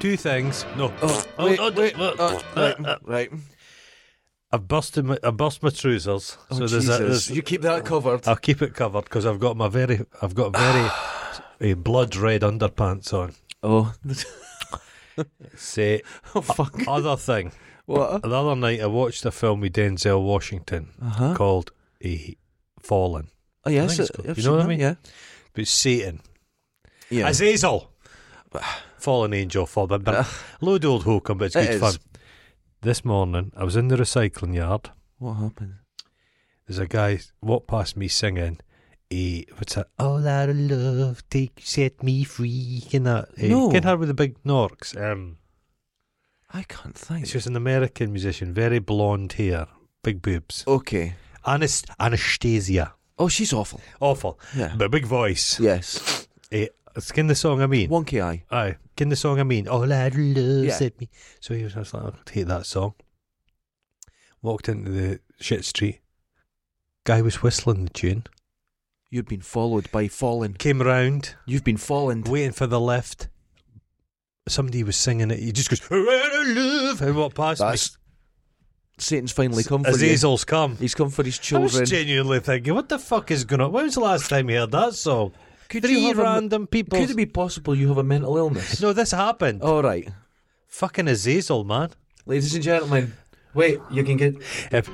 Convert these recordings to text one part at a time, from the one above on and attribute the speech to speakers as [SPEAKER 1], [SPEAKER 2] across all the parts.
[SPEAKER 1] Two things. No.
[SPEAKER 2] Oh, wait,
[SPEAKER 1] oh, oh,
[SPEAKER 2] wait,
[SPEAKER 1] oh,
[SPEAKER 2] oh, right, right.
[SPEAKER 1] I've busted my, I burst my trousers.
[SPEAKER 2] Oh,
[SPEAKER 1] so there's
[SPEAKER 2] Jesus.
[SPEAKER 1] a, there's,
[SPEAKER 2] you keep that covered.
[SPEAKER 1] I'll keep it covered because I've got my very, I've got very uh, blood red underpants on.
[SPEAKER 2] oh,
[SPEAKER 1] Say
[SPEAKER 2] oh fuck.
[SPEAKER 1] other thing.
[SPEAKER 2] What?
[SPEAKER 1] The other night I watched a film with Denzel Washington
[SPEAKER 2] Uh-huh.
[SPEAKER 1] called A Fallen.
[SPEAKER 2] Oh, yes.
[SPEAKER 1] it's called-
[SPEAKER 2] I've
[SPEAKER 1] you know
[SPEAKER 2] seen
[SPEAKER 1] what I
[SPEAKER 2] that,
[SPEAKER 1] mean?
[SPEAKER 2] Yeah.
[SPEAKER 1] But Satan
[SPEAKER 2] Yeah.
[SPEAKER 1] Azazel. Fallen angel, fallen. But load old hokum, but it's
[SPEAKER 2] Uh-huh. It
[SPEAKER 1] good
[SPEAKER 2] is.
[SPEAKER 1] fun. This morning, I was in the recycling yard.
[SPEAKER 2] what happened?
[SPEAKER 1] There's a guy walked past me singing, eh, what's that? All out of love, take, set me free. Can that? Eh,
[SPEAKER 2] No.
[SPEAKER 1] Get her with the big norks. Um,
[SPEAKER 2] I can't think.
[SPEAKER 1] she was an American musician, very blonde hair, big boobs.
[SPEAKER 2] okay.
[SPEAKER 1] Anast- Anastasia.
[SPEAKER 2] Oh, she's awful.
[SPEAKER 1] Awful.
[SPEAKER 2] Yeah.
[SPEAKER 1] But big voice.
[SPEAKER 2] Yes.
[SPEAKER 1] Eh, skin the song I mean.
[SPEAKER 2] Wonky eye.
[SPEAKER 1] Aye, can the song I mean? All I love
[SPEAKER 2] Yeah.
[SPEAKER 1] said me. So he was just like, I hate that song. Walked into the shit street. Guy was whistling the tune.
[SPEAKER 2] You've been followed by fallen.
[SPEAKER 1] Came round,
[SPEAKER 2] You've been fallen.
[SPEAKER 1] waiting for the lift. Somebody was singing it. He just goes, "All I love," and walked past
[SPEAKER 2] That's Satan's finally come
[SPEAKER 1] me.
[SPEAKER 2] for you.
[SPEAKER 1] Azazel's come.
[SPEAKER 2] He's come for his
[SPEAKER 1] I
[SPEAKER 2] children.
[SPEAKER 1] was genuinely thinking, what the fuck is going on? When was the last time you heard that song?
[SPEAKER 2] Could you
[SPEAKER 1] Three
[SPEAKER 2] have a-
[SPEAKER 1] random people.
[SPEAKER 2] Could it be Oh. possible you have a mental illness?
[SPEAKER 1] No, this happened.
[SPEAKER 2] All right,
[SPEAKER 1] Fucking Azazel, man.
[SPEAKER 2] ladies and gentlemen. Wait, you can get.
[SPEAKER 1] If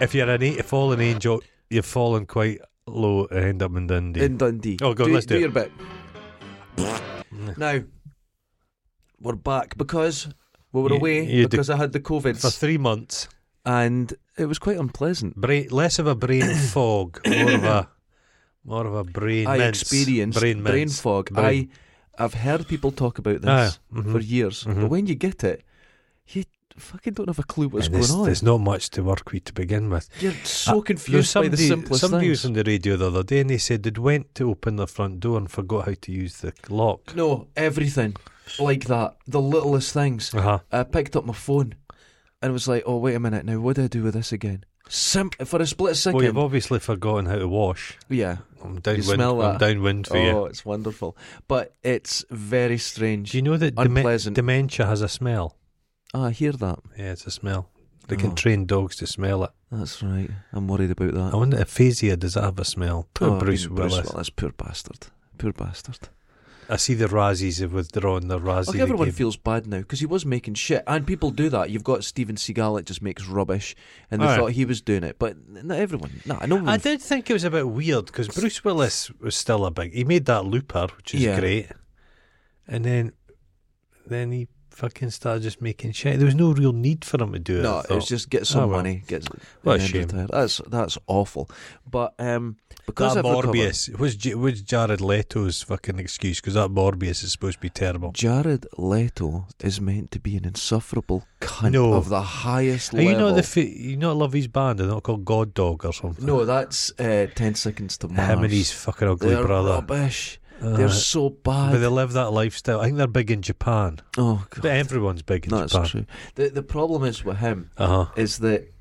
[SPEAKER 1] if you're an a fallen angel, you've fallen quite low and end up in Dundee.
[SPEAKER 2] in Dundee.
[SPEAKER 1] Oh, go on,
[SPEAKER 2] do,
[SPEAKER 1] let's do it.
[SPEAKER 2] your bit. now we're back because we were
[SPEAKER 1] You-
[SPEAKER 2] away
[SPEAKER 1] you had the-
[SPEAKER 2] because I had the COVID
[SPEAKER 1] for three months,
[SPEAKER 2] and it was quite unpleasant.
[SPEAKER 1] brain, less of a brain fog, more of a more of a brain.
[SPEAKER 2] I
[SPEAKER 1] mince.
[SPEAKER 2] experienced
[SPEAKER 1] brain,
[SPEAKER 2] brain,
[SPEAKER 1] mince.
[SPEAKER 2] fog.
[SPEAKER 1] Brain-
[SPEAKER 2] I I've heard people talk about this
[SPEAKER 1] Ah, mhm.
[SPEAKER 2] for years,
[SPEAKER 1] Mhm.
[SPEAKER 2] but when you get it, you fucking don't have a clue what's
[SPEAKER 1] And
[SPEAKER 2] going
[SPEAKER 1] there's,
[SPEAKER 2] on.
[SPEAKER 1] There's not much to work with to begin with.
[SPEAKER 2] You're so
[SPEAKER 1] Uh,
[SPEAKER 2] confused
[SPEAKER 1] There was
[SPEAKER 2] by the simplest
[SPEAKER 1] Somebody
[SPEAKER 2] things.
[SPEAKER 1] was on the radio the other day and they said they'd went to open their front door and forgot how to use the lock.
[SPEAKER 2] No, everything like that. The littlest things.
[SPEAKER 1] Uh huh.
[SPEAKER 2] I picked up my phone and was like, "Oh wait a minute, now what do I do with this again?" Sim- for a split second.
[SPEAKER 1] Well, you've obviously forgotten how to wash.
[SPEAKER 2] yeah.
[SPEAKER 1] I'm downwind.
[SPEAKER 2] smell
[SPEAKER 1] I'm
[SPEAKER 2] that?
[SPEAKER 1] downwind for
[SPEAKER 2] oh,
[SPEAKER 1] you.
[SPEAKER 2] it's wonderful, but it's very strange.
[SPEAKER 1] Do you know that deme-
[SPEAKER 2] Unpleasant.
[SPEAKER 1] dementia has a smell?
[SPEAKER 2] Ah, I hear that.
[SPEAKER 1] Yeah, it's a smell. They can
[SPEAKER 2] Oh.
[SPEAKER 1] train dogs to smell it.
[SPEAKER 2] That's right. I'm worried about that.
[SPEAKER 1] I wonder if aphasia does that have a smell? Poor
[SPEAKER 2] Oh,
[SPEAKER 1] Bruce
[SPEAKER 2] being
[SPEAKER 1] Willis.
[SPEAKER 2] Willis, poor bastard. Poor bastard.
[SPEAKER 1] I see the Razzies have withdrawn their Razzie.
[SPEAKER 2] Like
[SPEAKER 1] they
[SPEAKER 2] everyone
[SPEAKER 1] gave-
[SPEAKER 2] feels bad now because he was making shit, and people do that. You've got Steven Seagal that just makes rubbish, and they
[SPEAKER 1] Aye.
[SPEAKER 2] thought he was doing it, but not everyone. No, I know.
[SPEAKER 1] I did think it was a bit weird because Bruce Willis was still a big. He made that Looper, which is
[SPEAKER 2] Yeah.
[SPEAKER 1] great, and then then he fucking started just making shit. There was no real need for him to do it. I
[SPEAKER 2] No, it
[SPEAKER 1] thought.
[SPEAKER 2] was just get some
[SPEAKER 1] Oh, well.
[SPEAKER 2] money. Get
[SPEAKER 1] What a
[SPEAKER 2] and then
[SPEAKER 1] shame.
[SPEAKER 2] retire. That's that's awful. But um, because
[SPEAKER 1] that
[SPEAKER 2] I've recovered-
[SPEAKER 1] Morbius was was Jared Leto's fucking excuse because that Morbius is supposed to be terrible.
[SPEAKER 2] Jared Leto is meant to be an insufferable cunt
[SPEAKER 1] No.
[SPEAKER 2] of the highest
[SPEAKER 1] Are
[SPEAKER 2] level.
[SPEAKER 1] you not the fa- you not love his band? They're not called God Dog or something.
[SPEAKER 2] no, that's uh, ten seconds to Mars.
[SPEAKER 1] Him and his fucking ugly
[SPEAKER 2] They're
[SPEAKER 1] brother.
[SPEAKER 2] rubbish.
[SPEAKER 1] Uh,
[SPEAKER 2] They're so
[SPEAKER 1] but
[SPEAKER 2] bad.
[SPEAKER 1] they live that lifestyle. I think they're big in Japan.
[SPEAKER 2] oh, God.
[SPEAKER 1] But everyone's big in
[SPEAKER 2] No, that's
[SPEAKER 1] Japan.
[SPEAKER 2] true. The the problem is with him
[SPEAKER 1] Uh huh.
[SPEAKER 2] is that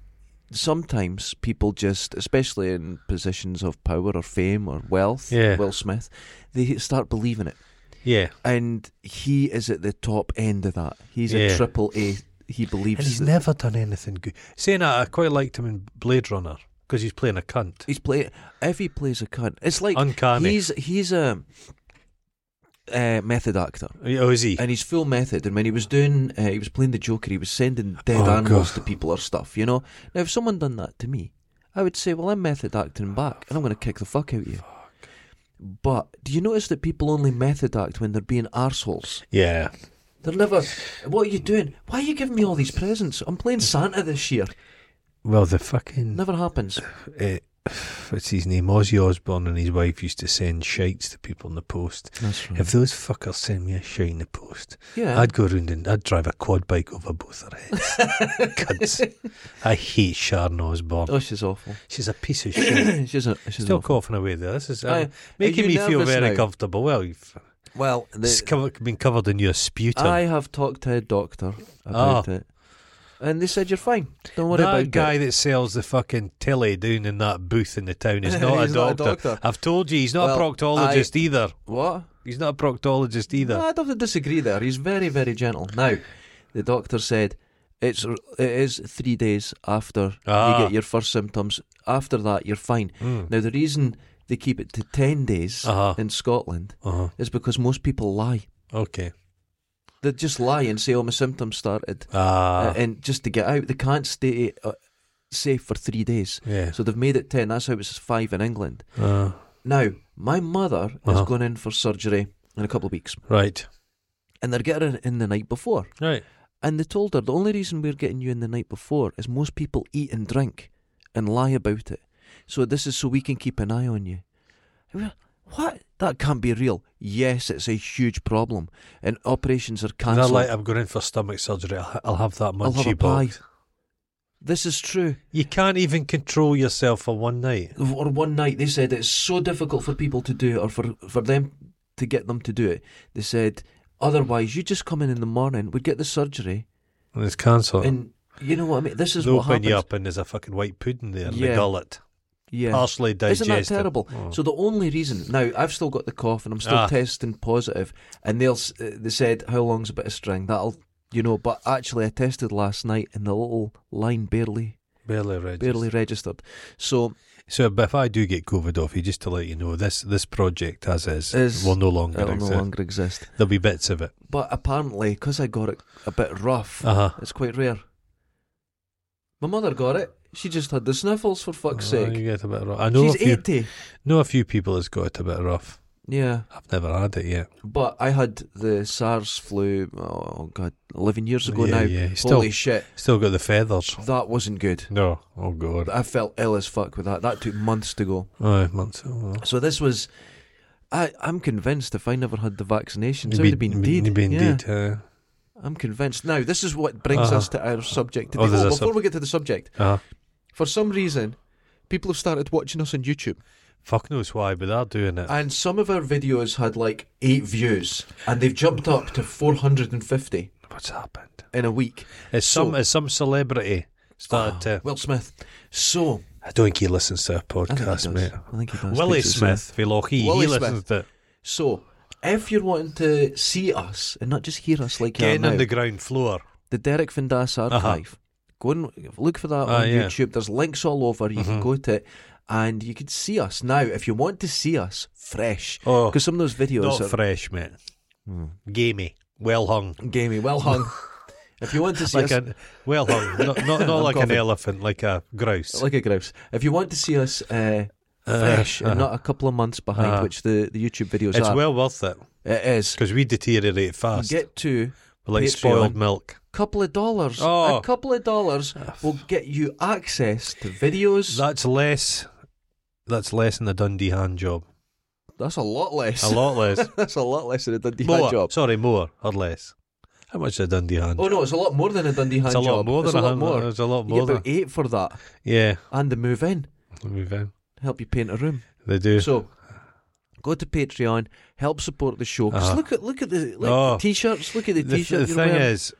[SPEAKER 2] sometimes people just, especially in positions of power or fame or wealth,
[SPEAKER 1] Yeah.
[SPEAKER 2] Will Smith, they start believing it.
[SPEAKER 1] Yeah.
[SPEAKER 2] and he is at the top end of that. He's
[SPEAKER 1] Yeah.
[SPEAKER 2] a triple A. He believes
[SPEAKER 1] And he's
[SPEAKER 2] that-
[SPEAKER 1] never done anything good. Saying that, I quite liked him in Blade Runner because he's playing a cunt.
[SPEAKER 2] he's play if he plays a cunt. It's like
[SPEAKER 1] Uncanny.
[SPEAKER 2] he's he's a, uh method actor.
[SPEAKER 1] oh, is he?
[SPEAKER 2] And he's full method. And when he was doing, uh, he was playing the Joker. He was sending dead
[SPEAKER 1] Oh,
[SPEAKER 2] animals
[SPEAKER 1] God.
[SPEAKER 2] to people or stuff. You know. Now, if someone done that to me, I would say, "Well, I'm method acting back, and I'm going to kick the fuck out of you." But do you notice that people only method act when they're being arseholes?
[SPEAKER 1] Yeah.
[SPEAKER 2] They're never. What are you doing? Why are you giving me all these presents? I'm playing Santa this year.
[SPEAKER 1] Well, the fucking
[SPEAKER 2] Never happens.
[SPEAKER 1] uh, what's his name? Ozzy Osbourne and his wife used to send shites to people in the post.
[SPEAKER 2] That's
[SPEAKER 1] If those fuckers send me a shite in the post,
[SPEAKER 2] Yeah.
[SPEAKER 1] I'd go round and I'd drive a quad bike over both their heads. Cunts. I hate Sharon Osbourne.
[SPEAKER 2] oh, she's awful.
[SPEAKER 1] She's a piece of shit.
[SPEAKER 2] she's a, she's
[SPEAKER 1] Still
[SPEAKER 2] awful.
[SPEAKER 1] coughing away there. This is um,
[SPEAKER 2] Aye. Are
[SPEAKER 1] making
[SPEAKER 2] you
[SPEAKER 1] me feel
[SPEAKER 2] nervous
[SPEAKER 1] very
[SPEAKER 2] now?
[SPEAKER 1] comfortable. Well, you've
[SPEAKER 2] Well,
[SPEAKER 1] it's
[SPEAKER 2] the,
[SPEAKER 1] cover- been covered in your sputum.
[SPEAKER 2] I have talked to a doctor about it, and they said you're fine. Don't worry
[SPEAKER 1] Ah. that
[SPEAKER 2] about
[SPEAKER 1] guy
[SPEAKER 2] It.
[SPEAKER 1] that sells the fucking telly down in that booth in the town is not,
[SPEAKER 2] He's
[SPEAKER 1] a,
[SPEAKER 2] not
[SPEAKER 1] doctor.
[SPEAKER 2] a doctor.
[SPEAKER 1] I've told you, he's not a
[SPEAKER 2] Well,
[SPEAKER 1] proctologist either.
[SPEAKER 2] What?
[SPEAKER 1] He's not a proctologist either.
[SPEAKER 2] No, I'd have to disagree there. He's very, very gentle. Now, the doctor said it's it is three days after
[SPEAKER 1] Ah. Hmm.
[SPEAKER 2] you get your first symptoms. After that, you're fine. Now, the reason they keep it to ten days
[SPEAKER 1] Uh-huh.
[SPEAKER 2] in Scotland
[SPEAKER 1] Uh-huh.
[SPEAKER 2] is because most people lie.
[SPEAKER 1] Okay.
[SPEAKER 2] They just lie and say, "Oh, my symptoms started,"
[SPEAKER 1] Ah.
[SPEAKER 2] uh, and just to get out, they can't stay uh, safe for three days.
[SPEAKER 1] yeah.
[SPEAKER 2] So they've made it ten. That's how it's five in England.
[SPEAKER 1] Uh,
[SPEAKER 2] Now, my mother has
[SPEAKER 1] Uh-huh.
[SPEAKER 2] gone in for surgery in a couple of weeks,
[SPEAKER 1] right.
[SPEAKER 2] and they're getting her in the night before.
[SPEAKER 1] Right.
[SPEAKER 2] And they told her the only reason we're getting you in the night before is most people eat and drink and lie about it. So this is so we can keep an eye on you. And we're, What? That can't be real. Yes, it's a huge problem. And operations are
[SPEAKER 1] And I like,
[SPEAKER 2] cancelled.
[SPEAKER 1] I'm going in for stomach surgery. I'll, I'll have that
[SPEAKER 2] I'll have a
[SPEAKER 1] munchy
[SPEAKER 2] pie.
[SPEAKER 1] box.
[SPEAKER 2] This is true.
[SPEAKER 1] You can't even control yourself for one night.
[SPEAKER 2] Or one night they said it's so difficult for people to do it or for, for them to get them to do it. They said, otherwise, you just come in in the morning, we'd get the surgery.
[SPEAKER 1] And it's cancelled.
[SPEAKER 2] And you know what I mean? This is
[SPEAKER 1] They'll
[SPEAKER 2] what
[SPEAKER 1] open
[SPEAKER 2] happens.
[SPEAKER 1] you up and there's a fucking white pudding there in the
[SPEAKER 2] Yeah.
[SPEAKER 1] gullet.
[SPEAKER 2] Yeah.
[SPEAKER 1] Partially digested.
[SPEAKER 2] Isn't that terrible?
[SPEAKER 1] Oh.
[SPEAKER 2] So the only reason now I've still got the cough and I'm still
[SPEAKER 1] Ah.
[SPEAKER 2] testing positive, and they'll s- uh, they said how long's a bit of string that'll you know, but actually I tested last night and the little line barely
[SPEAKER 1] Barely registered.
[SPEAKER 2] barely registered. So
[SPEAKER 1] So but if I do get COVID off you, just to let you know, this this project as is,
[SPEAKER 2] Is-
[SPEAKER 1] will no longer
[SPEAKER 2] it'll no
[SPEAKER 1] exist.
[SPEAKER 2] longer exist.
[SPEAKER 1] There'll be bits of it.
[SPEAKER 2] But apparently, because I got it a bit rough,
[SPEAKER 1] Uh huh.
[SPEAKER 2] it's quite rare. My mother got it. She just had the sniffles for fuck's
[SPEAKER 1] Uh-huh, You
[SPEAKER 2] sake.
[SPEAKER 1] get a bit rough. I know
[SPEAKER 2] She's
[SPEAKER 1] a few
[SPEAKER 2] eighty.
[SPEAKER 1] know a few people that's got it a bit rough.
[SPEAKER 2] Yeah.
[SPEAKER 1] I've never had it yet.
[SPEAKER 2] But I had the SARS flu, oh god, 11 years ago
[SPEAKER 1] Yeah,
[SPEAKER 2] now.
[SPEAKER 1] yeah,
[SPEAKER 2] Holy
[SPEAKER 1] you still-
[SPEAKER 2] shit,
[SPEAKER 1] Still got the feathers.
[SPEAKER 2] that wasn't good.
[SPEAKER 1] No. Oh god.
[SPEAKER 2] I felt ill as fuck with that. That took months to go.
[SPEAKER 1] Oh, months. Oh.
[SPEAKER 2] So this was, I, I'm convinced if I never had the vaccinations, I
[SPEAKER 1] Maybe-
[SPEAKER 2] would have been
[SPEAKER 1] maybe-
[SPEAKER 2] dead.
[SPEAKER 1] maybe
[SPEAKER 2] Yeah,
[SPEAKER 1] indeed, uh,
[SPEAKER 2] I'm convinced. Now, this is what brings
[SPEAKER 1] Uh-huh.
[SPEAKER 2] us to our subject
[SPEAKER 1] Oh,
[SPEAKER 2] today.
[SPEAKER 1] there's
[SPEAKER 2] Oh,
[SPEAKER 1] a
[SPEAKER 2] before
[SPEAKER 1] sub-
[SPEAKER 2] we get to the subject,
[SPEAKER 1] uh-huh.
[SPEAKER 2] for some reason, people have started watching us on YouTube,
[SPEAKER 1] Fuck knows why, but they're doing it.
[SPEAKER 2] and some of our videos had like eight views, and they've jumped up to 450
[SPEAKER 1] What's happened?
[SPEAKER 2] in a week.
[SPEAKER 1] It's
[SPEAKER 2] So- Ah.
[SPEAKER 1] some it's some celebrity started to
[SPEAKER 2] Will Smith. So
[SPEAKER 1] I don't think he listens to our
[SPEAKER 2] I think
[SPEAKER 1] podcast,
[SPEAKER 2] he does.
[SPEAKER 1] mate.
[SPEAKER 2] I think he does.
[SPEAKER 1] Willie
[SPEAKER 2] Speaks for himself.
[SPEAKER 1] Smith, Philochi, he
[SPEAKER 2] Willie Smith.
[SPEAKER 1] listens to it.
[SPEAKER 2] So if you're wanting to see us and not just hear us like you are
[SPEAKER 1] Getting
[SPEAKER 2] now,
[SPEAKER 1] on the
[SPEAKER 2] the,
[SPEAKER 1] ground floor.
[SPEAKER 2] Derek Van Dass archive. Go and look for that
[SPEAKER 1] Ah,
[SPEAKER 2] on
[SPEAKER 1] yeah. Mm-hmm.
[SPEAKER 2] YouTube. There's links all over. You can go to it and you can see us now. If you want to see us fresh,
[SPEAKER 1] Oh,
[SPEAKER 2] because some of Hmm. those videos
[SPEAKER 1] not
[SPEAKER 2] are
[SPEAKER 1] fresh, mate. Gamey, well hung,
[SPEAKER 2] gamey, well hung. if you want to see
[SPEAKER 1] like
[SPEAKER 2] us.
[SPEAKER 1] a well hung, not not, not like an
[SPEAKER 2] coughing.
[SPEAKER 1] elephant, like a grouse.
[SPEAKER 2] like a grouse. If you want to see us uh, fresh
[SPEAKER 1] uh-huh.
[SPEAKER 2] and not a couple of months behind,
[SPEAKER 1] Uh-huh.
[SPEAKER 2] which the, the YouTube videos
[SPEAKER 1] it's
[SPEAKER 2] are,
[SPEAKER 1] well worth it
[SPEAKER 2] it is.
[SPEAKER 1] because we deteriorate
[SPEAKER 2] You
[SPEAKER 1] fast,
[SPEAKER 2] get to
[SPEAKER 1] We're like
[SPEAKER 2] Patreon.
[SPEAKER 1] spoiled milk.
[SPEAKER 2] couple of dollars.
[SPEAKER 1] Oh.
[SPEAKER 2] A couple of dollars will get you access to videos.
[SPEAKER 1] That's less. That's less than the Dundee hand job.
[SPEAKER 2] That's a lot
[SPEAKER 1] A
[SPEAKER 2] less.
[SPEAKER 1] lot uh, less.
[SPEAKER 2] That's a lot less than a Dundee
[SPEAKER 1] more.
[SPEAKER 2] hand job.
[SPEAKER 1] Sorry, more or less. How much is a Dundee hand?
[SPEAKER 2] Oh no, it's a lot more than a Dundee hand
[SPEAKER 1] it's a lot
[SPEAKER 2] job.
[SPEAKER 1] more
[SPEAKER 2] it's
[SPEAKER 1] than
[SPEAKER 2] a lot
[SPEAKER 1] hand.
[SPEAKER 2] more.
[SPEAKER 1] It's a lot
[SPEAKER 2] You get
[SPEAKER 1] more than.
[SPEAKER 2] about eight for that,
[SPEAKER 1] Yeah,
[SPEAKER 2] and the move in
[SPEAKER 1] we've, uh,
[SPEAKER 2] help you paint a room.
[SPEAKER 1] they do.
[SPEAKER 2] So. Go to Patreon, help support the show. 'Cause
[SPEAKER 1] Uh-huh.
[SPEAKER 2] look at look at the like,
[SPEAKER 1] Oh.
[SPEAKER 2] t-shirts. Look at the,
[SPEAKER 1] the, the
[SPEAKER 2] t-shirt. you're
[SPEAKER 1] thing
[SPEAKER 2] wearing.
[SPEAKER 1] is,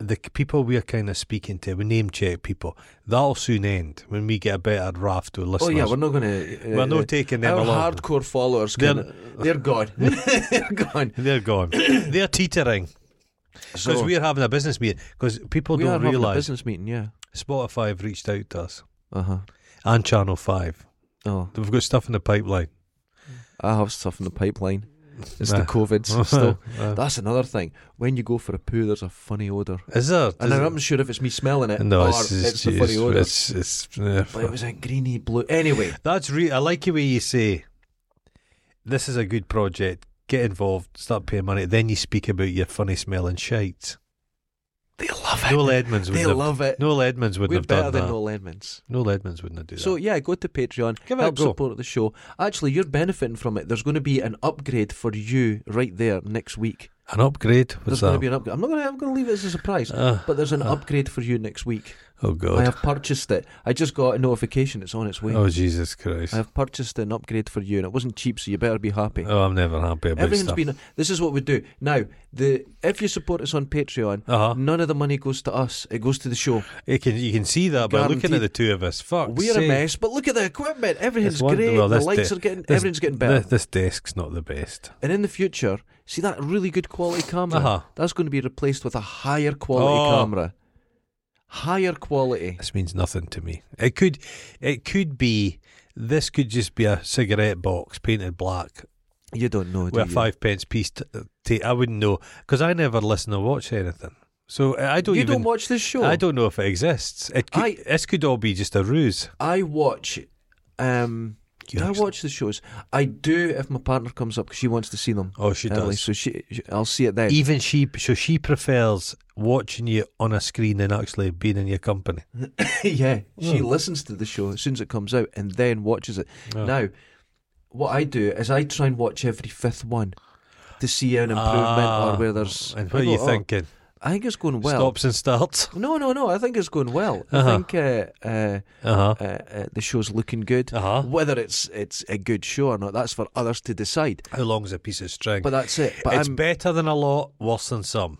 [SPEAKER 1] the c- people we're kind of speaking to, we name check people. That'll soon end when we get a better raft of
[SPEAKER 2] oh
[SPEAKER 1] listeners.
[SPEAKER 2] yeah, we're not going to. Uh,
[SPEAKER 1] We're
[SPEAKER 2] uh,
[SPEAKER 1] not taking them
[SPEAKER 2] our
[SPEAKER 1] along.
[SPEAKER 2] hardcore followers.
[SPEAKER 1] They're-
[SPEAKER 2] Can, uh, they're gone. they're gone.
[SPEAKER 1] They're gone. They're teetering because
[SPEAKER 2] So,
[SPEAKER 1] we're having a business meeting. Because people
[SPEAKER 2] we are
[SPEAKER 1] don't
[SPEAKER 2] having a
[SPEAKER 1] realise
[SPEAKER 2] business meeting. Yeah.
[SPEAKER 1] Spotify have reached out to us
[SPEAKER 2] Uh
[SPEAKER 1] Uh-huh.
[SPEAKER 2] huh.
[SPEAKER 1] and Channel Five.
[SPEAKER 2] Oh,
[SPEAKER 1] We've got stuff in the pipeline.
[SPEAKER 2] I have stuff in the pipeline. It's the
[SPEAKER 1] Nah.
[SPEAKER 2] COVIDs still.
[SPEAKER 1] Uh,
[SPEAKER 2] That's another thing. When you go for a poo, there's a funny odour.
[SPEAKER 1] is there?
[SPEAKER 2] And
[SPEAKER 1] Does
[SPEAKER 2] I'm not sure if it's me smelling it
[SPEAKER 1] it- no,
[SPEAKER 2] or
[SPEAKER 1] it's,
[SPEAKER 2] it's,
[SPEAKER 1] it's,
[SPEAKER 2] the funny
[SPEAKER 1] it's-
[SPEAKER 2] odour.
[SPEAKER 1] it's- it's- yeah,
[SPEAKER 2] But it was a greeny blue. Anyway,
[SPEAKER 1] That's re- I like the way you say. This is a good project. Get involved. Start paying money. Then you speak about your funny smelling shite.
[SPEAKER 2] they love it.
[SPEAKER 1] Noel Edmonds
[SPEAKER 2] they
[SPEAKER 1] wouldn't have.
[SPEAKER 2] love it.
[SPEAKER 1] Noel Edmonds wouldn't
[SPEAKER 2] We're
[SPEAKER 1] have
[SPEAKER 2] better
[SPEAKER 1] done
[SPEAKER 2] than
[SPEAKER 1] that.
[SPEAKER 2] Noel Edmonds.
[SPEAKER 1] Noel Edmonds wouldn't have done
[SPEAKER 2] So
[SPEAKER 1] that.
[SPEAKER 2] yeah, go to Patreon.
[SPEAKER 1] Give it a
[SPEAKER 2] help
[SPEAKER 1] go.
[SPEAKER 2] support the show. Actually, you're benefiting from it. There's going to be an upgrade for you right there next week.
[SPEAKER 1] An upgrade.
[SPEAKER 2] There's
[SPEAKER 1] What's
[SPEAKER 2] going to
[SPEAKER 1] that?
[SPEAKER 2] be an upgrade. I'm not going. to. I'm going to leave it as a surprise.
[SPEAKER 1] Uh,
[SPEAKER 2] But there's an
[SPEAKER 1] uh,
[SPEAKER 2] upgrade for you next week.
[SPEAKER 1] Oh
[SPEAKER 2] I
[SPEAKER 1] God.
[SPEAKER 2] have purchased it. I just got a notification it's on its way.
[SPEAKER 1] Oh Jesus Christ.
[SPEAKER 2] I have purchased an upgrade for you, and it wasn't cheap, so you better be happy.
[SPEAKER 1] Oh, I'm never happy about
[SPEAKER 2] Everything's
[SPEAKER 1] stuff.
[SPEAKER 2] been. This is what we do now. The if you support us on Patreon,
[SPEAKER 1] uh huh.
[SPEAKER 2] none of the money goes to us. It goes to the show.
[SPEAKER 1] You can you can see that by looking at
[SPEAKER 2] Guaranteed.
[SPEAKER 1] the two of us. Fuck.
[SPEAKER 2] We're a mess, but look at the equipment. Everything's
[SPEAKER 1] one-
[SPEAKER 2] great.
[SPEAKER 1] well,
[SPEAKER 2] the
[SPEAKER 1] this
[SPEAKER 2] lights
[SPEAKER 1] de-
[SPEAKER 2] are getting.
[SPEAKER 1] this-
[SPEAKER 2] everything's getting better.
[SPEAKER 1] This, this desk's not the best.
[SPEAKER 2] and in the future, see that really good quality camera.
[SPEAKER 1] Uh-huh.
[SPEAKER 2] That's going to be replaced with a higher quality
[SPEAKER 1] Oh.
[SPEAKER 2] camera. Higher quality.
[SPEAKER 1] This means nothing to me. It could it could be this could just be a cigarette box painted black
[SPEAKER 2] You don't know. Do
[SPEAKER 1] with a
[SPEAKER 2] you?
[SPEAKER 1] five pence piece. T- t- I wouldn't know because I never listen or watch anything. So I I don't
[SPEAKER 2] you
[SPEAKER 1] even.
[SPEAKER 2] don't watch this show.
[SPEAKER 1] I don't know if it exists. It could,
[SPEAKER 2] I-
[SPEAKER 1] this could all be just a ruse.
[SPEAKER 2] I watch. Um,
[SPEAKER 1] You
[SPEAKER 2] do I
[SPEAKER 1] actually-
[SPEAKER 2] watch the shows? I do if my partner comes up because she wants to see them.
[SPEAKER 1] Oh, she
[SPEAKER 2] early,
[SPEAKER 1] does.
[SPEAKER 2] So she, she- I'll see it then.
[SPEAKER 1] Even she, so she prefers watching you on a screen than actually being in your company.
[SPEAKER 2] yeah, she
[SPEAKER 1] Oh.
[SPEAKER 2] listens to the show as soon as it comes out and then watches it.
[SPEAKER 1] Oh.
[SPEAKER 2] Now, what I do is I try and watch every fifth one to see an improvement
[SPEAKER 1] Ah.
[SPEAKER 2] or where there's.
[SPEAKER 1] And
[SPEAKER 2] I
[SPEAKER 1] what are you
[SPEAKER 2] go, "Oh,
[SPEAKER 1] thinking?
[SPEAKER 2] I think it's going well.
[SPEAKER 1] Stops and starts.
[SPEAKER 2] No, no, no. I think it's going well.
[SPEAKER 1] Uh-huh.
[SPEAKER 2] I think uh, uh,
[SPEAKER 1] Uh huh.
[SPEAKER 2] uh, uh, the show's looking good.
[SPEAKER 1] Uh huh.
[SPEAKER 2] Whether it's it's a good show or not, that's for others to decide.
[SPEAKER 1] How long's a piece of string?
[SPEAKER 2] But that's it. But
[SPEAKER 1] it's
[SPEAKER 2] I'm,
[SPEAKER 1] better than a lot, worse than some.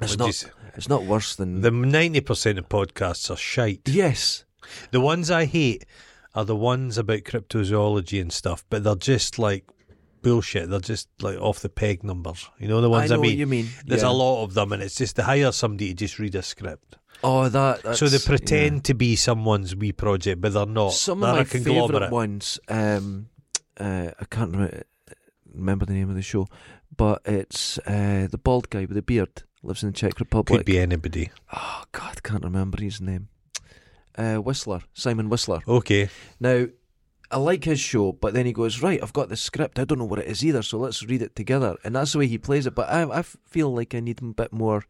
[SPEAKER 2] it's
[SPEAKER 1] Would you
[SPEAKER 2] not.
[SPEAKER 1] say-
[SPEAKER 2] It's not worse than
[SPEAKER 1] The ninety percent of podcasts are shite.
[SPEAKER 2] Yes.
[SPEAKER 1] The ones I hate are the ones about cryptozoology and stuff, but they're just like bullshit. They're just like off the peg numbers. You know the
[SPEAKER 2] I
[SPEAKER 1] ones
[SPEAKER 2] know
[SPEAKER 1] I mean.
[SPEAKER 2] what you mean.
[SPEAKER 1] There's
[SPEAKER 2] Yeah.
[SPEAKER 1] a lot of them, and it's just to hire somebody to just read a script.
[SPEAKER 2] Oh, that.
[SPEAKER 1] so they
[SPEAKER 2] that's-
[SPEAKER 1] pretend to be someone's wee project, but they're not.
[SPEAKER 2] yeah. Some
[SPEAKER 1] they're
[SPEAKER 2] of my
[SPEAKER 1] a conglomerate.
[SPEAKER 2] favourite ones. Um, uh, I can't remember, remember the name of the show, but it's uh, the bald guy with the beard lives in the Czech Republic.
[SPEAKER 1] Could be anybody.
[SPEAKER 2] Oh God, can't remember his name. Uh, Whistler, Simon Whistler.
[SPEAKER 1] Okay.
[SPEAKER 2] Now, I like his show, but then he goes right. I've got the script. I don't know what it is either, so let's read it together, and that's the way he plays it. But I, I feel like I need a bit more.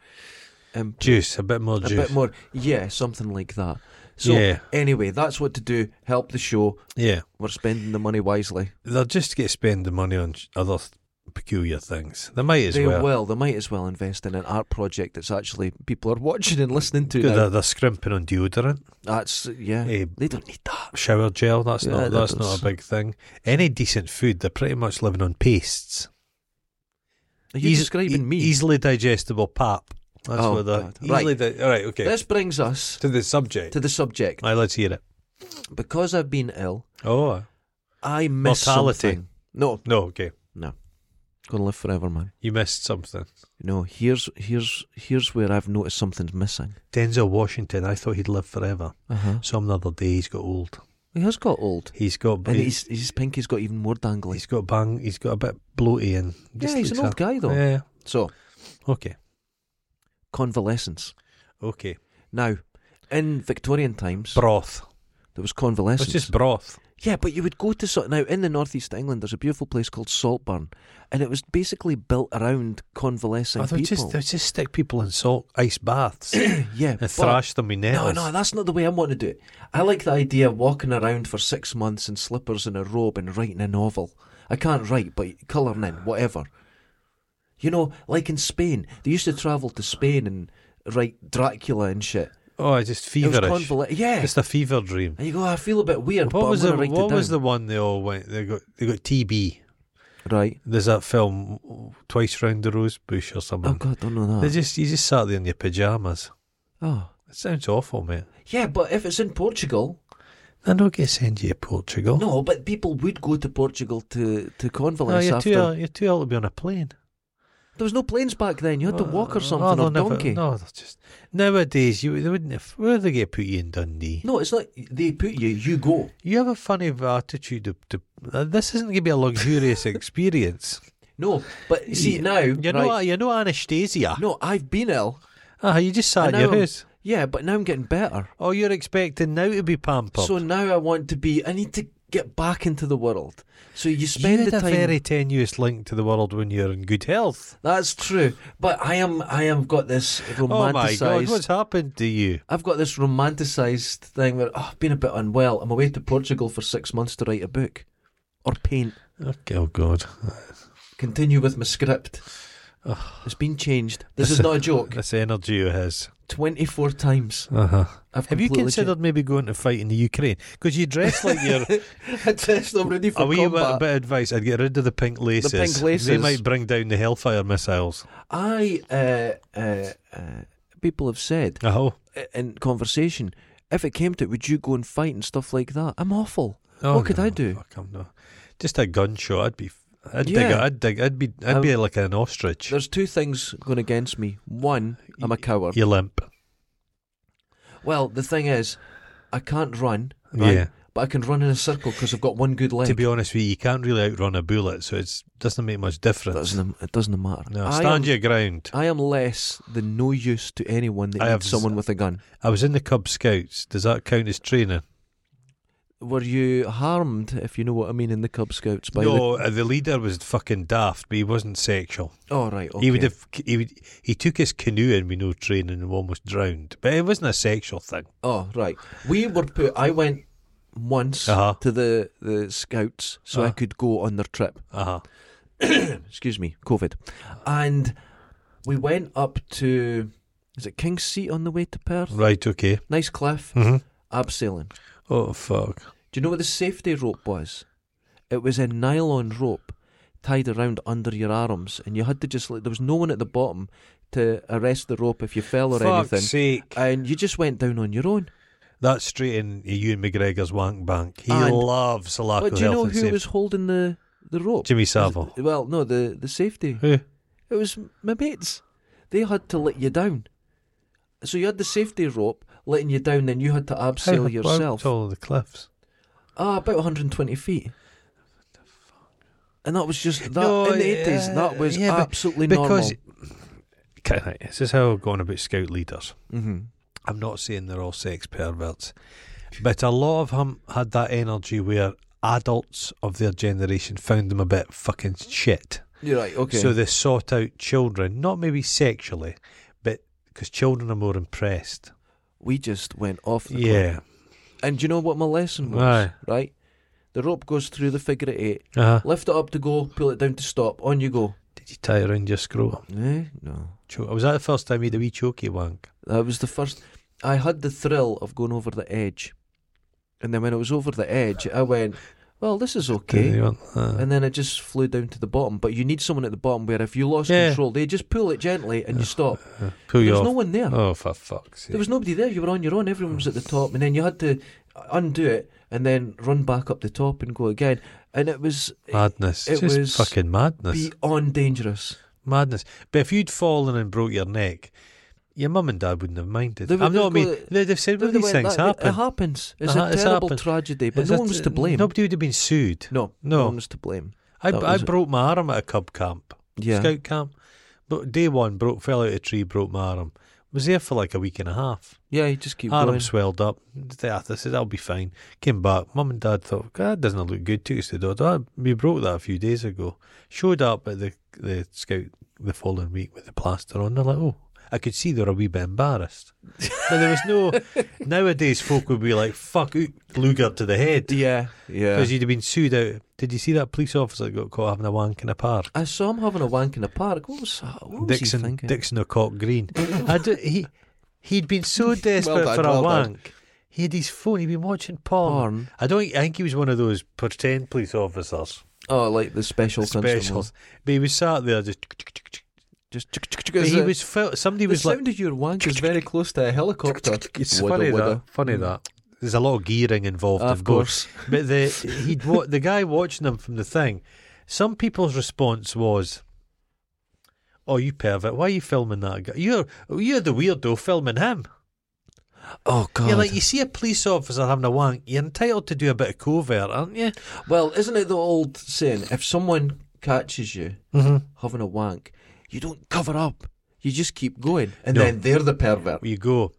[SPEAKER 2] Um,
[SPEAKER 1] Juice, a bit more
[SPEAKER 2] a
[SPEAKER 1] juice.
[SPEAKER 2] bit more, yeah, something like that. So
[SPEAKER 1] yeah,
[SPEAKER 2] Anyway, that's what to do. Help the show.
[SPEAKER 1] yeah.
[SPEAKER 2] We're spending the money wisely.
[SPEAKER 1] They'll just get spend the money on sh- other th- peculiar things. They might as
[SPEAKER 2] they
[SPEAKER 1] well.
[SPEAKER 2] will. They might as well invest in an art project that's actually people are watching and listening to. now.
[SPEAKER 1] They're, they're scrimping on deodorant,
[SPEAKER 2] That's yeah.
[SPEAKER 1] eh,
[SPEAKER 2] They don't need that.
[SPEAKER 1] shower gel. That's
[SPEAKER 2] Yeah,
[SPEAKER 1] not
[SPEAKER 2] that
[SPEAKER 1] that's not
[SPEAKER 2] does.
[SPEAKER 1] a big thing. Any decent food, they're pretty much living on pastes.
[SPEAKER 2] Are you
[SPEAKER 1] Eas-
[SPEAKER 2] describing
[SPEAKER 1] e-
[SPEAKER 2] me?
[SPEAKER 1] Easily digestible pap. That's
[SPEAKER 2] Oh,
[SPEAKER 1] what they're
[SPEAKER 2] God.
[SPEAKER 1] easily. Di- all right, okay.
[SPEAKER 2] This brings us
[SPEAKER 1] to the subject.
[SPEAKER 2] to the subject
[SPEAKER 1] Aye, let's hear it.
[SPEAKER 2] because I've been ill.
[SPEAKER 1] Oh
[SPEAKER 2] I miss
[SPEAKER 1] Mortality.
[SPEAKER 2] something. No,
[SPEAKER 1] no, okay.
[SPEAKER 2] gonna live forever, man.
[SPEAKER 1] You missed something.
[SPEAKER 2] No, here's here's here's where I've noticed something's missing.
[SPEAKER 1] Denzel Washington. I thought he'd live forever.
[SPEAKER 2] Uh huh.
[SPEAKER 1] Some other day he's got old.
[SPEAKER 2] He has got old,
[SPEAKER 1] He's got
[SPEAKER 2] and
[SPEAKER 1] he's,
[SPEAKER 2] his his pinky's got even more dangly.
[SPEAKER 1] he's got bang. He's got a bit bloaty and
[SPEAKER 2] Yeah,
[SPEAKER 1] just
[SPEAKER 2] he's an
[SPEAKER 1] looks
[SPEAKER 2] old
[SPEAKER 1] a-
[SPEAKER 2] guy though.
[SPEAKER 1] Yeah.
[SPEAKER 2] So
[SPEAKER 1] Okay.
[SPEAKER 2] convalescence.
[SPEAKER 1] Okay.
[SPEAKER 2] Now, in Victorian times,
[SPEAKER 1] Broth.
[SPEAKER 2] there was
[SPEAKER 1] It's
[SPEAKER 2] convalescence.
[SPEAKER 1] just broth.
[SPEAKER 2] yeah, but you would go to sort now in the northeast of England. There's a beautiful place called Saltburn, and it was basically built around convalescing
[SPEAKER 1] Oh, they'll
[SPEAKER 2] people.
[SPEAKER 1] just they'll just stick people in salt ice baths and
[SPEAKER 2] yeah, but-
[SPEAKER 1] thrash them in
[SPEAKER 2] No,
[SPEAKER 1] nettles.
[SPEAKER 2] no, that's not the way I want to do it. I like the idea of walking around for six months in slippers and a robe and writing a novel. I can't write, but colouring in, whatever. You know, like in Spain, they used to travel to Spain and write Dracula and shit.
[SPEAKER 1] Oh, just
[SPEAKER 2] It was
[SPEAKER 1] feverish.
[SPEAKER 2] convale- yeah.
[SPEAKER 1] Just a fever dream.
[SPEAKER 2] And you go, "Oh, I feel a bit weird.
[SPEAKER 1] What
[SPEAKER 2] but
[SPEAKER 1] was the
[SPEAKER 2] I'm gonna write it
[SPEAKER 1] What was
[SPEAKER 2] down."
[SPEAKER 1] the one they all went? They got they got TB.
[SPEAKER 2] right?
[SPEAKER 1] There's that film Twice Round the Rose Bush or something.
[SPEAKER 2] Oh God, don't know
[SPEAKER 1] They
[SPEAKER 2] that.
[SPEAKER 1] just you just sat there in your pajamas.
[SPEAKER 2] Oh,
[SPEAKER 1] It sounds awful, mate.
[SPEAKER 2] yeah, but if it's in Portugal,
[SPEAKER 1] I don't get sent you to Portugal.
[SPEAKER 2] no. But people would go to Portugal to
[SPEAKER 1] Oh,
[SPEAKER 2] to
[SPEAKER 1] No,
[SPEAKER 2] convalesce
[SPEAKER 1] you're
[SPEAKER 2] after.
[SPEAKER 1] too ill, you're too ill to be on a plane.
[SPEAKER 2] There was no planes back then. You had to walk or something
[SPEAKER 1] Uh, they'll
[SPEAKER 2] or
[SPEAKER 1] never-
[SPEAKER 2] donkey.
[SPEAKER 1] no, they're just nowadays you they wouldn't have. Where they get put you in Dundee?
[SPEAKER 2] No, it's like they put you. You go.
[SPEAKER 1] You have a funny attitude. To, to uh, this isn't going to be a luxurious experience.
[SPEAKER 2] No, but you see
[SPEAKER 1] You-
[SPEAKER 2] now,
[SPEAKER 1] You're
[SPEAKER 2] right,
[SPEAKER 1] not. You're not Anastasia.
[SPEAKER 2] no, I've been ill.
[SPEAKER 1] Ah, you just sat
[SPEAKER 2] And
[SPEAKER 1] in your
[SPEAKER 2] now I'm-
[SPEAKER 1] house.
[SPEAKER 2] Yeah, but now I'm getting better.
[SPEAKER 1] Oh, you're expecting now to be pampered.
[SPEAKER 2] So now I want to be. I need to get back into the world. So you
[SPEAKER 1] you
[SPEAKER 2] spend
[SPEAKER 1] had
[SPEAKER 2] the
[SPEAKER 1] a
[SPEAKER 2] time.
[SPEAKER 1] very tenuous link to the world when you're in good health.
[SPEAKER 2] That's true. But I am. I have got this
[SPEAKER 1] Oh my God,
[SPEAKER 2] romanticized.
[SPEAKER 1] what's happened to you?
[SPEAKER 2] I've got this romanticised thing where oh, I've been a bit unwell. I'm away to Portugal for six months to write a book or paint.
[SPEAKER 1] Okay, oh God.
[SPEAKER 2] Continue with my script. It's been changed. This is not a joke.
[SPEAKER 1] This energy of his.
[SPEAKER 2] 24 times.
[SPEAKER 1] Uh huh.
[SPEAKER 2] I've
[SPEAKER 1] Have you
[SPEAKER 2] Uh-huh. completely
[SPEAKER 1] considered maybe going to fight in the Ukraine? Because you dress like you're.
[SPEAKER 2] changed- I dressed them ready for
[SPEAKER 1] A wee bit,
[SPEAKER 2] combat.
[SPEAKER 1] bit of advice. I'd get rid of the pink laces.
[SPEAKER 2] pink
[SPEAKER 1] They
[SPEAKER 2] laces.
[SPEAKER 1] might bring down the Hellfire missiles.
[SPEAKER 2] I, uh, uh, uh, people have said
[SPEAKER 1] Oh,
[SPEAKER 2] i- in conversation, if it came to it, would you go and fight and stuff like that? I'm awful.
[SPEAKER 1] oh
[SPEAKER 2] what could
[SPEAKER 1] no,
[SPEAKER 2] I do?
[SPEAKER 1] fuck, I'm not- Just a gunshot. I'd be. I'd dig.
[SPEAKER 2] Yeah.
[SPEAKER 1] I'd dig. I'd be. I'd
[SPEAKER 2] Um,
[SPEAKER 1] be like an ostrich.
[SPEAKER 2] There's two things going against me. One, I'm a coward.
[SPEAKER 1] You limp.
[SPEAKER 2] Well, the thing is, I can't run, right?
[SPEAKER 1] Yeah.
[SPEAKER 2] but I can run in a circle because I've got one good leg.
[SPEAKER 1] To be honest with you, you can't really outrun a bullet, so it doesn't make much
[SPEAKER 2] it
[SPEAKER 1] difference.
[SPEAKER 2] doesn't, it doesn't matter.
[SPEAKER 1] No,
[SPEAKER 2] I
[SPEAKER 1] stand
[SPEAKER 2] am,
[SPEAKER 1] your ground.
[SPEAKER 2] I am less than no use to anyone that
[SPEAKER 1] I have
[SPEAKER 2] needs
[SPEAKER 1] z-
[SPEAKER 2] someone with a gun.
[SPEAKER 1] I was in the Cub Scouts. Does that count as training?
[SPEAKER 2] Were you harmed, if you know what I mean, in the Cub Scouts? By
[SPEAKER 1] no, uh, the leader was fucking daft, but he wasn't sexual.
[SPEAKER 2] the... oh right, okay.
[SPEAKER 1] He would have. He would. He took his canoe in with no training and almost drowned. But it wasn't a sexual thing.
[SPEAKER 2] Oh right, we were put. I went once
[SPEAKER 1] Uh-huh.
[SPEAKER 2] to the the Scouts so I
[SPEAKER 1] Uh-huh.
[SPEAKER 2] could go on their trip.
[SPEAKER 1] Uh huh.
[SPEAKER 2] Excuse me, COVID, and we went up to is it King's Seat on the way to Perth?
[SPEAKER 1] Right. Okay.
[SPEAKER 2] Nice cliff,
[SPEAKER 1] Mhm.
[SPEAKER 2] abseiling.
[SPEAKER 1] Oh fuck.
[SPEAKER 2] Do you know what the safety rope was? It was a nylon rope tied around under your arms, and you had to just like there was no one at the bottom to arrest the rope if you fell or
[SPEAKER 1] Fuck's
[SPEAKER 2] anything,
[SPEAKER 1] sake.
[SPEAKER 2] and you just went down on your own.
[SPEAKER 1] That's straight in Ewan McGregor's wank bank. He
[SPEAKER 2] And-
[SPEAKER 1] loves a lack
[SPEAKER 2] But
[SPEAKER 1] of
[SPEAKER 2] do you
[SPEAKER 1] health
[SPEAKER 2] know
[SPEAKER 1] and
[SPEAKER 2] who
[SPEAKER 1] safety.
[SPEAKER 2] was holding the the rope?
[SPEAKER 1] Jimmy Savile.
[SPEAKER 2] Well, no, the the safety.
[SPEAKER 1] Who?
[SPEAKER 2] It was my mates. They had to let you down. So you had the safety rope letting you down, then you had to abseil yourself.
[SPEAKER 1] All the cliffs.
[SPEAKER 2] Ah, about 120 feet. And that was just that
[SPEAKER 1] No,
[SPEAKER 2] in the eighties.
[SPEAKER 1] yeah,
[SPEAKER 2] that was
[SPEAKER 1] yeah, but-
[SPEAKER 2] absolutely
[SPEAKER 1] Because.
[SPEAKER 2] normal.
[SPEAKER 1] Okay, this is how we're going about scout leaders.
[SPEAKER 2] hmm
[SPEAKER 1] I'm not saying they're all sex perverts, but a lot of them had that energy where adults of their generation found them a bit fucking shit.
[SPEAKER 2] You're right. Okay.
[SPEAKER 1] So they sought out children, not maybe sexually, but because children are more impressed.
[SPEAKER 2] we just went off. The cliff.
[SPEAKER 1] Yeah.
[SPEAKER 2] And do you know what my lesson was?
[SPEAKER 1] Aye.
[SPEAKER 2] Right. The rope goes through the figure of eight.
[SPEAKER 1] Uh-huh.
[SPEAKER 2] Lift it up to go. Pull it down to stop. On you go.
[SPEAKER 1] Did you tie around your scrotum?
[SPEAKER 2] Eh? No.
[SPEAKER 1] Cho- was that the first time you had a wee chokey wank?
[SPEAKER 2] That was the first. I had the thrill of going over the edge, and then when it was over the edge, I went, "Well, this is
[SPEAKER 1] Did
[SPEAKER 2] okay."
[SPEAKER 1] you want- uh,
[SPEAKER 2] And then it just flew down to the bottom. But you need someone at the bottom where if you lost
[SPEAKER 1] Yeah.
[SPEAKER 2] control, they just pull it gently and you stop.
[SPEAKER 1] uh, pull
[SPEAKER 2] There
[SPEAKER 1] you
[SPEAKER 2] was
[SPEAKER 1] off.
[SPEAKER 2] no one there.
[SPEAKER 1] oh, for fuck's
[SPEAKER 2] There
[SPEAKER 1] sake.
[SPEAKER 2] was nobody there. You were on your own. Everyone was at the top, and then you had to undo it and then run back up the top and go again. And it was
[SPEAKER 1] Madness.
[SPEAKER 2] it
[SPEAKER 1] Just
[SPEAKER 2] was
[SPEAKER 1] fucking madness.
[SPEAKER 2] beyond dangerous.
[SPEAKER 1] Madness. But if you'd fallen and broke your neck, your mum and dad wouldn't have minded.
[SPEAKER 2] They would-
[SPEAKER 1] I'm
[SPEAKER 2] they
[SPEAKER 1] not
[SPEAKER 2] would
[SPEAKER 1] mean
[SPEAKER 2] go-
[SPEAKER 1] they'd have said, well,
[SPEAKER 2] They
[SPEAKER 1] these
[SPEAKER 2] went,
[SPEAKER 1] things
[SPEAKER 2] "That-
[SPEAKER 1] happen.
[SPEAKER 2] It happens. It's
[SPEAKER 1] Uh-huh,
[SPEAKER 2] a
[SPEAKER 1] it's
[SPEAKER 2] terrible
[SPEAKER 1] happened.
[SPEAKER 2] tragedy, but
[SPEAKER 1] Is
[SPEAKER 2] no
[SPEAKER 1] that-
[SPEAKER 2] one was to blame.
[SPEAKER 1] Nobody would have been sued.
[SPEAKER 2] No,
[SPEAKER 1] No.
[SPEAKER 2] one was to blame.
[SPEAKER 1] I,
[SPEAKER 2] that
[SPEAKER 1] I
[SPEAKER 2] was-
[SPEAKER 1] broke my arm at a cub camp,
[SPEAKER 2] Yeah.
[SPEAKER 1] scout camp. But day one, broke fell out of a tree, broke my arm. Was there for like a week and a half.
[SPEAKER 2] Yeah, you just keep
[SPEAKER 1] arm
[SPEAKER 2] going.
[SPEAKER 1] swelled up. I said, I'll be fine. Came back. Mum and dad thought, God, that doesn't look good. Took us to the doctor. "Ah, We broke that a few days ago. Showed up at the, the scout the following week with the plaster on. They're like, oh, I could see they were a wee bit embarrassed. but there was no. Nowadays, folk would be like, fuck, oot, Luger to the head.
[SPEAKER 2] Yeah, yeah.
[SPEAKER 1] Because you'd have been sued out. Did you see that police officer that got caught having a wank in a park?
[SPEAKER 2] I saw him having a wank in the park. What was, what was
[SPEAKER 1] Dixon,
[SPEAKER 2] he thinking?
[SPEAKER 1] Dixon O'Cock Green. I do, he, he'd been so desperate
[SPEAKER 2] done,
[SPEAKER 1] for a
[SPEAKER 2] well done.
[SPEAKER 1] wank. He had his phone. He'd been watching porn.
[SPEAKER 2] Porn.
[SPEAKER 1] I don't. I think he was one of those pretend police officers,
[SPEAKER 2] Oh, like the special constable.
[SPEAKER 1] specials. But he was sat there just.
[SPEAKER 2] Just
[SPEAKER 1] But he was felt. Somebody
[SPEAKER 2] The
[SPEAKER 1] was like.
[SPEAKER 2] sound of your wank is very close to a helicopter.
[SPEAKER 1] It's
[SPEAKER 2] Wudda,
[SPEAKER 1] funny
[SPEAKER 2] wudda.
[SPEAKER 1] that. Funny that. There's a lot of gearing involved,
[SPEAKER 2] Of
[SPEAKER 1] both.
[SPEAKER 2] course.
[SPEAKER 1] But the he'd wa- the guy watching them from the thing. Some people's response was, "Oh, you pervert! Why are you filming that guy? You're you're the weirdo filming him."
[SPEAKER 2] Oh God.
[SPEAKER 1] You're like you see a police officer having a wank. You're entitled to do a bit of covert, aren't you?
[SPEAKER 2] well, isn't it the old saying? If someone catches you
[SPEAKER 1] Mm-hmm.
[SPEAKER 2] having a wank, you don't cover up. You just keep going, and
[SPEAKER 1] No.
[SPEAKER 2] then they're the pervert.
[SPEAKER 1] You go.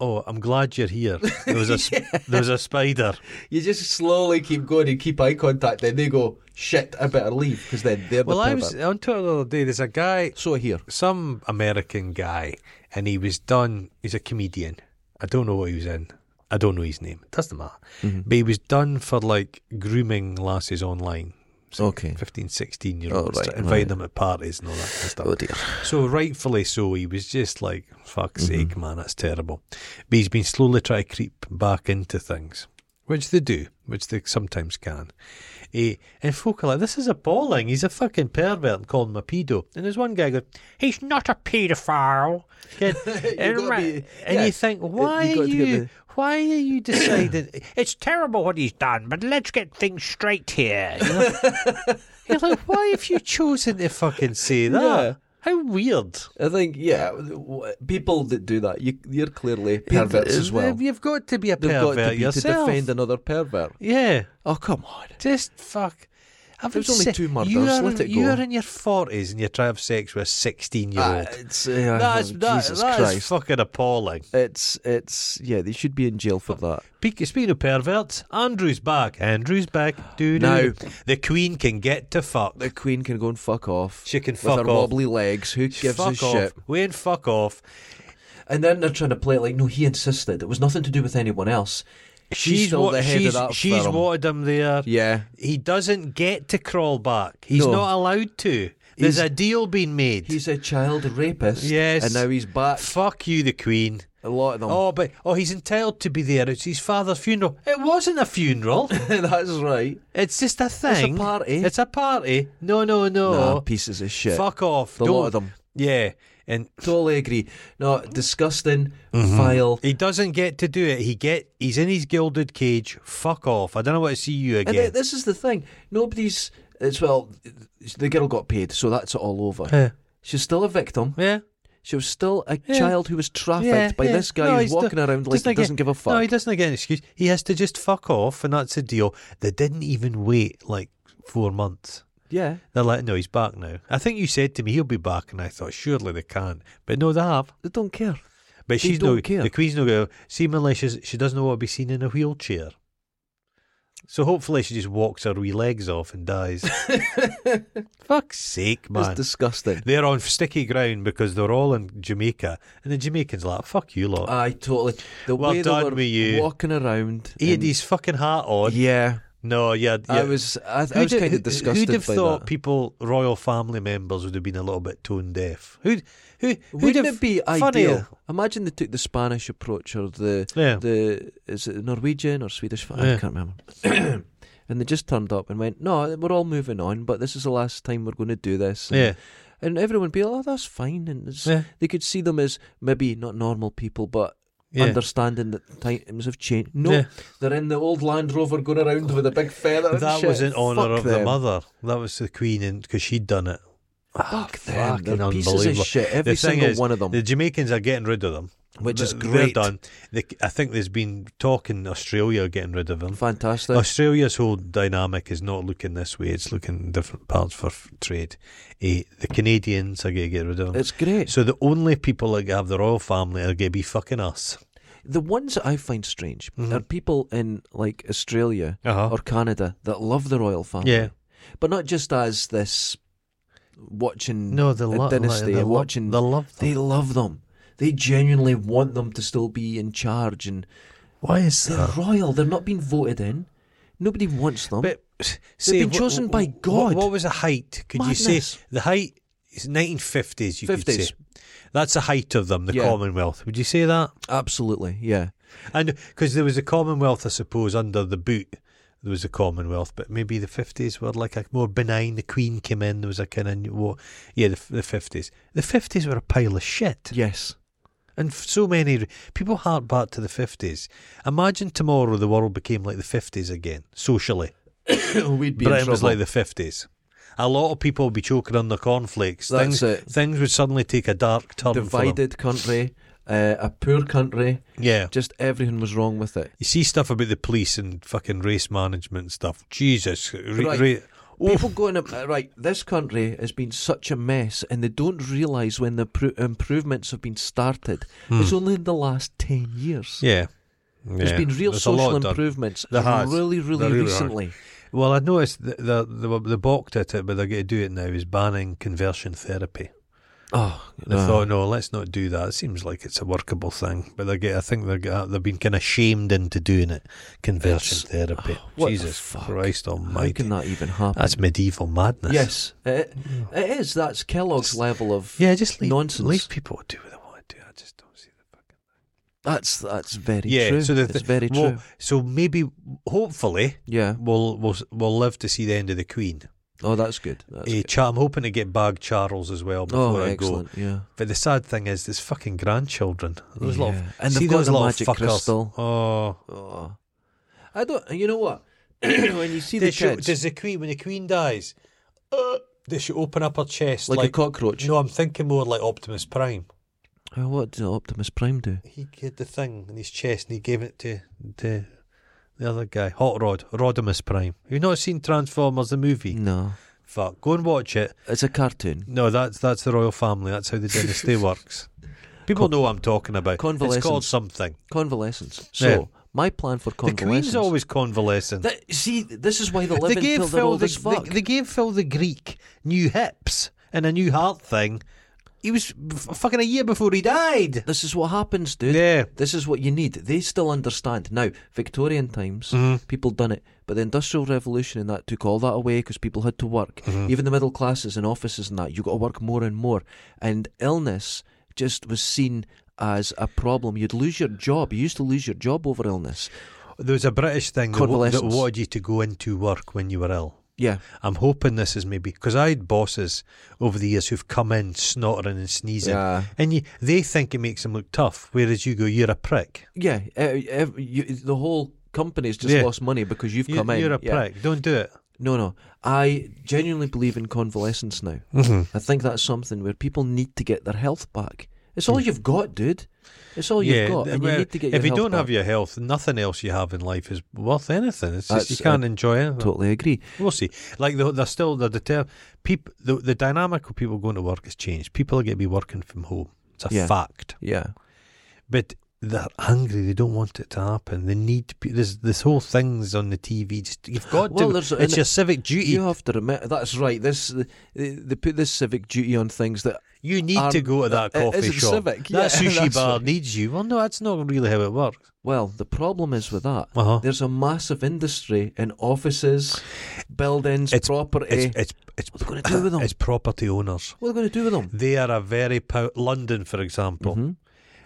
[SPEAKER 1] Oh, I'm glad you're here. There was a sp- there was a spider.
[SPEAKER 2] You just slowly keep going and keep eye contact. Then they go, "Shit, I better leave," because then they're
[SPEAKER 1] Well,
[SPEAKER 2] the
[SPEAKER 1] I
[SPEAKER 2] pervert.
[SPEAKER 1] was on Twitter the other day. There's a guy,
[SPEAKER 2] So here,
[SPEAKER 1] some American guy, and he was done. He's a comedian. I don't know what he was in. I
[SPEAKER 2] Mm-hmm.
[SPEAKER 1] don't know his name. It doesn't matter. But he was done for like grooming lasses online. six-
[SPEAKER 2] Okay.
[SPEAKER 1] 15, 16 year
[SPEAKER 2] Oh,
[SPEAKER 1] olds,
[SPEAKER 2] right,
[SPEAKER 1] to invite
[SPEAKER 2] right.
[SPEAKER 1] them at parties and all that kind of stuff.
[SPEAKER 2] Oh dear.
[SPEAKER 1] So rightfully so, he was just like, fuck's sake,
[SPEAKER 2] Mhm.
[SPEAKER 1] man, that's terrible. But he's been slowly trying to creep back into things, which they do, which they sometimes can. Eh, and folk are like, this is appalling. He's a fucking pervert and called him a pedo. And there's one guy going, he's not a pedophile. Kid. and
[SPEAKER 2] gotta
[SPEAKER 1] right-
[SPEAKER 2] be-
[SPEAKER 1] and
[SPEAKER 2] yeah,
[SPEAKER 1] you think,
[SPEAKER 2] you
[SPEAKER 1] why
[SPEAKER 2] got
[SPEAKER 1] are
[SPEAKER 2] to get
[SPEAKER 1] you,
[SPEAKER 2] the-
[SPEAKER 1] why are you deciding it's terrible what he's done, but let's get things straight here? you know? You're like, why have you chosen to fucking say that?
[SPEAKER 2] Yeah.
[SPEAKER 1] How weird.
[SPEAKER 2] I think yeah, w- people that do that, you, you're clearly perverts as well.
[SPEAKER 1] uh, You've got to be a
[SPEAKER 2] They've
[SPEAKER 1] pervert
[SPEAKER 2] got to be to
[SPEAKER 1] yourself.
[SPEAKER 2] defend another pervert.
[SPEAKER 1] yeah,
[SPEAKER 2] Oh come on.
[SPEAKER 1] just fuck. I
[SPEAKER 2] There's
[SPEAKER 1] would
[SPEAKER 2] only
[SPEAKER 1] say
[SPEAKER 2] two murders,
[SPEAKER 1] You're,
[SPEAKER 2] let it go.
[SPEAKER 1] you're in your forties and you're trying to have sex with a sixteen-year-old.
[SPEAKER 2] Ah, it's, uh,
[SPEAKER 1] that's
[SPEAKER 2] oh,
[SPEAKER 1] that,
[SPEAKER 2] Jesus
[SPEAKER 1] that
[SPEAKER 2] Christ.
[SPEAKER 1] is fucking appalling.
[SPEAKER 2] it's it's yeah, they should be in jail for that.
[SPEAKER 1] Pe- Speaking of perverts, Andrew's back. Andrew's back. Doo
[SPEAKER 2] Now-
[SPEAKER 1] doo. The Queen can get to fuck.
[SPEAKER 2] The Queen can go and fuck off.
[SPEAKER 1] She can
[SPEAKER 2] with
[SPEAKER 1] fuck
[SPEAKER 2] her
[SPEAKER 1] off.
[SPEAKER 2] wobbly legs. Who gives
[SPEAKER 1] fuck
[SPEAKER 2] a
[SPEAKER 1] off.
[SPEAKER 2] shit?
[SPEAKER 1] We ain't fuck off.
[SPEAKER 2] And then they're trying to play it like, no, he insisted. It was nothing to do with anyone else. She's, still
[SPEAKER 1] wa-
[SPEAKER 2] the head
[SPEAKER 1] she's,
[SPEAKER 2] of that
[SPEAKER 1] she's
[SPEAKER 2] firm.
[SPEAKER 1] wanted him there.
[SPEAKER 2] Yeah.
[SPEAKER 1] He doesn't get to crawl back. He's
[SPEAKER 2] No.
[SPEAKER 1] not allowed to. There's
[SPEAKER 2] He's-
[SPEAKER 1] a deal being made.
[SPEAKER 2] He's a child rapist.
[SPEAKER 1] Yes.
[SPEAKER 2] And now he's back.
[SPEAKER 1] Fuck you, the Queen.
[SPEAKER 2] A lot of them.
[SPEAKER 1] Oh, but oh, he's entitled to be there. It's his father's funeral. It wasn't a funeral.
[SPEAKER 2] That's right.
[SPEAKER 1] It's just a thing.
[SPEAKER 2] party.
[SPEAKER 1] It's a party. No, no,
[SPEAKER 2] Nah,
[SPEAKER 1] no.
[SPEAKER 2] pieces of shit.
[SPEAKER 1] Fuck off.
[SPEAKER 2] The
[SPEAKER 1] Don't-
[SPEAKER 2] lot of them.
[SPEAKER 1] Yeah, and
[SPEAKER 2] Totally agree. No, disgusting, vile.
[SPEAKER 1] he doesn't get to do it. He get he's in his gilded cage. Fuck off. I don't want to see you
[SPEAKER 2] And
[SPEAKER 1] again.
[SPEAKER 2] th- this is the thing. Nobody's. It's well, the girl got paid, so that's all over.
[SPEAKER 1] Yeah.
[SPEAKER 2] She's still a victim.
[SPEAKER 1] yeah.
[SPEAKER 2] She was still a
[SPEAKER 1] Yeah.
[SPEAKER 2] child who was trafficked by
[SPEAKER 1] yeah.
[SPEAKER 2] this guy
[SPEAKER 1] No,
[SPEAKER 2] who's
[SPEAKER 1] he's d-
[SPEAKER 2] walking around like he
[SPEAKER 1] get-
[SPEAKER 2] doesn't give a fuck.
[SPEAKER 1] No, he doesn't get an excuse. He has to just fuck off, and that's the deal. They didn't even wait like four months.
[SPEAKER 2] yeah.
[SPEAKER 1] They're like, no, he's back now. I think you said to me he'll be back, and I thought surely they can't, but no, they have.
[SPEAKER 2] They don't care.
[SPEAKER 1] But
[SPEAKER 2] They
[SPEAKER 1] she's
[SPEAKER 2] don't
[SPEAKER 1] no,
[SPEAKER 2] care.
[SPEAKER 1] the Queen's no go. Seemingly, she's, she doesn't want to be seen in a wheelchair. So hopefully, she just walks her wee legs off and dies. Fuck's sake, man!
[SPEAKER 2] It's disgusting.
[SPEAKER 1] they're on sticky ground because they're all in Jamaica, and the Jamaicans are like, "Fuck you lot."
[SPEAKER 2] I totally. The
[SPEAKER 1] Well
[SPEAKER 2] way
[SPEAKER 1] done
[SPEAKER 2] they were
[SPEAKER 1] with you.
[SPEAKER 2] walking around.
[SPEAKER 1] he had
[SPEAKER 2] and-
[SPEAKER 1] his fucking hat on.
[SPEAKER 2] yeah,
[SPEAKER 1] No, yeah, yeah.
[SPEAKER 2] I was. I, I
[SPEAKER 1] Who'd-
[SPEAKER 2] was kind
[SPEAKER 1] who-
[SPEAKER 2] of disgusted
[SPEAKER 1] Who'd have
[SPEAKER 2] by
[SPEAKER 1] thought
[SPEAKER 2] that.
[SPEAKER 1] people, royal family members, would have been a little bit tone deaf? Who'd, who, who'd
[SPEAKER 2] Wouldn't
[SPEAKER 1] have,
[SPEAKER 2] it be
[SPEAKER 1] funny-
[SPEAKER 2] ideal? Imagine they took the Spanish approach or the
[SPEAKER 1] Yeah.
[SPEAKER 2] the is it Norwegian or Swedish? I
[SPEAKER 1] Yeah.
[SPEAKER 2] can't remember. and they just turned up and went, "No, we're all moving on, but this is the last time we're going to do this." And,
[SPEAKER 1] Yeah,
[SPEAKER 2] and everyone would be like, "Oh, that's fine." And it's,
[SPEAKER 1] Yeah.
[SPEAKER 2] they could see them as maybe not normal people, but.
[SPEAKER 1] Yeah.
[SPEAKER 2] Understanding that times have changed. No,
[SPEAKER 1] Yeah.
[SPEAKER 2] they're in the old Land Rover going around with a big feather. and
[SPEAKER 1] that
[SPEAKER 2] shit.
[SPEAKER 1] was in honour
[SPEAKER 2] Fuck
[SPEAKER 1] of
[SPEAKER 2] them.
[SPEAKER 1] the mother. That was the queen, because she'd done it.
[SPEAKER 2] Fuck them.
[SPEAKER 1] Fucking
[SPEAKER 2] They're pieces of
[SPEAKER 1] unbelievable.
[SPEAKER 2] shit. Every
[SPEAKER 1] the thing
[SPEAKER 2] single
[SPEAKER 1] is,
[SPEAKER 2] one of them.
[SPEAKER 1] The Jamaicans are getting rid of them,
[SPEAKER 2] Which
[SPEAKER 1] Th-
[SPEAKER 2] is
[SPEAKER 1] They're
[SPEAKER 2] great.
[SPEAKER 1] done. They, I think there's been talk in Australia getting rid of them.
[SPEAKER 2] Fantastic.
[SPEAKER 1] Oh, Australia's whole dynamic is not looking this way. It's looking in different parts for f- trade. Eh, the Canadians are going to get rid of them.
[SPEAKER 2] It's great.
[SPEAKER 1] So the only people that have the royal family are going to be fucking us.
[SPEAKER 2] The ones that I find strange are people in like Australia
[SPEAKER 1] Mm-hmm. Uh-huh.
[SPEAKER 2] or Canada that love the royal family.
[SPEAKER 1] Yeah.
[SPEAKER 2] But not just as this watching
[SPEAKER 1] No, they
[SPEAKER 2] a
[SPEAKER 1] lo-
[SPEAKER 2] dynasty,
[SPEAKER 1] they
[SPEAKER 2] a
[SPEAKER 1] lo-
[SPEAKER 2] watching
[SPEAKER 1] they love them.
[SPEAKER 2] They love them. They genuinely want them to still be in charge and
[SPEAKER 1] Why is
[SPEAKER 2] they're royal. They're not being voted in. Nobody wants them.
[SPEAKER 1] Uh-huh. But
[SPEAKER 2] They've been chosen by God.
[SPEAKER 1] What, was the height? Could you
[SPEAKER 2] Madness.
[SPEAKER 1] say the height is 1950s? You could
[SPEAKER 2] 50s.
[SPEAKER 1] say that's the height of them, the
[SPEAKER 2] Yeah.
[SPEAKER 1] Commonwealth. Would you say that?
[SPEAKER 2] Absolutely, yeah.
[SPEAKER 1] And because there was a Commonwealth, I suppose, under the boot, there was a Commonwealth, but maybe the 50s were like a more benign. The Queen came in, there was a kind of new war. Yeah, the, the 50s. The 50s were a pile of shit.
[SPEAKER 2] Yes.
[SPEAKER 1] And f- so many people hark back to the 50s. Imagine tomorrow the world became like the 50s again, socially.
[SPEAKER 2] We'd be in
[SPEAKER 1] Britain
[SPEAKER 2] trouble.
[SPEAKER 1] was like the 50s. A lot of people would be choking on their cornflakes.
[SPEAKER 2] That's
[SPEAKER 1] things,
[SPEAKER 2] it.
[SPEAKER 1] things would suddenly take a dark turn. for them.
[SPEAKER 2] Divided country, uh, a poor country.
[SPEAKER 1] Yeah.
[SPEAKER 2] Just everything was wrong with it.
[SPEAKER 1] You see stuff about the police and fucking race management and stuff. Jesus. Re-
[SPEAKER 2] Right.
[SPEAKER 1] re-
[SPEAKER 2] People going up, uh, right, this country has been such a mess and they don't realise when the pro- improvements have been started. It's only in the last 10 years.
[SPEAKER 1] Hmm. yeah.
[SPEAKER 2] There's
[SPEAKER 1] Yeah.
[SPEAKER 2] been real
[SPEAKER 1] There's a lot
[SPEAKER 2] social
[SPEAKER 1] done.
[SPEAKER 2] improvements
[SPEAKER 1] There has.
[SPEAKER 2] really, really
[SPEAKER 1] There really has.
[SPEAKER 2] recently.
[SPEAKER 1] Well, I noticed that they, they, were- they balked at it, but they're going to do it now is banning conversion therapy.
[SPEAKER 2] Oh,
[SPEAKER 1] They
[SPEAKER 2] uh,
[SPEAKER 1] thought, no, let's not do that. It seems like it's a workable thing, but they get. I think they're get- they've been kind of shamed into doing it. Conversion
[SPEAKER 2] It's-
[SPEAKER 1] therapy.
[SPEAKER 2] Oh, what the
[SPEAKER 1] Jesus
[SPEAKER 2] fuck?
[SPEAKER 1] Christ
[SPEAKER 2] how
[SPEAKER 1] Almighty!
[SPEAKER 2] can that even happen?
[SPEAKER 1] That's medieval madness.
[SPEAKER 2] yes, it, it is. That's Kellogg's level of
[SPEAKER 1] Yeah, just leave
[SPEAKER 2] Nonsense.
[SPEAKER 1] Leave people do what they want to do. I just don't see the fucking.
[SPEAKER 2] That's that's very
[SPEAKER 1] yeah,
[SPEAKER 2] true.
[SPEAKER 1] so the
[SPEAKER 2] it's
[SPEAKER 1] thi-
[SPEAKER 2] very true.
[SPEAKER 1] well, So maybe, hopefully,
[SPEAKER 2] yeah.
[SPEAKER 1] we'll we'll we'll live to see the end of the Queen.
[SPEAKER 2] Oh, that's good. That's
[SPEAKER 1] Eh,
[SPEAKER 2] good.
[SPEAKER 1] Cha- I'm hoping to get Bag Charles as well before
[SPEAKER 2] Oh,
[SPEAKER 1] I go.
[SPEAKER 2] excellent. Yeah.
[SPEAKER 1] But the sad thing is, there's fucking grandchildren. Those little,
[SPEAKER 2] Yeah. And they've
[SPEAKER 1] see
[SPEAKER 2] got
[SPEAKER 1] those
[SPEAKER 2] the
[SPEAKER 1] little
[SPEAKER 2] magic
[SPEAKER 1] fuckers.
[SPEAKER 2] crystal.
[SPEAKER 1] Oh,
[SPEAKER 2] Oh. I don't. You know what? when you see the
[SPEAKER 1] They should-
[SPEAKER 2] kids,
[SPEAKER 1] does the Queen when the Queen dies? Uh, they should open up her chest
[SPEAKER 2] like, a cockroach.
[SPEAKER 1] No, I'm thinking more like Optimus Prime.
[SPEAKER 2] Oh, what did Optimus Prime do?
[SPEAKER 1] He had the thing in his chest and he gave it to to the other guy, Hot Rod, Rodimus Prime. You've not seen Transformers the movie?
[SPEAKER 2] No,
[SPEAKER 1] Fuck, go and watch it.
[SPEAKER 2] it's a cartoon.
[SPEAKER 1] No, that's that's the royal family. That's how the dynasty works. People know what I'm talking about. It's called
[SPEAKER 2] Convalescence.
[SPEAKER 1] something.
[SPEAKER 2] Convalescence. So
[SPEAKER 1] Yeah.
[SPEAKER 2] my plan for
[SPEAKER 1] The
[SPEAKER 2] convalescence.
[SPEAKER 1] Queen's always convalescent.
[SPEAKER 2] That- see, this is why the living till they're old
[SPEAKER 1] the,
[SPEAKER 2] as fuck.
[SPEAKER 1] they, they gave Phil the Greek new hips and a new heart thing. He was f- fucking a year before he died.
[SPEAKER 2] this is what happens, dude.
[SPEAKER 1] Yeah.
[SPEAKER 2] This is what you need. They still understand. Now, Victorian times,
[SPEAKER 1] Mm-hmm.
[SPEAKER 2] people done it, but the Industrial Revolution and that took all that away because people had to work.
[SPEAKER 1] Mm-hmm.
[SPEAKER 2] Even the middle classes and offices and that, you got to work more and more. And illness just was seen as a problem. You'd lose your job. You used to lose your job over illness.
[SPEAKER 1] There was a British thing that, wa- that
[SPEAKER 2] Convalescence.
[SPEAKER 1] wanted you to go into work when you were ill.
[SPEAKER 2] Yeah.
[SPEAKER 1] I'm hoping this is maybe because I had bosses over the years who've come in snottering and sneezing,
[SPEAKER 2] Yeah.
[SPEAKER 1] and you, they think it makes them look tough, whereas you go, you're a prick.
[SPEAKER 2] Yeah. Uh, ev- you, the whole company's just
[SPEAKER 1] Yeah.
[SPEAKER 2] lost money because you've
[SPEAKER 1] You,
[SPEAKER 2] come in.
[SPEAKER 1] are a
[SPEAKER 2] Yeah.
[SPEAKER 1] prick. Don't do it.
[SPEAKER 2] No, no. I genuinely believe in convalescence now.
[SPEAKER 1] Mm-hmm.
[SPEAKER 2] I think that's something where people need to get their health back. It's all you've got, dude. It's all you've got, and you need to get your
[SPEAKER 1] Mm. if you
[SPEAKER 2] health
[SPEAKER 1] don't
[SPEAKER 2] back.
[SPEAKER 1] have your health, nothing else you have in life is worth anything. It's just you
[SPEAKER 2] That's- uh,
[SPEAKER 1] can't enjoy anything.
[SPEAKER 2] totally agree.
[SPEAKER 1] We'll see. Like they're, they're still they're deter- peop, the the dynamic of people going to work has changed. People are going to be working from home. It's a
[SPEAKER 2] Yeah.
[SPEAKER 1] fact.
[SPEAKER 2] Yeah,
[SPEAKER 1] But they're angry. They don't want it to happen. They need pe- this this whole thing's on the TV. Just you've got
[SPEAKER 2] Well,
[SPEAKER 1] to.
[SPEAKER 2] there's- and
[SPEAKER 1] It's your civic duty.
[SPEAKER 2] you
[SPEAKER 1] You,
[SPEAKER 2] have to remember that's right. This they- they put this civic duty on things that
[SPEAKER 1] need to
[SPEAKER 2] um,
[SPEAKER 1] go to that
[SPEAKER 2] it- it
[SPEAKER 1] coffee
[SPEAKER 2] isn't
[SPEAKER 1] shop.
[SPEAKER 2] civic,
[SPEAKER 1] that
[SPEAKER 2] yeah,
[SPEAKER 1] sushi
[SPEAKER 2] that's
[SPEAKER 1] bar
[SPEAKER 2] right.
[SPEAKER 1] needs you. Well, no, that's not really how it works.
[SPEAKER 2] well, the problem is with that.
[SPEAKER 1] Uh-huh.
[SPEAKER 2] There's a massive industry in offices, buildings,
[SPEAKER 1] It's-
[SPEAKER 2] property.
[SPEAKER 1] It's it's it's,
[SPEAKER 2] what are they going to do with them?
[SPEAKER 1] it's property owners.
[SPEAKER 2] what are they going to do with them?
[SPEAKER 1] They are a very pow- London, for example.
[SPEAKER 2] Mm-hmm.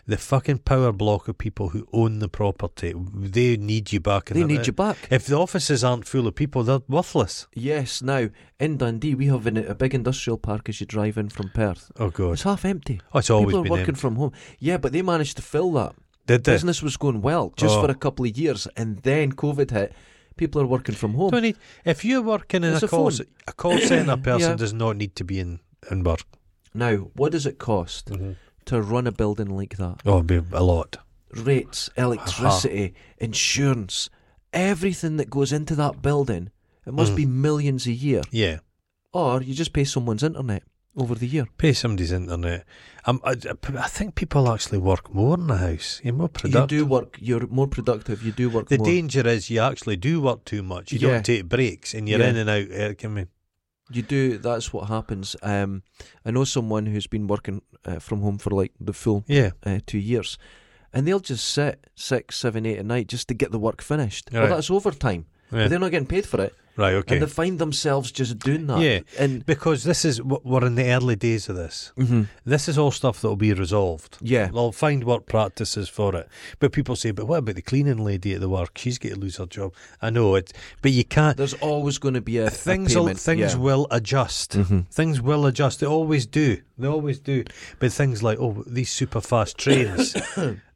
[SPEAKER 1] The fucking power block of people who own the property, they need you back. In
[SPEAKER 2] They
[SPEAKER 1] the-
[SPEAKER 2] need you back.
[SPEAKER 1] If the offices aren't full of people, they're worthless.
[SPEAKER 2] Eh, Yes. Now in Dundee, we have an, a big industrial park as you drive in from Perth.
[SPEAKER 1] Oh god,
[SPEAKER 2] It's half empty.
[SPEAKER 1] oh, it's always
[SPEAKER 2] People are
[SPEAKER 1] been
[SPEAKER 2] working
[SPEAKER 1] empty.
[SPEAKER 2] from home. Yeah, but they managed to fill that.
[SPEAKER 1] Did they?
[SPEAKER 2] Business was going well just
[SPEAKER 1] Oh.
[SPEAKER 2] for a couple of years, and then COVID hit. People are working from home.
[SPEAKER 1] Don't need- if you're working in
[SPEAKER 2] It's
[SPEAKER 1] a
[SPEAKER 2] a
[SPEAKER 1] call,
[SPEAKER 2] phone.
[SPEAKER 1] ce- a call center person
[SPEAKER 2] Yeah.
[SPEAKER 1] does not need to be in in work.
[SPEAKER 2] Now, what does it cost to run a building like that?
[SPEAKER 1] Oh, it'd be a lot.
[SPEAKER 2] Rates, electricity, insurance, everything that goes into that building. It must be millions a year,
[SPEAKER 1] Yeah,
[SPEAKER 2] or you just pay someone's internet over the year.
[SPEAKER 1] pay somebody's internet. Um, I, I- I think people actually work more in the house. You're more
[SPEAKER 2] You
[SPEAKER 1] productive.
[SPEAKER 2] do work. You're more productive. You do work
[SPEAKER 1] The
[SPEAKER 2] more.
[SPEAKER 1] danger is you actually do work too much. You
[SPEAKER 2] Yeah.
[SPEAKER 1] don't take breaks, and you're
[SPEAKER 2] Yeah.
[SPEAKER 1] in and out. It can be-
[SPEAKER 2] You do. That's what happens. Um, I know someone who's been working uh, from home for like the full
[SPEAKER 1] yeah,
[SPEAKER 2] uh, two years, and they'll just sit six, seven, eight at night just to get the work finished.
[SPEAKER 1] Right.
[SPEAKER 2] Well, that's overtime. But
[SPEAKER 1] Yeah.
[SPEAKER 2] They're not getting paid for it,
[SPEAKER 1] right, okay.
[SPEAKER 2] and they find themselves just doing that.
[SPEAKER 1] Yeah.
[SPEAKER 2] and
[SPEAKER 1] because this is we're in the early days of this. This is all stuff that will be resolved.
[SPEAKER 2] Mm-hmm. yeah,
[SPEAKER 1] They'll find work practices for it. But people say, but what about the cleaning lady at the work? She's going to lose her job. I know it, but you can't.
[SPEAKER 2] there's always going to be a a
[SPEAKER 1] Things will,
[SPEAKER 2] payment,
[SPEAKER 1] things
[SPEAKER 2] yeah. Mm-hmm.
[SPEAKER 1] will adjust. Things will adjust. They always do. They always do. But things like oh, these super fast trains,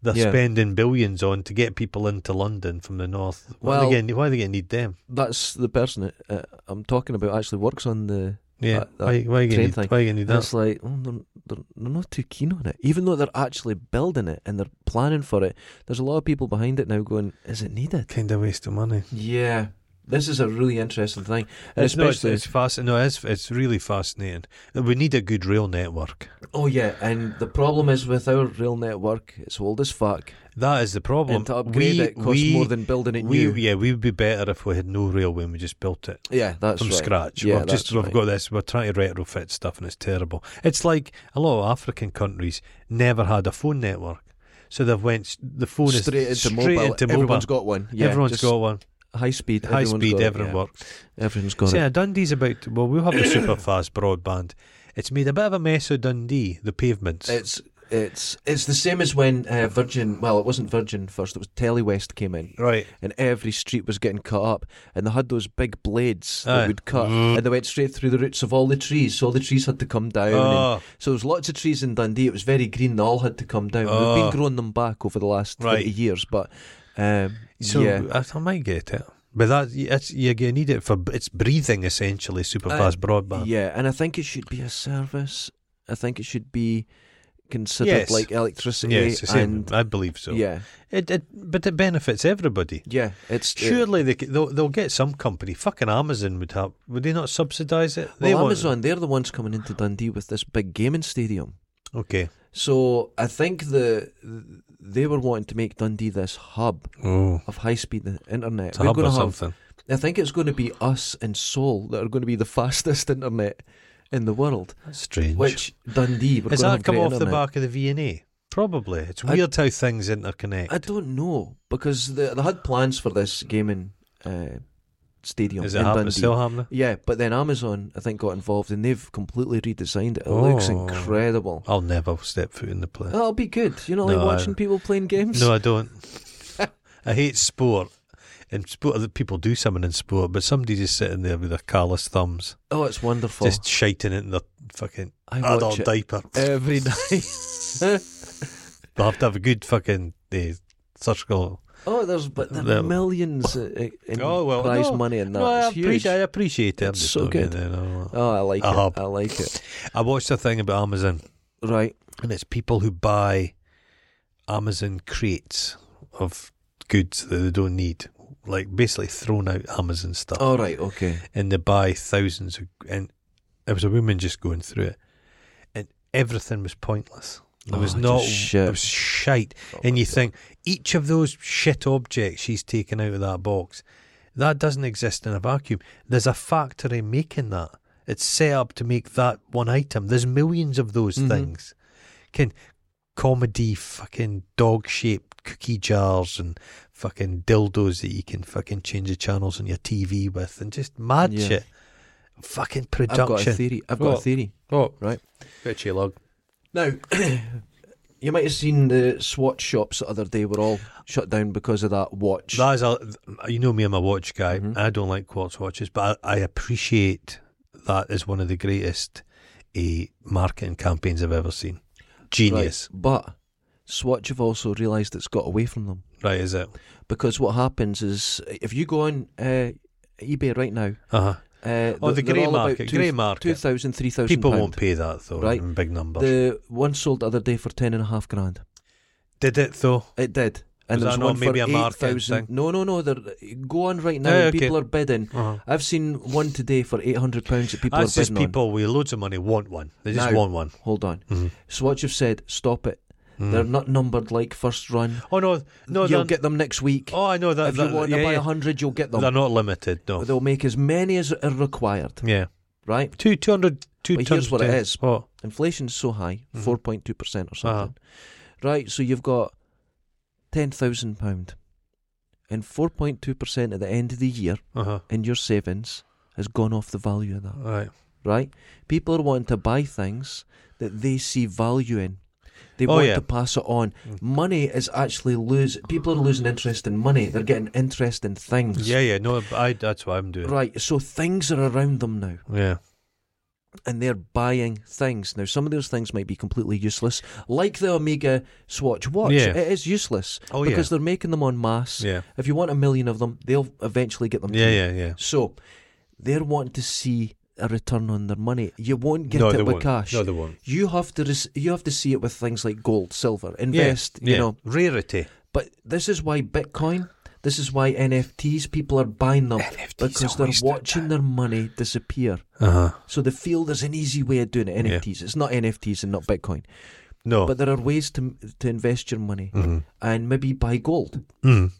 [SPEAKER 1] they're
[SPEAKER 2] Yeah.
[SPEAKER 1] spending billions on to get people into London from the north. Why are
[SPEAKER 2] Well-
[SPEAKER 1] they going? Why are they going to need them?
[SPEAKER 2] That's the person that, uh, I'm talking about actually works on the
[SPEAKER 1] Yeah.
[SPEAKER 2] that- that
[SPEAKER 1] why, why are you
[SPEAKER 2] train
[SPEAKER 1] going
[SPEAKER 2] thing.
[SPEAKER 1] to? Why are you going to need
[SPEAKER 2] And
[SPEAKER 1] that?
[SPEAKER 2] it's like, oh, they're, they're, they're not too keen on it. Even though they're actually building it and they're planning for it, there's a lot of people behind it now going, is it needed?
[SPEAKER 1] Kind of waste of money.
[SPEAKER 2] Yeah. This is a really interesting thing, and
[SPEAKER 1] It's, no, it's,
[SPEAKER 2] especially
[SPEAKER 1] it's fascinating. No, it's it's really fascinating. And We need a good rail network.
[SPEAKER 2] oh yeah, and the problem is with our rail network, it's old as fuck,
[SPEAKER 1] That is the problem.
[SPEAKER 2] and to upgrade
[SPEAKER 1] we,
[SPEAKER 2] it costs
[SPEAKER 1] we,
[SPEAKER 2] more than building it
[SPEAKER 1] we
[SPEAKER 2] new.
[SPEAKER 1] yeah we would be better if we had no rail when we just built it
[SPEAKER 2] yeah, that's
[SPEAKER 1] from
[SPEAKER 2] right.
[SPEAKER 1] scratch.
[SPEAKER 2] Yeah,
[SPEAKER 1] we've just
[SPEAKER 2] that's
[SPEAKER 1] we've
[SPEAKER 2] right.
[SPEAKER 1] got this. We're trying to retrofit stuff and it's terrible. It's like a lot of African countries never had a phone network, so they've went s- the phone
[SPEAKER 2] straight into
[SPEAKER 1] is straight
[SPEAKER 2] mobile.
[SPEAKER 1] into mobile.
[SPEAKER 2] Everyone's got one. Yeah,
[SPEAKER 1] Everyone's
[SPEAKER 2] just
[SPEAKER 1] got one.
[SPEAKER 2] high speed.
[SPEAKER 1] High
[SPEAKER 2] everyone's
[SPEAKER 1] speed,
[SPEAKER 2] got it,
[SPEAKER 1] everyone
[SPEAKER 2] yeah.
[SPEAKER 1] works.
[SPEAKER 2] Everyone's got
[SPEAKER 1] See,
[SPEAKER 2] it.
[SPEAKER 1] now Dundee's about well, we'll have the super fast broadband. It's made a bit of a mess of Dundee, the pavements.
[SPEAKER 2] It's it's it's the same as when uh, Virgin. Well, it wasn't Virgin first. It was Telewest came in.
[SPEAKER 1] right.
[SPEAKER 2] and every street was getting cut up, and they had those big blades
[SPEAKER 1] Aye. Mm.
[SPEAKER 2] that would cut, and they went straight through the roots of all the trees. So all the trees had to come down. and-
[SPEAKER 1] Oh,
[SPEAKER 2] so there was lots of trees in Dundee. It was very green. They all had to come down. We've
[SPEAKER 1] Oh.
[SPEAKER 2] been growing them back over the last
[SPEAKER 1] Right.
[SPEAKER 2] twenty years, but um,
[SPEAKER 1] so
[SPEAKER 2] yeah,
[SPEAKER 1] I, I might get it, but that it's you you need it for it's breathing essentially super
[SPEAKER 2] Uh,
[SPEAKER 1] fast broadband.
[SPEAKER 2] yeah, and I think it should be a service. I think it should be considered
[SPEAKER 1] Yes.
[SPEAKER 2] like electricity.
[SPEAKER 1] Yeah, it's the same.
[SPEAKER 2] and
[SPEAKER 1] I believe so.
[SPEAKER 2] yeah,
[SPEAKER 1] It, it, but it benefits everybody.
[SPEAKER 2] yeah, it's it-
[SPEAKER 1] Surely they, c- they'll, they'll get some company. Fucking Amazon would have. Would they not subsidise it? They
[SPEAKER 2] well,
[SPEAKER 1] want-
[SPEAKER 2] Amazon, they're the ones coming into Dundee with this big gaming stadium.
[SPEAKER 1] Okay.
[SPEAKER 2] So I think the they were wanting to make Dundee this hub
[SPEAKER 1] Oh.
[SPEAKER 2] of high speed internet.
[SPEAKER 1] It's a hub
[SPEAKER 2] gonna
[SPEAKER 1] or something.
[SPEAKER 2] I think it's going to be us and Seoul that are going to be the fastest internet in the world.
[SPEAKER 1] That's strange.
[SPEAKER 2] Which Dundee? We're
[SPEAKER 1] Has
[SPEAKER 2] gonna
[SPEAKER 1] that
[SPEAKER 2] have
[SPEAKER 1] come
[SPEAKER 2] great
[SPEAKER 1] off the
[SPEAKER 2] internet.
[SPEAKER 1] back of the V&A? Probably. It's
[SPEAKER 2] I-
[SPEAKER 1] weird how things interconnect.
[SPEAKER 2] I don't know because they, they had plans for this gaming uh, stadium
[SPEAKER 1] Is it
[SPEAKER 2] in
[SPEAKER 1] happening?
[SPEAKER 2] Dundee.
[SPEAKER 1] Still happening?
[SPEAKER 2] Yeah, but then Amazon I think got involved and they've completely redesigned it. It looks
[SPEAKER 1] Oh.
[SPEAKER 2] incredible.
[SPEAKER 1] I'll never step foot in the place.
[SPEAKER 2] That'll be good. You know, like
[SPEAKER 1] No, I-
[SPEAKER 2] watching people playing games.
[SPEAKER 1] No, I don't. I hate sport. And sport, other people do something in sport, but somebody just sitting there with their callous thumbs,
[SPEAKER 2] Oh, it's wonderful.
[SPEAKER 1] just shiting it in their fucking
[SPEAKER 2] I watch
[SPEAKER 1] adult
[SPEAKER 2] it
[SPEAKER 1] diaper.
[SPEAKER 2] every night.
[SPEAKER 1] They'll have to have a good fucking uh, surgical.
[SPEAKER 2] Oh, there's but there
[SPEAKER 1] The-
[SPEAKER 2] are millions uh, i- in
[SPEAKER 1] Oh, well,
[SPEAKER 2] prize
[SPEAKER 1] no,
[SPEAKER 2] money in that.
[SPEAKER 1] I,
[SPEAKER 2] it's huge.
[SPEAKER 1] appreciate, I appreciate it. I'm
[SPEAKER 2] It's
[SPEAKER 1] just
[SPEAKER 2] so
[SPEAKER 1] not being
[SPEAKER 2] good.
[SPEAKER 1] there, no.
[SPEAKER 2] Oh, I like
[SPEAKER 1] A hub.
[SPEAKER 2] it. I like it.
[SPEAKER 1] I watched a thing about Amazon,
[SPEAKER 2] Right.
[SPEAKER 1] and it's people who buy Amazon crates of goods that they don't need, like basically thrown out Amazon stuff,
[SPEAKER 2] All right. Okay.
[SPEAKER 1] and they buy thousands. Of, and there was a woman just going through it, and everything was pointless. There was
[SPEAKER 2] Oh, just
[SPEAKER 1] not
[SPEAKER 2] shit. Oh
[SPEAKER 1] It was shite. and you think each of those shit objects she's taken out of that box, that doesn't exist in a vacuum. There's a factory making that. It's set up to make that one item. There's millions of those
[SPEAKER 2] Mhm.
[SPEAKER 1] things. Can comedy fucking dog shaped cookie jars and fucking dildos that you can fucking change the channels on your TV with and just mad
[SPEAKER 2] Yeah.
[SPEAKER 1] shit. Fucking
[SPEAKER 2] I've got a
[SPEAKER 1] production.
[SPEAKER 2] theory. I've got
[SPEAKER 1] What?
[SPEAKER 2] a theory.
[SPEAKER 1] Oh,
[SPEAKER 2] Right.
[SPEAKER 1] Bitchy log.
[SPEAKER 2] Now, you might have seen the Swatch shops the other day were all shut down because of that watch.
[SPEAKER 1] That is a, you know me, I'm a watch guy.
[SPEAKER 2] Mhm.
[SPEAKER 1] I don't like quartz watches, but I, I appreciate that is one of the greatest eh, marketing campaigns I've ever seen. Genius,
[SPEAKER 2] Right. But Swatch have also realised it's got away from them
[SPEAKER 1] right? is it?
[SPEAKER 2] because what happens is if you go on uh, eBay right now.
[SPEAKER 1] Uh huh.
[SPEAKER 2] Uh,
[SPEAKER 1] Oh, the
[SPEAKER 2] they're
[SPEAKER 1] grey
[SPEAKER 2] all about
[SPEAKER 1] market,
[SPEAKER 2] two-
[SPEAKER 1] grey market.
[SPEAKER 2] 2,000, 3,000
[SPEAKER 1] People
[SPEAKER 2] pound.
[SPEAKER 1] won't pay that though,
[SPEAKER 2] Right.
[SPEAKER 1] in big numbers.
[SPEAKER 2] The one sold the other day for ten and a half grand.
[SPEAKER 1] Did it though?
[SPEAKER 2] It did. And
[SPEAKER 1] Was
[SPEAKER 2] there was
[SPEAKER 1] that not
[SPEAKER 2] one
[SPEAKER 1] maybe
[SPEAKER 2] for
[SPEAKER 1] a market
[SPEAKER 2] eight thousand.
[SPEAKER 1] thing?
[SPEAKER 2] No, no, no. They're, go on right now.
[SPEAKER 1] Yeah, okay.
[SPEAKER 2] People are bidding.
[SPEAKER 1] Uh-huh.
[SPEAKER 2] I've seen one today for eight hundred pounds that people
[SPEAKER 1] That's
[SPEAKER 2] are
[SPEAKER 1] just
[SPEAKER 2] bidding
[SPEAKER 1] people with loads of money want one. They just
[SPEAKER 2] Now-
[SPEAKER 1] want one.
[SPEAKER 2] on. Hold on.
[SPEAKER 1] Mhm.
[SPEAKER 2] So what you've said, stop it.
[SPEAKER 1] Mm.
[SPEAKER 2] They're not numbered like first run.
[SPEAKER 1] Oh no, no,
[SPEAKER 2] you'll
[SPEAKER 1] they're-
[SPEAKER 2] get them next week.
[SPEAKER 1] Oh, I know that.
[SPEAKER 2] if you
[SPEAKER 1] that-
[SPEAKER 2] want
[SPEAKER 1] yeah,
[SPEAKER 2] to buy a
[SPEAKER 1] yeah.
[SPEAKER 2] hundred, you'll get
[SPEAKER 1] they're
[SPEAKER 2] them.
[SPEAKER 1] not limited. No.
[SPEAKER 2] They'll make as many as are required.
[SPEAKER 1] Yeah.
[SPEAKER 2] Right?
[SPEAKER 1] Two two hundred two.
[SPEAKER 2] But here's what it is.
[SPEAKER 1] Oh,
[SPEAKER 2] Inflation's so high,
[SPEAKER 1] Mhm.
[SPEAKER 2] four point two percent or
[SPEAKER 1] Uh-huh.
[SPEAKER 2] something. Right, so you've got ten thousand pound, and four point two percent at the end of the year
[SPEAKER 1] uh huh.
[SPEAKER 2] in your savings has gone off the value of that.
[SPEAKER 1] Right.
[SPEAKER 2] Right, people are wanting to buy things that they see value in. They
[SPEAKER 1] Oh,
[SPEAKER 2] want
[SPEAKER 1] yeah.
[SPEAKER 2] to pass it on.
[SPEAKER 1] Mm.
[SPEAKER 2] Money is actually lose. People are losing interest in money. They're getting interest in things.
[SPEAKER 1] Yeah, yeah. No, I. That's what I'm doing.
[SPEAKER 2] Right, so things are around them now.
[SPEAKER 1] Yeah.
[SPEAKER 2] and they're buying things. Now, some of those things might be completely useless, like the Omega Swatch watch.
[SPEAKER 1] Yeah.
[SPEAKER 2] It is useless
[SPEAKER 1] Oh, yeah.
[SPEAKER 2] because they're making them en masse.
[SPEAKER 1] Yeah.
[SPEAKER 2] If you want a million of them, they'll eventually get them. to
[SPEAKER 1] Yeah,
[SPEAKER 2] you.
[SPEAKER 1] yeah, yeah.
[SPEAKER 2] So they're wanting to see a return on their money. You won't get
[SPEAKER 1] no,
[SPEAKER 2] it
[SPEAKER 1] they
[SPEAKER 2] with
[SPEAKER 1] won't.
[SPEAKER 2] cash.
[SPEAKER 1] No, they won't.
[SPEAKER 2] you have to res- you have to see it with things like gold, silver, invest.
[SPEAKER 1] yeah,
[SPEAKER 2] You know,
[SPEAKER 1] rarity.
[SPEAKER 2] but this is why Bitcoin. This is why NFTs people are buying them
[SPEAKER 1] NFTs
[SPEAKER 2] because they're
[SPEAKER 1] always do
[SPEAKER 2] watching their money disappear.
[SPEAKER 1] Uh huh.
[SPEAKER 2] So they feel there's an easy way of doing it. NFTs. It's not NFTs and not Bitcoin,
[SPEAKER 1] No.
[SPEAKER 2] but there are ways to to invest your money
[SPEAKER 1] Mhm.
[SPEAKER 2] and maybe buy gold
[SPEAKER 1] Mm.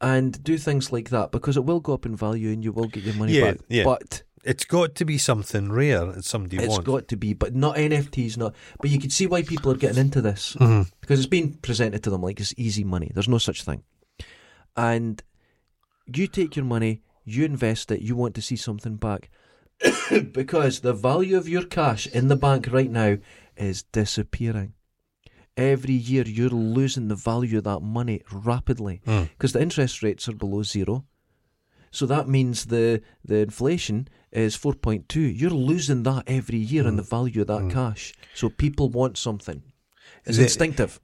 [SPEAKER 2] and do things like that because it will go up in value and you will get your money
[SPEAKER 1] Yeah,
[SPEAKER 2] back.
[SPEAKER 1] yeah.
[SPEAKER 2] But
[SPEAKER 1] It's got to be something rare that somebody
[SPEAKER 2] it's
[SPEAKER 1] wants.
[SPEAKER 2] got to be, but not NFTs. Not. But you can see why people are getting into this
[SPEAKER 1] Mhm.
[SPEAKER 2] because it's being presented to them like it's easy money. There's no such thing. And you take your money, you invest it, you want to see something back. because the value of your cash in the bank right now is disappearing. Every year you're losing the value of that money rapidly
[SPEAKER 1] Mm.
[SPEAKER 2] because the interest rates are below zero. So that means the the inflation is 4.2. You're losing that every year
[SPEAKER 1] Hmm.
[SPEAKER 2] in the value of that cash. So people want something. It's
[SPEAKER 1] The-
[SPEAKER 2] instinctive.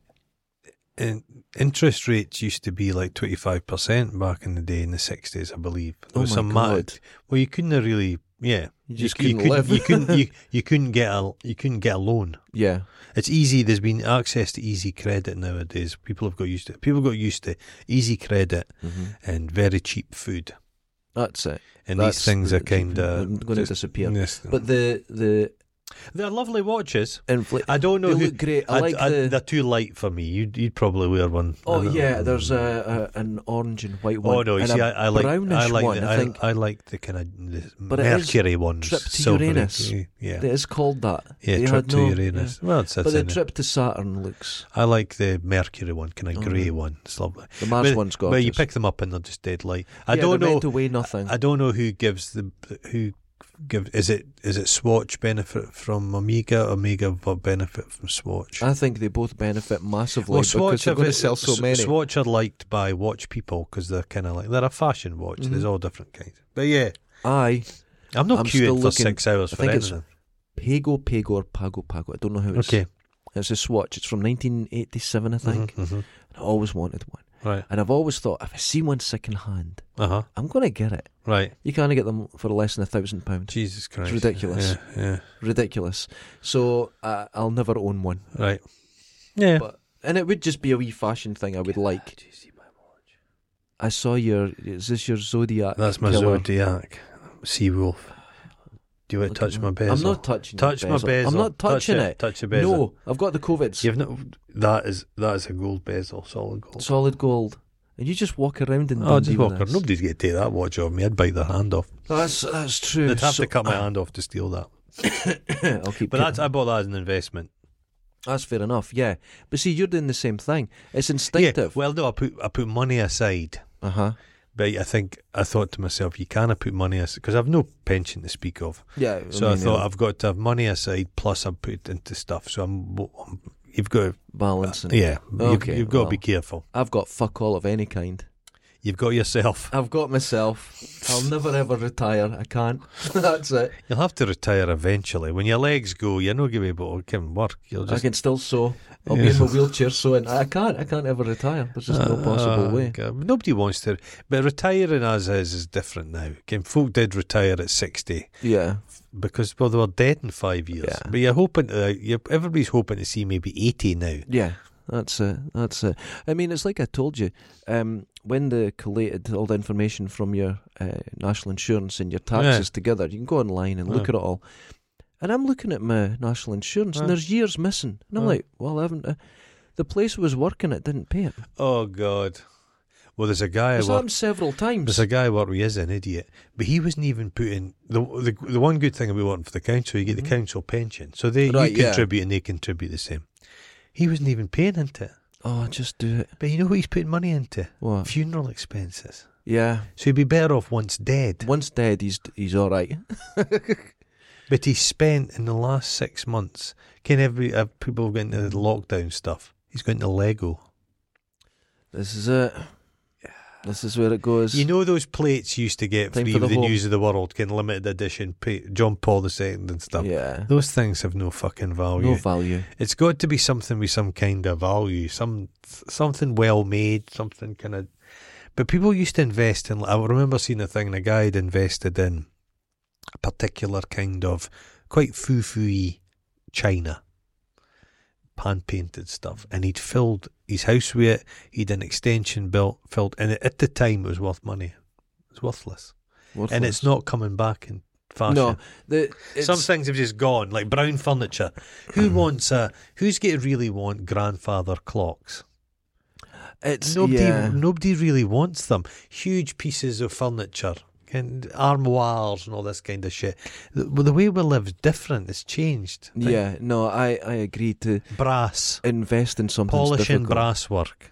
[SPEAKER 1] And interest rates used to be like 25% back in the day in the 60s, I believe. There
[SPEAKER 2] Oh
[SPEAKER 1] was
[SPEAKER 2] my
[SPEAKER 1] some
[SPEAKER 2] God.
[SPEAKER 1] mad. Well, you couldn't have really, yeah.
[SPEAKER 2] You just
[SPEAKER 1] c-
[SPEAKER 2] couldn't
[SPEAKER 1] you
[SPEAKER 2] live.
[SPEAKER 1] you couldn't you, you couldn't get a you couldn't get a loan.
[SPEAKER 2] Yeah.
[SPEAKER 1] It's easy. There's been access to easy credit nowadays. People have got used to it. People got used to easy credit and very cheap food.
[SPEAKER 2] That's it.
[SPEAKER 1] And
[SPEAKER 2] That's
[SPEAKER 1] these things are
[SPEAKER 2] the-
[SPEAKER 1] kind of
[SPEAKER 2] gonna disappear.
[SPEAKER 1] Yes.
[SPEAKER 2] But the the
[SPEAKER 1] they're lovely watches.
[SPEAKER 2] inflation.
[SPEAKER 1] I don't know
[SPEAKER 2] They
[SPEAKER 1] who-
[SPEAKER 2] look great. I like the-
[SPEAKER 1] They're too light for me. You'd, you'd probably wear one.
[SPEAKER 2] Oh
[SPEAKER 1] I don't-
[SPEAKER 2] yeah, there's a, a an orange and white one.
[SPEAKER 1] Oh no! You
[SPEAKER 2] and
[SPEAKER 1] see,
[SPEAKER 2] a
[SPEAKER 1] I, I like I
[SPEAKER 2] brownish
[SPEAKER 1] like
[SPEAKER 2] one.
[SPEAKER 1] the,
[SPEAKER 2] I think
[SPEAKER 1] I, like the kind of the
[SPEAKER 2] But it is
[SPEAKER 1] Mercury ones.
[SPEAKER 2] trip to
[SPEAKER 1] silvery.
[SPEAKER 2] Uranus.
[SPEAKER 1] Yeah, yeah,
[SPEAKER 2] it is called that. They
[SPEAKER 1] yeah trip
[SPEAKER 2] had
[SPEAKER 1] to
[SPEAKER 2] no-
[SPEAKER 1] Uranus.
[SPEAKER 2] yeah.
[SPEAKER 1] Well, it's,
[SPEAKER 2] But
[SPEAKER 1] it's
[SPEAKER 2] the
[SPEAKER 1] in it.
[SPEAKER 2] trip to Saturn looks
[SPEAKER 1] I like the Mercury one, kind of
[SPEAKER 2] Oh,
[SPEAKER 1] grey
[SPEAKER 2] yeah.
[SPEAKER 1] one. It's lovely.
[SPEAKER 2] the Mars
[SPEAKER 1] But-
[SPEAKER 2] one's gorgeous.
[SPEAKER 1] But you pick them up and they're just dead light. I
[SPEAKER 2] Yeah,
[SPEAKER 1] don't
[SPEAKER 2] they're
[SPEAKER 1] know.
[SPEAKER 2] Meant to weigh nothing.
[SPEAKER 1] I don't know who gives the who give. Is it is it Swatch benefit from Omega? Omega v- benefit from Swatch?
[SPEAKER 2] I think they both benefit massively
[SPEAKER 1] Well,
[SPEAKER 2] because
[SPEAKER 1] Swatch
[SPEAKER 2] they're
[SPEAKER 1] are
[SPEAKER 2] going to
[SPEAKER 1] ve-
[SPEAKER 2] sell so
[SPEAKER 1] S-
[SPEAKER 2] many.
[SPEAKER 1] Swatch are liked by watch people because they're kind of like they're a fashion watch. There's
[SPEAKER 2] Mm-hmm.
[SPEAKER 1] all different kinds. But yeah,
[SPEAKER 2] I
[SPEAKER 1] I'm not
[SPEAKER 2] I'm still
[SPEAKER 1] queuing for
[SPEAKER 2] looking-
[SPEAKER 1] six hours
[SPEAKER 2] I
[SPEAKER 1] for
[SPEAKER 2] think it's-
[SPEAKER 1] anything.
[SPEAKER 2] Pago Pago or Pago Pago. I don't know how it's.
[SPEAKER 1] Okay,
[SPEAKER 2] It's a swatch. It's from 1987, I think.
[SPEAKER 1] Mhm,
[SPEAKER 2] I always wanted one,
[SPEAKER 1] mhm. right?
[SPEAKER 2] and I've always thought if I see one second hand,
[SPEAKER 1] Uh huh.
[SPEAKER 2] I'm going to get it.
[SPEAKER 1] Right.
[SPEAKER 2] You can't get them for less than a thousand pounds.
[SPEAKER 1] Jesus Christ.
[SPEAKER 2] ridiculous.
[SPEAKER 1] Yeah. yeah.
[SPEAKER 2] Ridiculous. So uh, I'll never own one.
[SPEAKER 1] Right. Yeah.
[SPEAKER 2] But and it would just be a wee fashion thing I would like. I saw your. Is this your zodiac?
[SPEAKER 1] That's my
[SPEAKER 2] killer?
[SPEAKER 1] zodiac. Sea wolf. Do you want
[SPEAKER 2] Look
[SPEAKER 1] to
[SPEAKER 2] at
[SPEAKER 1] touch my
[SPEAKER 2] mine.
[SPEAKER 1] bezel?
[SPEAKER 2] I'm not touching. your
[SPEAKER 1] touch my
[SPEAKER 2] bezel.
[SPEAKER 1] bezel.
[SPEAKER 2] I'm not
[SPEAKER 1] Touch
[SPEAKER 2] touching it.
[SPEAKER 1] Touch your bezel.
[SPEAKER 2] No, I've got the covids.
[SPEAKER 1] You've not. That is that is a gold bezel, solid gold.
[SPEAKER 2] Solid gold. And you just walk around in
[SPEAKER 1] Oh,
[SPEAKER 2] Dundee
[SPEAKER 1] just
[SPEAKER 2] with
[SPEAKER 1] walk her.
[SPEAKER 2] this.
[SPEAKER 1] Nobody's going to take that watch off me. I'd bite their hand off.
[SPEAKER 2] That's that's true.
[SPEAKER 1] They'd have
[SPEAKER 2] So-
[SPEAKER 1] to cut my hand off to steal that.
[SPEAKER 2] I'll keep.
[SPEAKER 1] But
[SPEAKER 2] it.
[SPEAKER 1] that's I bought that as an investment.
[SPEAKER 2] that's fair enough. Yeah, but see, you're doing the same thing. It's
[SPEAKER 1] Yeah.
[SPEAKER 2] instinctive.
[SPEAKER 1] Well, no, I put I put money aside.
[SPEAKER 2] uh huh.
[SPEAKER 1] But I think I thought to myself, you can put money aside because I've no pension to speak of.
[SPEAKER 2] Yeah.
[SPEAKER 1] So I
[SPEAKER 2] mean,
[SPEAKER 1] thought
[SPEAKER 2] uh,
[SPEAKER 1] I've got to have money aside. Plus, I put it into stuff. So I'm. I'm- You've got.
[SPEAKER 2] balancing.
[SPEAKER 1] uh, Yeah.
[SPEAKER 2] Okay,
[SPEAKER 1] you've, you've got to be
[SPEAKER 2] well.
[SPEAKER 1] careful.
[SPEAKER 2] I've got fuck all of any kind.
[SPEAKER 1] You've got yourself.
[SPEAKER 2] I've got myself. I'll never ever retire. I can't. That's it.
[SPEAKER 1] You'll have to retire eventually. When your legs go, you're not going to be able to come work. You'll
[SPEAKER 2] I
[SPEAKER 1] just.
[SPEAKER 2] can still sew. I'll be in my wheelchair sewing. I can't. I can't ever retire. There's just no possible
[SPEAKER 1] Ah,
[SPEAKER 2] way.
[SPEAKER 1] God. Nobody wants to. But retiring as is is different now. Again, folk did retire at 60
[SPEAKER 2] Yeah.
[SPEAKER 1] because, well, they were dead in five years.
[SPEAKER 2] Yeah.
[SPEAKER 1] But you're hoping to, you're, everybody's hoping to see maybe 80 now.
[SPEAKER 2] Yeah, that's it. That's it. I mean, it's like I told you um, when they collated all the information from your uh, national insurance and your taxes together. You can go online and look
[SPEAKER 1] Yeah.
[SPEAKER 2] at it all. And I'm looking at my national insurance,
[SPEAKER 1] Yeah.
[SPEAKER 2] and there's years missing. And I'm
[SPEAKER 1] Yeah.
[SPEAKER 2] like, well, I haven't. Uh, the place I was working at didn't pay it.
[SPEAKER 1] Oh, God. Well, there's a guy I
[SPEAKER 2] It's
[SPEAKER 1] work
[SPEAKER 2] happened several
[SPEAKER 1] There's
[SPEAKER 2] times.
[SPEAKER 1] a guy I work with, he is an idiot, but he wasn't even putting the the, the one good thing about working for the council, you get the council pension, so they
[SPEAKER 2] Mm-hmm. Right,
[SPEAKER 1] you
[SPEAKER 2] yeah.
[SPEAKER 1] contribute and they contribute the same. He wasn't even paying into it,
[SPEAKER 2] Oh, just do it.
[SPEAKER 1] but you know what he's putting money into?
[SPEAKER 2] What?
[SPEAKER 1] Funeral expenses.
[SPEAKER 2] Yeah.
[SPEAKER 1] So he'd be better off once dead.
[SPEAKER 2] Once dead, he's he's all right.
[SPEAKER 1] But he spent in the last six months, can every uh, people have got into the lockdown stuff. He's going to Lego.
[SPEAKER 2] This is it. This is where it goes.
[SPEAKER 1] You know those plates you used to get
[SPEAKER 2] Time
[SPEAKER 1] free
[SPEAKER 2] for
[SPEAKER 1] with
[SPEAKER 2] the
[SPEAKER 1] the
[SPEAKER 2] home.
[SPEAKER 1] news of the world, can limited edition, pa- John Paul II and stuff.
[SPEAKER 2] yeah.
[SPEAKER 1] Those things have no fucking value.
[SPEAKER 2] No value.
[SPEAKER 1] It's got to be something with some kind of value, some something well made, something kind of. But people used to invest in. I remember seeing a thing, and a guy had invested in a particular kind of quite foo foo y china, pan painted stuff, and he'd filled his house with it. He'd an extension built, filled, and at the time it was worth money. It's worthless, and it's not coming back in fashion.
[SPEAKER 2] no. The, it's, Mm.
[SPEAKER 1] Some things have just gone, like brown furniture. Who wants a? Who's going to really want grandfather clocks?
[SPEAKER 2] it's
[SPEAKER 1] Nobody,
[SPEAKER 2] yeah.
[SPEAKER 1] nobody really wants them. Huge pieces of furniture and armoires and all this kind of shit. The, well, the way we live's different. It's changed. Like
[SPEAKER 2] yeah, no, I, I agree to
[SPEAKER 1] brass.
[SPEAKER 2] invest in something
[SPEAKER 1] Polishing
[SPEAKER 2] difficult.
[SPEAKER 1] brass work.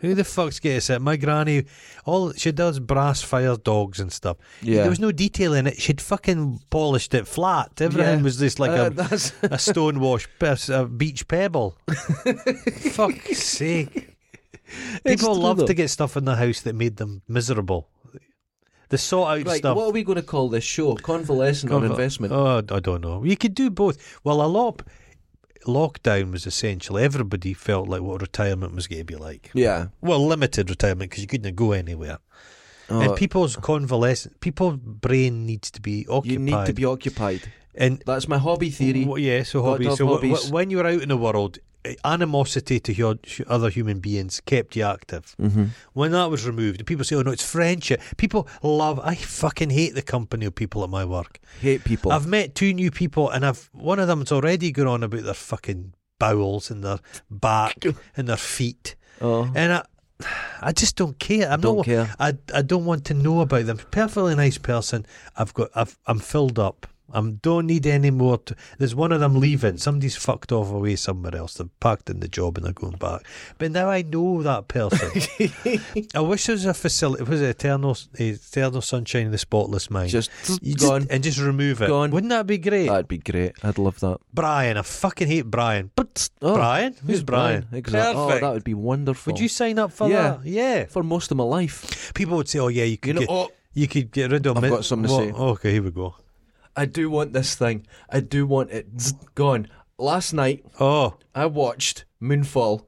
[SPEAKER 1] Who the fuck's getting set? My granny, all she does brass fire dogs and stuff.
[SPEAKER 2] Yeah.
[SPEAKER 1] There was no detail in it. She'd fucking polished it flat. Everything
[SPEAKER 2] Yeah.
[SPEAKER 1] was just like um,
[SPEAKER 2] Uh,
[SPEAKER 1] a
[SPEAKER 2] that's-
[SPEAKER 1] a stonewash, pe- a beach pebble. Fuck's sake.
[SPEAKER 2] It's
[SPEAKER 1] People
[SPEAKER 2] true,
[SPEAKER 1] love
[SPEAKER 2] though.
[SPEAKER 1] to get stuff in the house that made them miserable. The sought out
[SPEAKER 2] Right,
[SPEAKER 1] stuff.
[SPEAKER 2] what are we going to call this show? Convalescent
[SPEAKER 1] Conv-
[SPEAKER 2] or investment?
[SPEAKER 1] Oh, I don't know. You could do both. Well, a lot. Lockdown was essential. Everybody felt like what retirement was going to be like.
[SPEAKER 2] yeah.
[SPEAKER 1] Well, limited retirement because you couldn't go anywhere.
[SPEAKER 2] Oh,
[SPEAKER 1] and people's convalescent, people's brain needs to be occupied.
[SPEAKER 2] you need to be occupied.
[SPEAKER 1] and
[SPEAKER 2] That's my hobby theory.
[SPEAKER 1] Well, yeah, so
[SPEAKER 2] Got
[SPEAKER 1] hobbies.
[SPEAKER 2] enough
[SPEAKER 1] So wh- wh-
[SPEAKER 2] hobbies.
[SPEAKER 1] when you were out in the world, eh, animosity to your, sh- other human beings kept you active.
[SPEAKER 2] Mm-hmm.
[SPEAKER 1] When that was removed, people say, "Oh no, it's friendship." People love. I fucking hate the company of people at my work.
[SPEAKER 2] Hate people.
[SPEAKER 1] I've met two new people, and I've one of them's already gone on about their fucking bowels and their back and their feet,
[SPEAKER 2] oh.
[SPEAKER 1] and I. I just don't care. I'm
[SPEAKER 2] Don't
[SPEAKER 1] not.
[SPEAKER 2] care.
[SPEAKER 1] I I don't want to know about them. Perfectly nice person. I've got. I've, I'm filled up. I don't need any more. To, there's one of them leaving. Somebody's fucked off away somewhere else. They've packed in the job and they're going back. But now I know that person. I wish there was a facility. Was it Eternal eh, Eternal Sunshine of the Spotless Mind?
[SPEAKER 2] Just
[SPEAKER 1] You just-
[SPEAKER 2] gone.
[SPEAKER 1] and just remove it.
[SPEAKER 2] Gone.
[SPEAKER 1] Wouldn't that be great?
[SPEAKER 2] That'd be great. I'd love that.
[SPEAKER 1] Brian, I fucking hate Brian. But
[SPEAKER 2] Oh,
[SPEAKER 1] Brian, who's Brian?
[SPEAKER 2] Exactly.
[SPEAKER 1] Perfect.
[SPEAKER 2] Oh, that would be wonderful.
[SPEAKER 1] would you sign up for
[SPEAKER 2] Yeah.
[SPEAKER 1] that? Yeah.
[SPEAKER 2] for most of my life?
[SPEAKER 1] People would say, "Oh yeah, you could
[SPEAKER 2] You know,
[SPEAKER 1] get,
[SPEAKER 2] oh,
[SPEAKER 1] you could get rid of."
[SPEAKER 2] I've
[SPEAKER 1] mi-
[SPEAKER 2] got something to
[SPEAKER 1] Well,
[SPEAKER 2] say.
[SPEAKER 1] Okay, here we go.
[SPEAKER 2] I do want this thing. I do want it zzz, gone. Last night
[SPEAKER 1] Oh,
[SPEAKER 2] I watched Moonfall.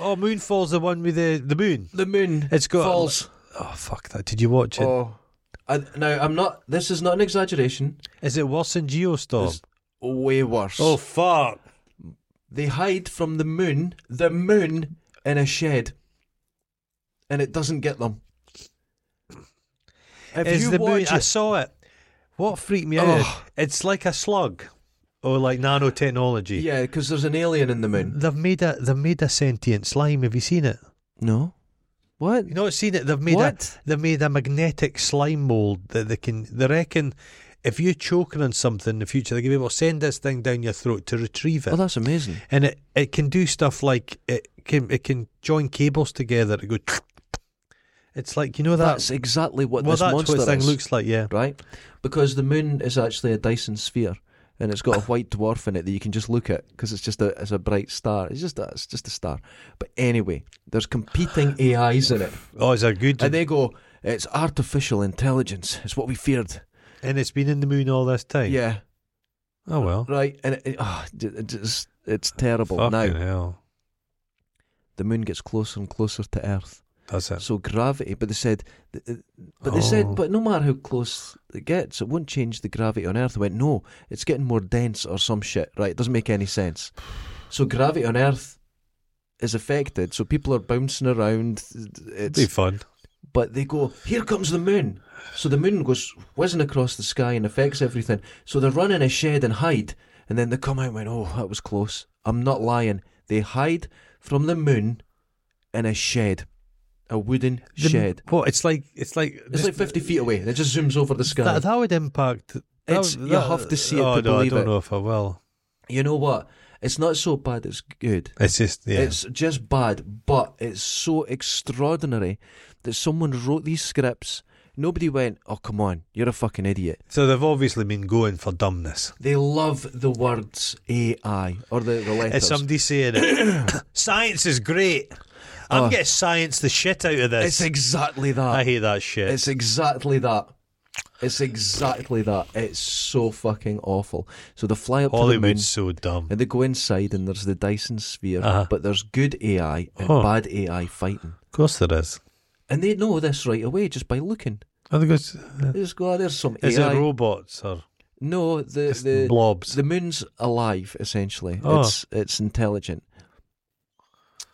[SPEAKER 1] oh, Moonfall's the one with the the moon.
[SPEAKER 2] The moon
[SPEAKER 1] It's got-
[SPEAKER 2] falls.
[SPEAKER 1] Oh fuck that! Did you watch it? Is
[SPEAKER 2] Oh, I, now I'm not. This is not an exaggeration.
[SPEAKER 1] it worse than Geostorm?
[SPEAKER 2] It's way worse.
[SPEAKER 1] Oh fuck!
[SPEAKER 2] They hide from the moon, the moon, in a shed, and it doesn't get them. If
[SPEAKER 1] Is
[SPEAKER 2] you
[SPEAKER 1] the moon?
[SPEAKER 2] watch
[SPEAKER 1] I
[SPEAKER 2] it,
[SPEAKER 1] saw it. What freaked me
[SPEAKER 2] Oh.
[SPEAKER 1] out? It's like a slug, or like nanotechnology.
[SPEAKER 2] yeah, because there's an alien in the moon.
[SPEAKER 1] They've made a they've made a sentient slime. Have you seen it?
[SPEAKER 2] No, what?
[SPEAKER 1] You not seen it? They've made
[SPEAKER 2] What?
[SPEAKER 1] a they've made a magnetic slime mold that they can. They reckon if you're choking on something in the future, they're gonna be able to send this thing down your throat to retrieve it.
[SPEAKER 2] Well, Oh, that's amazing.
[SPEAKER 1] and it, it can do stuff like it can it can join cables together to go. It's like you know that.
[SPEAKER 2] that's exactly what
[SPEAKER 1] well,
[SPEAKER 2] this
[SPEAKER 1] that's
[SPEAKER 2] monster
[SPEAKER 1] what the thing
[SPEAKER 2] is,
[SPEAKER 1] looks like. Yeah.
[SPEAKER 2] right? Because the moon is actually a Dyson sphere, and it's got a white dwarf in it that you can just look at because it's just a it's a bright star. It's just a, it's just a star. But anyway, there's competing AIs in it,
[SPEAKER 1] Oh, is a good?
[SPEAKER 2] and
[SPEAKER 1] And,
[SPEAKER 2] they go, "It's artificial intelligence. It's what we feared."
[SPEAKER 1] it's been in the moon all this time.
[SPEAKER 2] Yeah,
[SPEAKER 1] Oh well.
[SPEAKER 2] right. And it, it, oh, it, it's it's terrible.
[SPEAKER 1] Fucking
[SPEAKER 2] now
[SPEAKER 1] hell.
[SPEAKER 2] the moon gets closer and closer to Earth.
[SPEAKER 1] That's it.
[SPEAKER 2] So gravity, but they said, but they said,
[SPEAKER 1] Oh.
[SPEAKER 2] but no matter how close it gets, it won't change the gravity on Earth. I went, no, it's getting more dense or some shit, right? It doesn't make any sense. So gravity on Earth is affected. So people are bouncing around. It's,
[SPEAKER 1] Be fun.
[SPEAKER 2] but they go, here comes the moon. So the moon goes whizzing across the sky and affects everything. So they run in a shed and hide. And then they come out and went, oh, that was close. I'm not lying. They hide from the moon in a shed, a wooden
[SPEAKER 1] The-
[SPEAKER 2] shed.
[SPEAKER 1] Well, it's like it's like
[SPEAKER 2] It's like 50 feet away. It just zooms over the sky.
[SPEAKER 1] That, that would impact. that
[SPEAKER 2] It's-
[SPEAKER 1] would-
[SPEAKER 2] you have to see it
[SPEAKER 1] oh,
[SPEAKER 2] to
[SPEAKER 1] no,
[SPEAKER 2] believe
[SPEAKER 1] I don't
[SPEAKER 2] it.
[SPEAKER 1] know if I will.
[SPEAKER 2] you know what? It's not so bad, it's good.
[SPEAKER 1] It's just yeah.
[SPEAKER 2] It's just bad, but it's so extraordinary that someone wrote these scripts. Nobody went, oh, come on, you're a fucking idiot.
[SPEAKER 1] so they've obviously been going for dumbness.
[SPEAKER 2] They love the words AI or the, the letters.
[SPEAKER 1] It's somebody saying it. science is great. I'm
[SPEAKER 2] Oh.
[SPEAKER 1] gonna science the shit out of
[SPEAKER 2] It's
[SPEAKER 1] this.
[SPEAKER 2] exactly that.
[SPEAKER 1] I hate that shit.
[SPEAKER 2] It's exactly that. It's exactly that. It's so fucking awful. So they fly up to the moon
[SPEAKER 1] Hollywood's so dumb.
[SPEAKER 2] and they go inside, and there's the Dyson sphere,
[SPEAKER 1] Uh-huh.
[SPEAKER 2] but there's good AI and
[SPEAKER 1] Oh.
[SPEAKER 2] bad AI fighting.
[SPEAKER 1] Of course there is.
[SPEAKER 2] And they know this right away just by looking.
[SPEAKER 1] I think it's,
[SPEAKER 2] They just go, oh, there's some
[SPEAKER 1] uh, is
[SPEAKER 2] AI.
[SPEAKER 1] it robots or
[SPEAKER 2] no, the
[SPEAKER 1] just
[SPEAKER 2] the
[SPEAKER 1] blobs?
[SPEAKER 2] the moon's alive essentially.
[SPEAKER 1] Oh.
[SPEAKER 2] It's it's intelligent.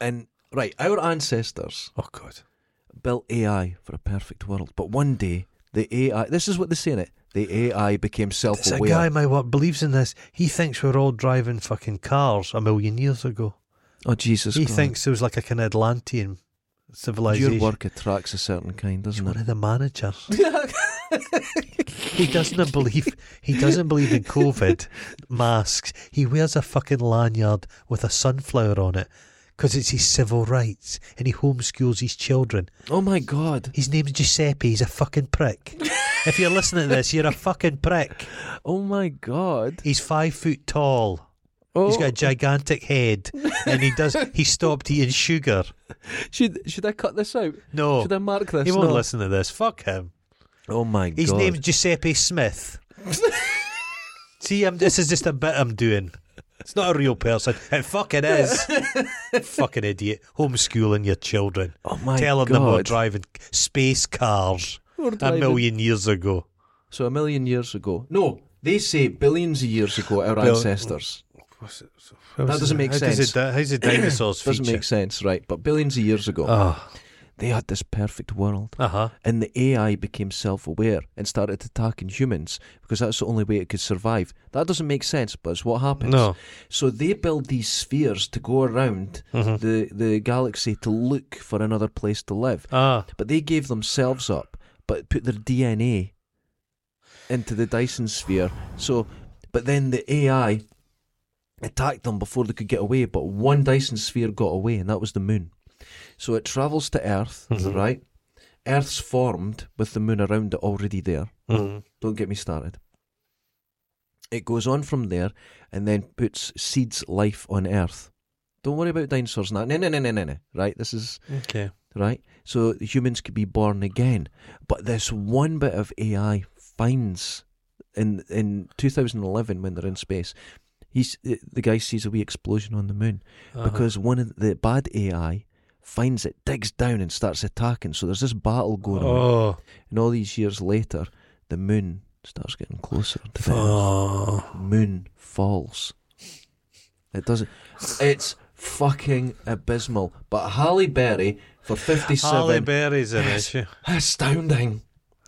[SPEAKER 2] And right, our ancestors
[SPEAKER 1] Oh God.
[SPEAKER 2] built AI for a perfect world, but one day the AI. This is what they say in it. The AI became
[SPEAKER 1] There's a
[SPEAKER 2] self-aware.
[SPEAKER 1] guy in my work believes in this. He thinks we're all driving fucking cars a million years ago.
[SPEAKER 2] oh Jesus!
[SPEAKER 1] he
[SPEAKER 2] God.
[SPEAKER 1] thinks there was like a kind of Atlantean civilization.
[SPEAKER 2] your work attracts a certain kind, doesn't
[SPEAKER 1] One
[SPEAKER 2] it?
[SPEAKER 1] of the managers. He doesn't believe. He doesn't believe in COVID masks. He wears a fucking lanyard with a sunflower on it because it's his civil rights, and he homeschools his children.
[SPEAKER 2] oh my God!
[SPEAKER 1] His name's Giuseppe. He's a fucking prick. if you're listening to this, you're a fucking prick.
[SPEAKER 2] Oh my God!
[SPEAKER 1] He's five foot tall.
[SPEAKER 2] Oh,
[SPEAKER 1] He's got a gigantic head, and he does. He stopped eating sugar.
[SPEAKER 2] should should I cut this out?
[SPEAKER 1] No,
[SPEAKER 2] Should I mark this?
[SPEAKER 1] he won't
[SPEAKER 2] No.
[SPEAKER 1] listen to this. Fuck him.
[SPEAKER 2] Oh my
[SPEAKER 1] His
[SPEAKER 2] God!
[SPEAKER 1] name's Giuseppe Smith. See, I'm, this is just a bit I'm doing. It's not a real person. It fucking is. fucking idiot. Homeschooling your children.
[SPEAKER 2] oh my
[SPEAKER 1] Telling
[SPEAKER 2] God!
[SPEAKER 1] them we're driving space cars
[SPEAKER 2] We're
[SPEAKER 1] a
[SPEAKER 2] driving-
[SPEAKER 1] million years ago.
[SPEAKER 2] So a million years ago. No, they say billions of years ago. Our
[SPEAKER 1] Bill-
[SPEAKER 2] ancestors.
[SPEAKER 1] How
[SPEAKER 2] doesn't make
[SPEAKER 1] how
[SPEAKER 2] sense.
[SPEAKER 1] Does it, how's the dinosaurs feature?
[SPEAKER 2] Doesn't make sense, Ah. right? But billions of years ago,
[SPEAKER 1] Oh,
[SPEAKER 2] they had this perfect world.
[SPEAKER 1] uh huh.
[SPEAKER 2] And the AI became self aware and started attacking humans because that's the only way it could survive. That doesn't make sense, but it's what happens.
[SPEAKER 1] No.
[SPEAKER 2] So they build these spheres to go around the, the galaxy to look for another place to live.
[SPEAKER 1] Ah,
[SPEAKER 2] But they gave themselves up, but put their DNA into the Dyson sphere. So, but then the AI attacked them before they could get away. But one Dyson sphere got away, and that was the moon. So it travels to Earth, right? Earth's formed with the moon around it already there.
[SPEAKER 1] mhm.
[SPEAKER 2] Don't get me started. It goes on from there and then puts seeds life on Earth. Don't worry about dinosaurs now. No, no, no, no, no, no. Right? This is
[SPEAKER 1] okay.
[SPEAKER 2] right? So humans could be born again. But this one bit of AI finds in in 2011 when they're in space, he's the guy sees a wee explosion on the moon
[SPEAKER 1] Uh-huh.
[SPEAKER 2] because one of the bad AI finds it, digs down, and starts attacking. So there's this battle going on,
[SPEAKER 1] oh,
[SPEAKER 2] and all these years later, the moon starts getting closer. To the
[SPEAKER 1] oh,
[SPEAKER 2] moon falls. It doesn't. It's fucking abysmal. But Halle Berry for
[SPEAKER 1] Halle
[SPEAKER 2] 57.
[SPEAKER 1] Berry's an
[SPEAKER 2] Yes.
[SPEAKER 1] issue.
[SPEAKER 2] Astounding.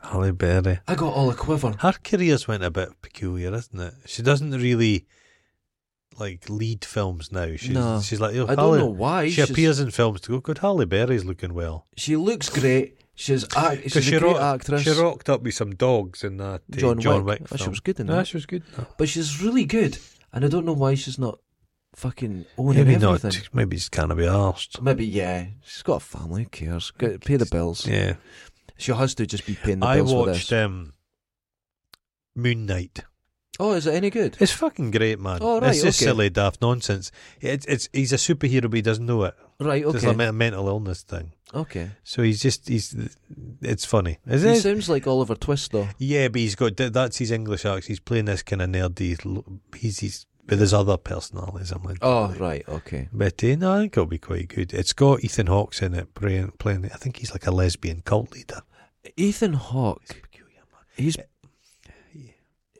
[SPEAKER 1] Halle Berry.
[SPEAKER 2] I got all a quiver.
[SPEAKER 1] Her career's went a bit peculiar, isn't it? She doesn't really like lead films now. She's
[SPEAKER 2] No.
[SPEAKER 1] she's like oh,
[SPEAKER 2] I don't
[SPEAKER 1] Halle-
[SPEAKER 2] know why.
[SPEAKER 1] She
[SPEAKER 2] she's-
[SPEAKER 1] appears in films to go. Good, Halle Berry's looking well
[SPEAKER 2] She looks great. She's act, she's a
[SPEAKER 1] she
[SPEAKER 2] great actress.
[SPEAKER 1] She rocked up with some dogs in that uh,
[SPEAKER 2] John
[SPEAKER 1] John,
[SPEAKER 2] Wick.
[SPEAKER 1] Wick.
[SPEAKER 2] Oh, she
[SPEAKER 1] film.
[SPEAKER 2] was good in
[SPEAKER 1] Nah,
[SPEAKER 2] that.
[SPEAKER 1] she was good. in that.
[SPEAKER 2] but she's really good, and I don't know why she's not fucking owning
[SPEAKER 1] Maybe
[SPEAKER 2] everything.
[SPEAKER 1] not. Maybe she can't be arsed.
[SPEAKER 2] Maybe yeah, she's got a family. Who cares? Go, pay the bills.
[SPEAKER 1] Yeah,
[SPEAKER 2] She has to just be paying the
[SPEAKER 1] I
[SPEAKER 2] bills for
[SPEAKER 1] watched
[SPEAKER 2] this.
[SPEAKER 1] um, Moon Knight.
[SPEAKER 2] Oh, is it any good?
[SPEAKER 1] It's fucking great, man.
[SPEAKER 2] Oh, right,
[SPEAKER 1] it's just
[SPEAKER 2] okay.
[SPEAKER 1] silly, daft nonsense. It's it's he's a superhero, but he doesn't know it.
[SPEAKER 2] Right.
[SPEAKER 1] It's like a
[SPEAKER 2] Okay.
[SPEAKER 1] men- mental illness thing.
[SPEAKER 2] Okay.
[SPEAKER 1] So he's just he's it's funny, is
[SPEAKER 2] He
[SPEAKER 1] it?
[SPEAKER 2] sounds like Oliver Twist though.
[SPEAKER 1] yeah, but he's got that's his English accent. He's playing this kind of nerdy. l- He's he's with his other personalities. I'm like,
[SPEAKER 2] Oh, right, okay.
[SPEAKER 1] but uh, no, I think it'll be quite good. It's got Ethan Hawke's in it playing. playing I think he's like a lesbian cult leader.
[SPEAKER 2] Ethan Hawke,
[SPEAKER 1] Peculiar, man.
[SPEAKER 2] he's
[SPEAKER 1] yeah.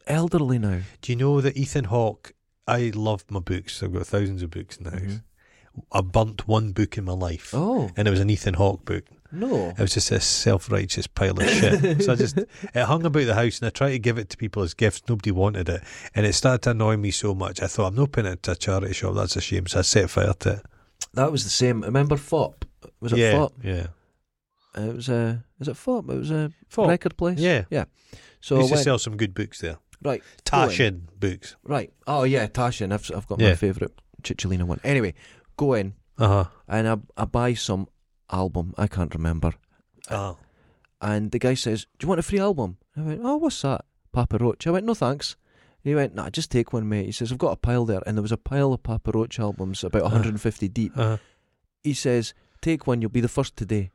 [SPEAKER 2] elderly now.
[SPEAKER 1] Do you know that Ethan Hawke? I love my books. I've got thousands of books in the house.
[SPEAKER 2] Mhm.
[SPEAKER 1] I burnt one book in my life.
[SPEAKER 2] Oh,
[SPEAKER 1] And it was an Ethan Hawke book.
[SPEAKER 2] no.
[SPEAKER 1] It was just this self righteous pile of shit. so I just it hung about the house and I tried to give it to people as gifts. Nobody wanted it. And it started to annoy me so much I thought I'm not putting it to a charity shop, that's a shame. So I set fire to it.
[SPEAKER 2] That was the same. Remember FOP? Was it
[SPEAKER 1] yeah,
[SPEAKER 2] FOP? Uh,
[SPEAKER 1] Yeah.
[SPEAKER 2] It was a. Is it FOP? It was a
[SPEAKER 1] FOP,
[SPEAKER 2] record place?
[SPEAKER 1] yeah.
[SPEAKER 2] Yeah.
[SPEAKER 1] So
[SPEAKER 2] So I
[SPEAKER 1] used to
[SPEAKER 2] went,
[SPEAKER 1] sell some good books there.
[SPEAKER 2] right. go in.
[SPEAKER 1] Tashin books.
[SPEAKER 2] Right. Oh, yeah, Tashin. I've, I've got my
[SPEAKER 1] Yeah.
[SPEAKER 2] favourite Chicholina one. Anyway, go in
[SPEAKER 1] Uh huh.
[SPEAKER 2] and I, I buy some album. I can't remember.
[SPEAKER 1] Oh.
[SPEAKER 2] And the guy says, Do you want a free album? I went, Oh, what's that? Papa Roach. I went, No thanks. And he went, Nah, just take one, mate. He says, I've got a pile there. And there was a pile of Papa Roach albums,
[SPEAKER 1] Ah.
[SPEAKER 2] about 150 deep.
[SPEAKER 1] Uh-huh.
[SPEAKER 2] He says, Take one, you'll be the first today.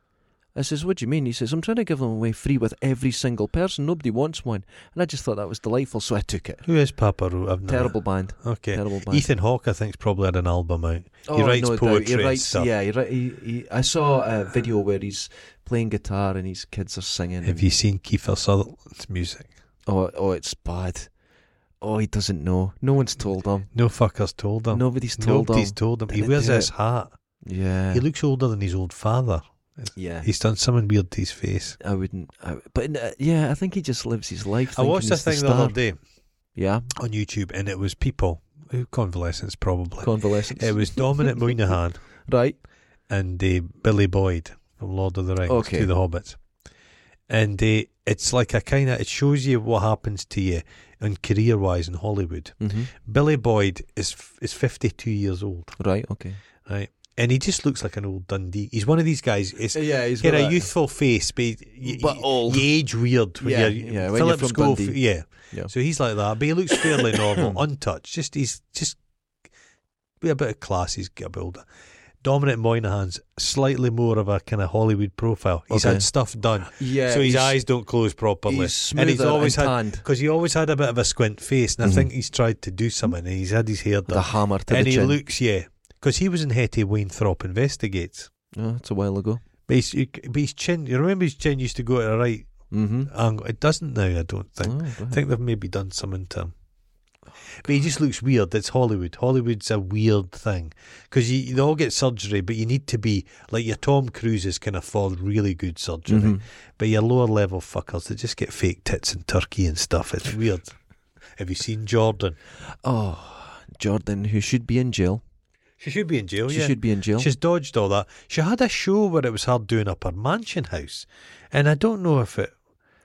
[SPEAKER 2] I says, What do you mean? He says, I'm trying to give them away free with every single person. Nobody wants one. And I just thought that was delightful, so I took it.
[SPEAKER 1] Who is Papa Roach? I've never-
[SPEAKER 2] Terrible band.
[SPEAKER 1] Okay.
[SPEAKER 2] Terrible band.
[SPEAKER 1] Ethan Hawke, I think's probably had an album out.
[SPEAKER 2] Oh,
[SPEAKER 1] writes
[SPEAKER 2] no doubt.
[SPEAKER 1] poetry
[SPEAKER 2] He
[SPEAKER 1] and
[SPEAKER 2] writes,
[SPEAKER 1] stuff.
[SPEAKER 2] yeah. He, wri- he, he, I saw a video where he's playing guitar and his kids are singing.
[SPEAKER 1] Have
[SPEAKER 2] and-
[SPEAKER 1] you seen Kiefer Sutherland's music?
[SPEAKER 2] Oh, oh, it's bad. Oh, he doesn't know. No one's told him.
[SPEAKER 1] No fuckers told him.
[SPEAKER 2] Nobody's told
[SPEAKER 1] Nobody's
[SPEAKER 2] him.
[SPEAKER 1] told him. He
[SPEAKER 2] Didn't
[SPEAKER 1] wears
[SPEAKER 2] do
[SPEAKER 1] this
[SPEAKER 2] it.
[SPEAKER 1] hat.
[SPEAKER 2] Yeah.
[SPEAKER 1] He looks older than his old father.
[SPEAKER 2] yeah.
[SPEAKER 1] He's done something weird to his face.
[SPEAKER 2] I wouldn't. I, but uh, yeah, I think he just lives his life.
[SPEAKER 1] I
[SPEAKER 2] thinking
[SPEAKER 1] watched a
[SPEAKER 2] he's the
[SPEAKER 1] thing the,
[SPEAKER 2] star.
[SPEAKER 1] other day
[SPEAKER 2] Yeah.
[SPEAKER 1] on YouTube, and it was people, uh, convalescents probably.
[SPEAKER 2] Convalescence.
[SPEAKER 1] it was Dominic Monaghan
[SPEAKER 2] right.
[SPEAKER 1] and uh, Billy Boyd from Lord of the Rings
[SPEAKER 2] Okay.
[SPEAKER 1] to the Hobbits, and uh, it's like a kind of it shows you what happens to you in career wise in Hollywood.
[SPEAKER 2] Mm-hmm.
[SPEAKER 1] Billy Boyd is f- is fifty two years old,
[SPEAKER 2] Right. Okay.
[SPEAKER 1] right? And he just looks like an old Dundee. He's one of these guys. It's
[SPEAKER 2] Yeah. He's
[SPEAKER 1] He's got a youthful face, but, you,
[SPEAKER 2] But old.
[SPEAKER 1] you age weird. When
[SPEAKER 2] Yeah,
[SPEAKER 1] you're,
[SPEAKER 2] yeah, when you're
[SPEAKER 1] Phillips
[SPEAKER 2] from
[SPEAKER 1] go,
[SPEAKER 2] Dundee.
[SPEAKER 1] f- yeah.
[SPEAKER 2] Yeah.
[SPEAKER 1] So he's like that, but he looks fairly normal, untouched. Just he's just with a bit of class. He's got a bit older. Dominic Monaghan's slightly more of a kind of Hollywood profile. He's
[SPEAKER 2] Okay.
[SPEAKER 1] had stuff done,
[SPEAKER 2] Yeah.
[SPEAKER 1] so his
[SPEAKER 2] he's-
[SPEAKER 1] eyes don't close properly,
[SPEAKER 2] He's
[SPEAKER 1] and he's
[SPEAKER 2] smoother
[SPEAKER 1] always
[SPEAKER 2] and
[SPEAKER 1] had
[SPEAKER 2] tanned.
[SPEAKER 1] because he always had a bit of a squint face, and I
[SPEAKER 2] Mhm.
[SPEAKER 1] think he's tried to do something, and he's had his hair
[SPEAKER 2] the
[SPEAKER 1] done,
[SPEAKER 2] hammer to
[SPEAKER 1] and
[SPEAKER 2] the
[SPEAKER 1] he
[SPEAKER 2] chin.
[SPEAKER 1] looks yeah, because he was in Hetty Wainthrop investigates.
[SPEAKER 2] oh, that's a while ago.
[SPEAKER 1] But his, but his chin, you remember his chin used to go at a right
[SPEAKER 2] Mm-hmm. Oh,
[SPEAKER 1] angle. It doesn't now, I don't think. I think they've maybe done something to him. But he just looks weird. It's Hollywood. Hollywood's a weird thing because you, they all get surgery, but you need to be like your Tom Cruises can afford really good surgery,
[SPEAKER 2] Mm-hmm.
[SPEAKER 1] but your lower level fuckers they just get fake tits and turkey and stuff. It's weird. Have you seen Jordan?
[SPEAKER 2] Oh, Jordan, who should be in jail.
[SPEAKER 1] She should be in jail.
[SPEAKER 2] she
[SPEAKER 1] Oh, yeah.
[SPEAKER 2] should be in jail.
[SPEAKER 1] She's dodged all that. She had a show where it was her doing up her mansion house, and I don't know if it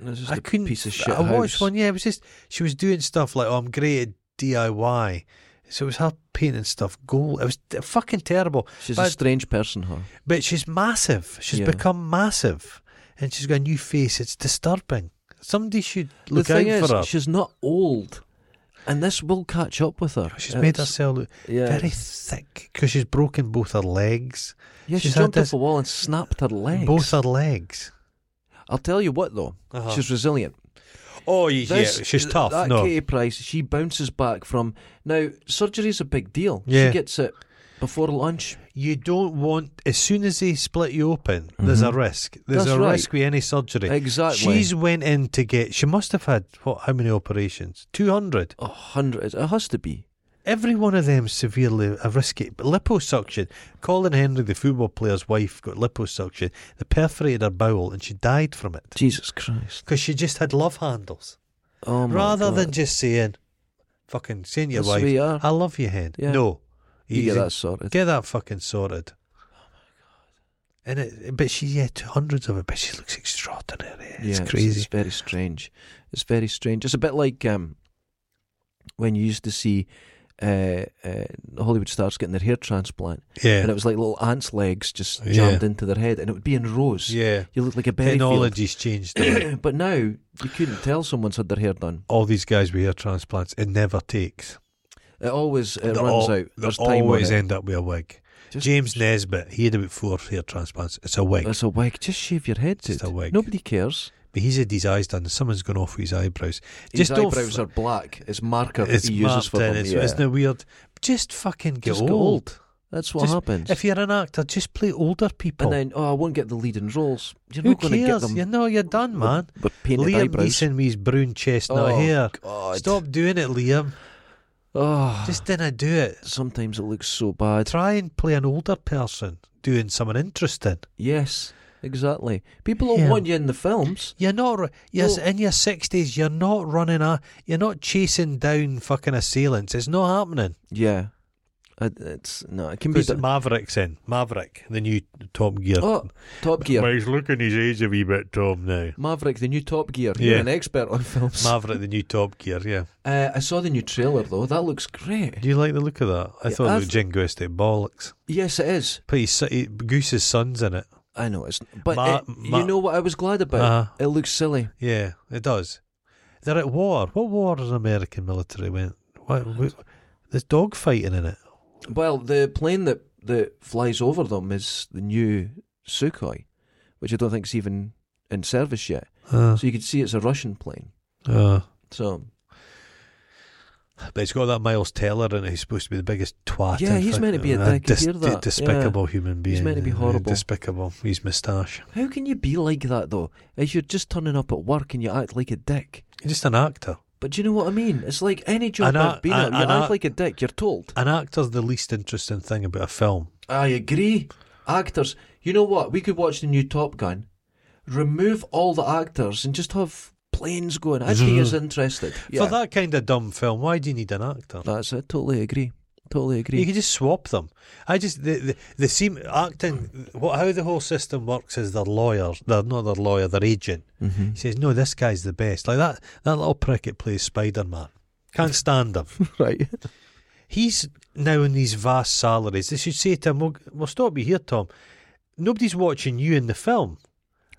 [SPEAKER 2] It's just
[SPEAKER 1] I
[SPEAKER 2] a
[SPEAKER 1] couldn't.
[SPEAKER 2] piece of
[SPEAKER 1] f-
[SPEAKER 2] shit.
[SPEAKER 1] I watched
[SPEAKER 2] house.
[SPEAKER 1] one. Yeah, it was just she was doing stuff like, "Oh, I'm great at DIY." So it was her painting stuff gold. It was t- fucking terrible.
[SPEAKER 2] She's a
[SPEAKER 1] but-
[SPEAKER 2] strange person, her.
[SPEAKER 1] But she's massive. She's
[SPEAKER 2] Yeah.
[SPEAKER 1] become massive, and she's got a new face. It's disturbing. Somebody should look
[SPEAKER 2] the
[SPEAKER 1] out
[SPEAKER 2] thing is,
[SPEAKER 1] for her.
[SPEAKER 2] she's not old, and this will catch up with her.
[SPEAKER 1] She's made
[SPEAKER 2] It's-
[SPEAKER 1] herself look
[SPEAKER 2] yeah,
[SPEAKER 1] very thick because she's broken both her legs.
[SPEAKER 2] yeah. She
[SPEAKER 1] she's had
[SPEAKER 2] jumped off
[SPEAKER 1] this-
[SPEAKER 2] a wall and snapped her legs.
[SPEAKER 1] Both her legs.
[SPEAKER 2] I'll tell you what, though,
[SPEAKER 1] Uh-huh.
[SPEAKER 2] she's resilient.
[SPEAKER 1] Oh, y-
[SPEAKER 2] This-
[SPEAKER 1] yeah, she's
[SPEAKER 2] th-
[SPEAKER 1] tough.
[SPEAKER 2] That
[SPEAKER 1] no,
[SPEAKER 2] Katie Price, she bounces back from now. Surgery's a big deal.
[SPEAKER 1] Yeah.
[SPEAKER 2] She gets it before lunch.
[SPEAKER 1] you don't want. As soon as they split you open, there's a risk. There's
[SPEAKER 2] Mm-hmm. That's
[SPEAKER 1] a
[SPEAKER 2] right.
[SPEAKER 1] risk with any surgery.
[SPEAKER 2] Exactly.
[SPEAKER 1] She's went in to get. She must have had what? How many operations? Two hundred.
[SPEAKER 2] a hundred. It has to be.
[SPEAKER 1] Every one of them severely a risky liposuction. Colin Henry, the football player's wife, got liposuction. They perforated her bowel, and she died from it
[SPEAKER 2] Jesus Christ.
[SPEAKER 1] because she just had love handles.
[SPEAKER 2] Oh my
[SPEAKER 1] Rather
[SPEAKER 2] God.
[SPEAKER 1] than just saying, "Fucking saying to your
[SPEAKER 2] That's the way you are.
[SPEAKER 1] wife, I love you, head."
[SPEAKER 2] Yeah.
[SPEAKER 1] No,
[SPEAKER 2] you get
[SPEAKER 1] He's-
[SPEAKER 2] that sorted.
[SPEAKER 1] Get that fucking sorted. And it, but she yeah, two hundreds of it, but she looks extraordinary. It's
[SPEAKER 2] It's,
[SPEAKER 1] crazy.
[SPEAKER 2] it's very strange. It's very strange. It's a bit like um, when you used to see uh, uh, Hollywood stars getting their hair transplant, and
[SPEAKER 1] yeah,
[SPEAKER 2] it was like little ants' legs just
[SPEAKER 1] Yeah.
[SPEAKER 2] jammed into their head, and it would be in rows.
[SPEAKER 1] yeah.
[SPEAKER 2] You look like a berry field.
[SPEAKER 1] Technology's changed. a bit.
[SPEAKER 2] but now you couldn't tell someone's had their hair done.
[SPEAKER 1] all these guys with hair transplants, it never takes.
[SPEAKER 2] It always it
[SPEAKER 1] They
[SPEAKER 2] runs
[SPEAKER 1] al-
[SPEAKER 2] out.
[SPEAKER 1] they
[SPEAKER 2] There's time
[SPEAKER 1] always
[SPEAKER 2] on it.
[SPEAKER 1] end up with a wig.
[SPEAKER 2] Just-
[SPEAKER 1] James Nesbitt, he had about four hair transplants. It's a wig.
[SPEAKER 2] It's a wig. Just shave your head.
[SPEAKER 1] Just
[SPEAKER 2] dude.
[SPEAKER 1] a wig.
[SPEAKER 2] Nobody cares.
[SPEAKER 1] But he's had his eyes done. Someone's gone off with his eyebrows.
[SPEAKER 2] His
[SPEAKER 1] Just don't
[SPEAKER 2] eyebrows
[SPEAKER 1] f-
[SPEAKER 2] are black. It's marker
[SPEAKER 1] It's
[SPEAKER 2] that he uses
[SPEAKER 1] marked
[SPEAKER 2] for
[SPEAKER 1] in.
[SPEAKER 2] them.
[SPEAKER 1] It's,
[SPEAKER 2] yeah.
[SPEAKER 1] Isn't it weird? Just fucking get
[SPEAKER 2] Just
[SPEAKER 1] old.
[SPEAKER 2] get old. That's what
[SPEAKER 1] Just-
[SPEAKER 2] happens.
[SPEAKER 1] If you're an actor, just play older people.
[SPEAKER 2] And then, oh, I won't get the leading roles. You're
[SPEAKER 1] Who
[SPEAKER 2] not going to get
[SPEAKER 1] cares?
[SPEAKER 2] them.
[SPEAKER 1] You know you're done, man.
[SPEAKER 2] But painted
[SPEAKER 1] Liam
[SPEAKER 2] eyebrows.
[SPEAKER 1] Neeson with his brown chestnut
[SPEAKER 2] oh,
[SPEAKER 1] hair.
[SPEAKER 2] God.
[SPEAKER 1] Stop doing it, Liam.
[SPEAKER 2] Oh,
[SPEAKER 1] Just didn't do it.
[SPEAKER 2] sometimes it looks so bad.
[SPEAKER 1] Try and play an older person doing something interesting.
[SPEAKER 2] Yes, exactly. People don't
[SPEAKER 1] Yeah.
[SPEAKER 2] want you in the films.
[SPEAKER 1] You're not. ru- You're s
[SPEAKER 2] No.
[SPEAKER 1] in your sixties. You're not running a. You're not chasing down fucking assailants. It's not happening.
[SPEAKER 2] Yeah. I, it's no, it can be.
[SPEAKER 1] Who's
[SPEAKER 2] Done.
[SPEAKER 1] Maverick's in Maverick, the new Top Gear.
[SPEAKER 2] Oh, Top Gear,
[SPEAKER 1] Well, he's looking his age a wee bit, Tom. Now
[SPEAKER 2] Maverick, the new Top Gear. You're
[SPEAKER 1] Yeah.
[SPEAKER 2] an expert on films.
[SPEAKER 1] Maverick, the new Top Gear. Yeah.
[SPEAKER 2] uh, I saw the new trailer though. That looks great.
[SPEAKER 1] Do you like the look of that? I
[SPEAKER 2] Yeah,
[SPEAKER 1] thought it
[SPEAKER 2] I've-
[SPEAKER 1] looked jingoistic bollocks.
[SPEAKER 2] Yes, it is.
[SPEAKER 1] But he's, he, Goose's son's in it.
[SPEAKER 2] I know it's, but
[SPEAKER 1] Ma-
[SPEAKER 2] it-
[SPEAKER 1] ma-
[SPEAKER 2] you know what I was glad about.
[SPEAKER 1] Uh-huh.
[SPEAKER 2] It looks silly.
[SPEAKER 1] Yeah, it does. They're at war. What war is American military went? What, what, there's dog fighting in it.
[SPEAKER 2] Well, the plane that that flies over them is the new Sukhoi, which I don't think is even in service yet.
[SPEAKER 1] Uh,
[SPEAKER 2] So you can see it's a Russian plane.
[SPEAKER 1] uh.
[SPEAKER 2] So
[SPEAKER 1] But it's got that Miles Teller in it who's supposed to be the biggest twat.
[SPEAKER 2] Yeah,
[SPEAKER 1] in
[SPEAKER 2] he's meant to be a
[SPEAKER 1] fucking-
[SPEAKER 2] dick, I hear that,
[SPEAKER 1] despicable human being.
[SPEAKER 2] He's meant to be
[SPEAKER 1] uh,
[SPEAKER 2] horrible.
[SPEAKER 1] Despicable. His moustache.
[SPEAKER 2] how can you be like that though? If you're just turning up at work and you act like a dick.
[SPEAKER 1] He's just an actor.
[SPEAKER 2] But do you know what I mean? It's like any job
[SPEAKER 1] And I-
[SPEAKER 2] I've been at,
[SPEAKER 1] and-
[SPEAKER 2] you
[SPEAKER 1] and
[SPEAKER 2] act
[SPEAKER 1] I-
[SPEAKER 2] like a dick. You're told.
[SPEAKER 1] An actor's the least interesting thing about a film.
[SPEAKER 2] I agree. Actors. You know what? We could watch the new Top Gun, remove all the actors, and just have planes going. I'd be as interested. Yeah.
[SPEAKER 1] For that kind of dumb film, why do you need an actor?
[SPEAKER 2] That's it. Totally agree. Totally
[SPEAKER 1] You
[SPEAKER 2] agree.
[SPEAKER 1] can just swap them. I just the the, the seem acting. What how the whole system works is their lawyers. They're not their lawyer. Their agent.
[SPEAKER 2] Mm-hmm.
[SPEAKER 1] He says, "No, this guy's the best." Like that that little prick that plays Spider Man. Can't stand him.
[SPEAKER 2] right.
[SPEAKER 1] He's now on these vast salaries. They should say to him, "Well, we'll stop you here, Tom. Nobody's watching you in the film.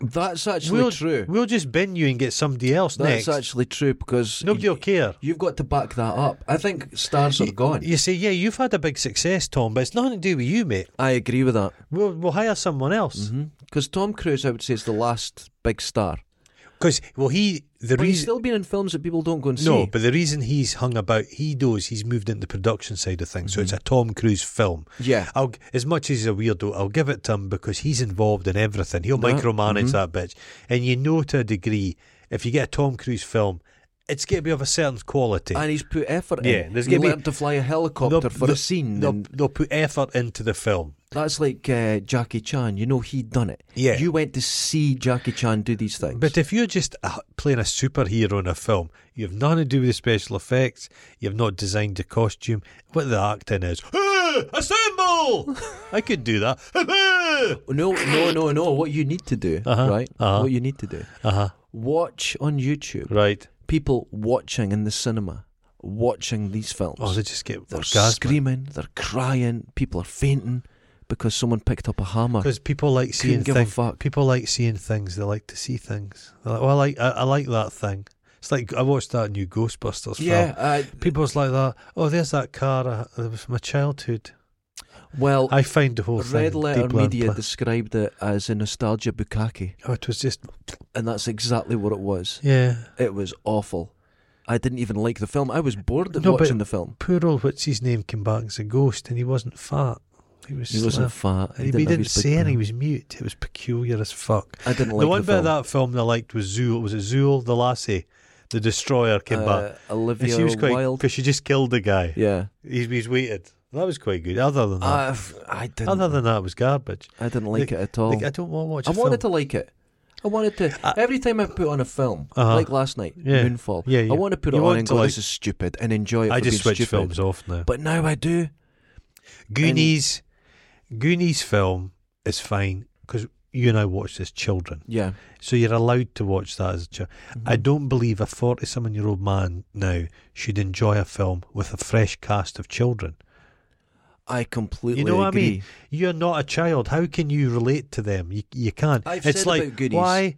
[SPEAKER 2] That's actually
[SPEAKER 1] We'll,
[SPEAKER 2] true.
[SPEAKER 1] we'll just bin you and get somebody else
[SPEAKER 2] That's
[SPEAKER 1] next.
[SPEAKER 2] actually true because
[SPEAKER 1] Nobody will care."
[SPEAKER 2] You've got to back that up. I think stars are gone.
[SPEAKER 1] You say, yeah, you've had a big success, Tom, but it's nothing to do with you, mate.
[SPEAKER 2] I agree with that.
[SPEAKER 1] We'll, we'll hire someone
[SPEAKER 2] Mm-hmm.
[SPEAKER 1] else
[SPEAKER 2] Because Tom Cruise, I would say, is the last big star.
[SPEAKER 1] because, well, he the
[SPEAKER 2] But he's
[SPEAKER 1] reason
[SPEAKER 2] still been in films that people don't go and
[SPEAKER 1] No,
[SPEAKER 2] see.
[SPEAKER 1] but the reason he's hung about, he knows he's moved into the production side of
[SPEAKER 2] Mm-hmm.
[SPEAKER 1] things. So it's a Tom Cruise film.
[SPEAKER 2] Yeah.
[SPEAKER 1] I'll, as much as he's a weirdo, I'll give it to him because he's involved in everything. He'll
[SPEAKER 2] That- mm-hmm.
[SPEAKER 1] micromanage that bitch. And you know to a degree, if you get a Tom Cruise film, it's going to be of a certain quality.
[SPEAKER 2] And he's put effort
[SPEAKER 1] Yeah,
[SPEAKER 2] in.
[SPEAKER 1] there's
[SPEAKER 2] he
[SPEAKER 1] gonna be-
[SPEAKER 2] learned to fly a helicopter for a scene.
[SPEAKER 1] They'll,
[SPEAKER 2] and
[SPEAKER 1] they'll put effort into the film.
[SPEAKER 2] that's like uh, Jackie Chan. You know, he done it.
[SPEAKER 1] Yeah.
[SPEAKER 2] You went to see Jackie Chan do these things.
[SPEAKER 1] But if you're just uh, playing a superhero in a film, you have nothing to do with the special effects, you've not designed the costume, what the acting is, "Hey, assemble! I could do that.
[SPEAKER 2] no, no, no, no. What you need to do,
[SPEAKER 1] uh, Uh-huh,
[SPEAKER 2] right?
[SPEAKER 1] uh-huh.
[SPEAKER 2] What you need to do.
[SPEAKER 1] uh huh.
[SPEAKER 2] Watch on YouTube
[SPEAKER 1] Right.
[SPEAKER 2] people watching in the cinema, watching these films.
[SPEAKER 1] Oh, they just get
[SPEAKER 2] They're
[SPEAKER 1] orgasmic.
[SPEAKER 2] screaming, they're crying, people are fainting because someone picked up a hammer.
[SPEAKER 1] Because people like seeing
[SPEAKER 2] give a
[SPEAKER 1] things.
[SPEAKER 2] fuck.
[SPEAKER 1] People like seeing things. They like to see things. They're like, well, I like, I, I like that thing. It's like I watched that new Ghostbusters
[SPEAKER 2] Yeah,
[SPEAKER 1] film.
[SPEAKER 2] uh,
[SPEAKER 1] People's like that. Oh, there's that car. Uh, it was my childhood.
[SPEAKER 2] well,
[SPEAKER 1] I find the whole thing.
[SPEAKER 2] Red Letter
[SPEAKER 1] deeply
[SPEAKER 2] Media
[SPEAKER 1] unpleasant.
[SPEAKER 2] described it as a nostalgia bukkake,
[SPEAKER 1] Oh, it was just
[SPEAKER 2] and that's exactly what it was.
[SPEAKER 1] yeah.
[SPEAKER 2] It was awful. I didn't even like the film. I was bored of
[SPEAKER 1] No, but-
[SPEAKER 2] watching the film.
[SPEAKER 1] poor old what's his name came back as a ghost, and he wasn't fat. He was.
[SPEAKER 2] He wasn't
[SPEAKER 1] slim.
[SPEAKER 2] fat.
[SPEAKER 1] And He,
[SPEAKER 2] didn't,
[SPEAKER 1] he
[SPEAKER 2] have
[SPEAKER 1] didn't
[SPEAKER 2] his big
[SPEAKER 1] say anything. He
[SPEAKER 2] bum.
[SPEAKER 1] was mute. It was peculiar as fuck.
[SPEAKER 2] I didn't like
[SPEAKER 1] the one
[SPEAKER 2] the
[SPEAKER 1] bit
[SPEAKER 2] film.
[SPEAKER 1] of that film that I liked was Zool. Was it Zool the Lassie, the Destroyer came back?
[SPEAKER 2] Uh, Olivia
[SPEAKER 1] And she was quite
[SPEAKER 2] Wilde.
[SPEAKER 1] because she just killed the guy.
[SPEAKER 2] Yeah,
[SPEAKER 1] He's, he's waited. That was quite good. Other than that,
[SPEAKER 2] I've- I didn't.
[SPEAKER 1] Uh, other than that, it was garbage.
[SPEAKER 2] I didn't like it at all.
[SPEAKER 1] Like, I don't want to watch.
[SPEAKER 2] I
[SPEAKER 1] a
[SPEAKER 2] wanted
[SPEAKER 1] film. Uh,
[SPEAKER 2] to like it. I wanted to. every time I put on a film,
[SPEAKER 1] Uh-huh.
[SPEAKER 2] like last night,
[SPEAKER 1] Yeah.
[SPEAKER 2] Moonfall,
[SPEAKER 1] Yeah, yeah.
[SPEAKER 2] I want to put
[SPEAKER 1] You
[SPEAKER 2] it on
[SPEAKER 1] want
[SPEAKER 2] and
[SPEAKER 1] to
[SPEAKER 2] go,
[SPEAKER 1] like-
[SPEAKER 2] this is stupid, and enjoy it.
[SPEAKER 1] I
[SPEAKER 2] for
[SPEAKER 1] just
[SPEAKER 2] being
[SPEAKER 1] switch
[SPEAKER 2] stupid.
[SPEAKER 1] films off now.
[SPEAKER 2] But now I do.
[SPEAKER 1] Goonies, Goonies film is fine because you and I watched as children.
[SPEAKER 2] Yeah.
[SPEAKER 1] So you're allowed to watch that as a child.
[SPEAKER 2] Mm-hmm.
[SPEAKER 1] I don't believe a 40 something year old man now should enjoy a film with a fresh cast of children.
[SPEAKER 2] I completely
[SPEAKER 1] You know what
[SPEAKER 2] agree.
[SPEAKER 1] I mean? You're not a child. How can you relate to them? You, you can't.
[SPEAKER 2] I've
[SPEAKER 1] it's
[SPEAKER 2] said
[SPEAKER 1] like
[SPEAKER 2] about Goonies-
[SPEAKER 1] why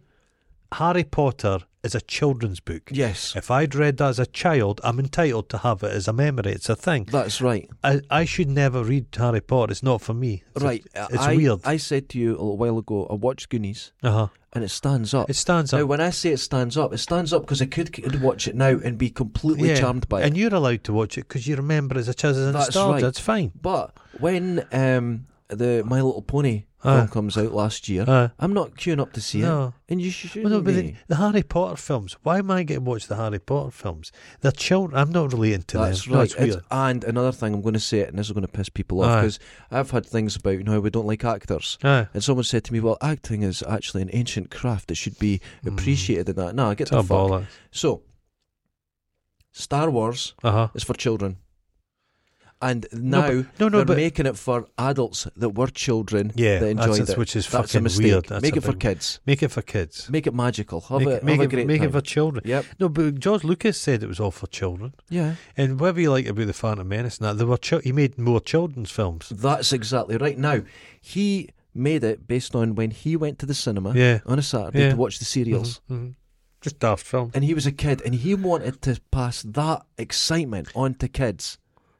[SPEAKER 1] Harry Potter is a children's book.
[SPEAKER 2] Yes,
[SPEAKER 1] If I'd read that as a child, I'm entitled to have it as a memory. It's a thing.
[SPEAKER 2] that's right.
[SPEAKER 1] I, I should never read Harry Potter. It's not for me. It's a-
[SPEAKER 2] Right.
[SPEAKER 1] it's
[SPEAKER 2] I,
[SPEAKER 1] weird.
[SPEAKER 2] I said to you a little while ago, I watched Goonies
[SPEAKER 1] Uh huh.
[SPEAKER 2] and it stands up.
[SPEAKER 1] It stands
[SPEAKER 2] now,
[SPEAKER 1] up.
[SPEAKER 2] when I say it stands up, it stands up because I could, could watch it now and be completely charmed by it.
[SPEAKER 1] and you're allowed to watch it because you remember as a child as a
[SPEAKER 2] That's
[SPEAKER 1] nostalgia.
[SPEAKER 2] right.
[SPEAKER 1] That's fine.
[SPEAKER 2] But when um, the My Little Pony
[SPEAKER 1] Uh.
[SPEAKER 2] film comes out last year,
[SPEAKER 1] Uh.
[SPEAKER 2] I'm not queuing up to see
[SPEAKER 1] No.
[SPEAKER 2] it, and you shouldn't
[SPEAKER 1] Well, no, but the,
[SPEAKER 2] be.
[SPEAKER 1] the Harry Potter films. Why am I getting to watch the Harry Potter films? They're children. I'm not relating to
[SPEAKER 2] That's
[SPEAKER 1] them.
[SPEAKER 2] right.
[SPEAKER 1] No, it's
[SPEAKER 2] It's-
[SPEAKER 1] weird.
[SPEAKER 2] and another thing, I'm going to say it, and this is going to piss people off
[SPEAKER 1] Aye.
[SPEAKER 2] because I've had things about you know how we don't like actors.
[SPEAKER 1] Aye.
[SPEAKER 2] And someone said to me, "Well, acting is actually an ancient craft that should be appreciated." And that, no, get
[SPEAKER 1] Hmm. It's
[SPEAKER 2] the
[SPEAKER 1] all
[SPEAKER 2] fuck.
[SPEAKER 1] bollocks.
[SPEAKER 2] So, Star Wars
[SPEAKER 1] Uh huh.
[SPEAKER 2] is for children, and now
[SPEAKER 1] but- no, no,
[SPEAKER 2] they're
[SPEAKER 1] but-
[SPEAKER 2] making it for adults that were children
[SPEAKER 1] Yeah,
[SPEAKER 2] that
[SPEAKER 1] that's-
[SPEAKER 2] enjoyed
[SPEAKER 1] that's-
[SPEAKER 2] it,
[SPEAKER 1] which is
[SPEAKER 2] that's a
[SPEAKER 1] fucking
[SPEAKER 2] mistake.
[SPEAKER 1] weird. That's
[SPEAKER 2] make
[SPEAKER 1] a
[SPEAKER 2] it for
[SPEAKER 1] big-
[SPEAKER 2] kids.
[SPEAKER 1] Make it for kids.
[SPEAKER 2] Make it magical. Have
[SPEAKER 1] Make,
[SPEAKER 2] it.
[SPEAKER 1] make
[SPEAKER 2] have a
[SPEAKER 1] it,
[SPEAKER 2] great
[SPEAKER 1] make
[SPEAKER 2] time.
[SPEAKER 1] it for children.
[SPEAKER 2] Yep.
[SPEAKER 1] No, but George Lucas said it was all for children.
[SPEAKER 2] Yeah.
[SPEAKER 1] And whatever you like about the Phantom Menace, and that they were chil- he made more children's films.
[SPEAKER 2] That's exactly right. Now, he made it based on when he went to the cinema
[SPEAKER 1] Yeah.
[SPEAKER 2] on a Saturday
[SPEAKER 1] Yeah.
[SPEAKER 2] to watch the serials.
[SPEAKER 1] Mhm. Just daft film.
[SPEAKER 2] And he was a kid and he wanted to pass that excitement on to kids.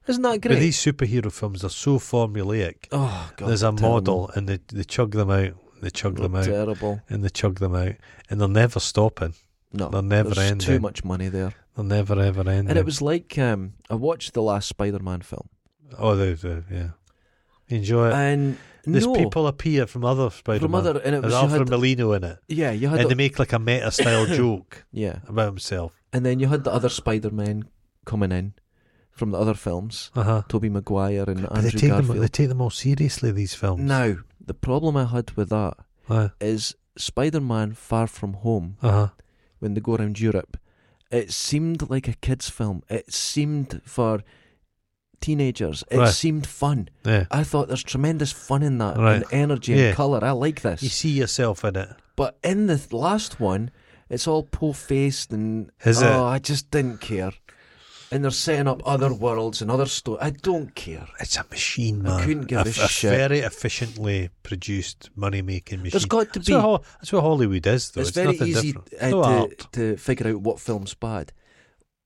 [SPEAKER 2] Isn't that great?
[SPEAKER 1] But these superhero films are so formulaic.
[SPEAKER 2] oh, God.
[SPEAKER 1] There's a
[SPEAKER 2] terrible.
[SPEAKER 1] model, and they they chug them out. They chug them out.
[SPEAKER 2] Terrible.
[SPEAKER 1] and they chug them out, and they're never stopping.
[SPEAKER 2] No.
[SPEAKER 1] They're never
[SPEAKER 2] there's too
[SPEAKER 1] ending.
[SPEAKER 2] much money there.
[SPEAKER 1] They're never ever ending.
[SPEAKER 2] And it was like um, I watched the last Spider Man film.
[SPEAKER 1] oh, they, they, yeah, enjoy it.
[SPEAKER 2] And
[SPEAKER 1] Uh, There's
[SPEAKER 2] no,
[SPEAKER 1] people appear from other Spider-Man.
[SPEAKER 2] other- and it was-
[SPEAKER 1] There's
[SPEAKER 2] you
[SPEAKER 1] Alfred
[SPEAKER 2] had-
[SPEAKER 1] Molino in it,
[SPEAKER 2] Yeah, you had.
[SPEAKER 1] and they
[SPEAKER 2] The,
[SPEAKER 1] make like a meta-style joke
[SPEAKER 2] yeah.
[SPEAKER 1] about himself.
[SPEAKER 2] And then you had the other Spider Man coming in from the other films,
[SPEAKER 1] Uh huh.
[SPEAKER 2] Toby Maguire and
[SPEAKER 1] But they
[SPEAKER 2] Andrew
[SPEAKER 1] take them.
[SPEAKER 2] Garfield.
[SPEAKER 1] They take them all seriously. These films.
[SPEAKER 2] now, the problem I had with that
[SPEAKER 1] Uh uh-huh.
[SPEAKER 2] is Spider-Man: Far From Home
[SPEAKER 1] huh.
[SPEAKER 2] when they go around Europe. It seemed like a kids' film. It seemed for teenagers. It
[SPEAKER 1] Right.
[SPEAKER 2] seemed fun.
[SPEAKER 1] Yeah.
[SPEAKER 2] I thought there's tremendous fun in that
[SPEAKER 1] Right.
[SPEAKER 2] and energy
[SPEAKER 1] Yeah.
[SPEAKER 2] and colour. I like this.
[SPEAKER 1] You see yourself in it.
[SPEAKER 2] But in the th- last one, it's all po faced and
[SPEAKER 1] Is
[SPEAKER 2] oh,
[SPEAKER 1] it?
[SPEAKER 2] I just didn't care. And they're setting up other worlds and other stories. I don't care.
[SPEAKER 1] It's a machine,
[SPEAKER 2] I
[SPEAKER 1] man.
[SPEAKER 2] couldn't give a shit.
[SPEAKER 1] very efficiently produced money making machine.
[SPEAKER 2] There's got to
[SPEAKER 1] that's, what
[SPEAKER 2] be.
[SPEAKER 1] Hol- that's what Hollywood is, though.
[SPEAKER 2] It's
[SPEAKER 1] It's,
[SPEAKER 2] very
[SPEAKER 1] nothing
[SPEAKER 2] easy
[SPEAKER 1] different.
[SPEAKER 2] uh,
[SPEAKER 1] no
[SPEAKER 2] to,
[SPEAKER 1] art.
[SPEAKER 2] to figure out what film's bad.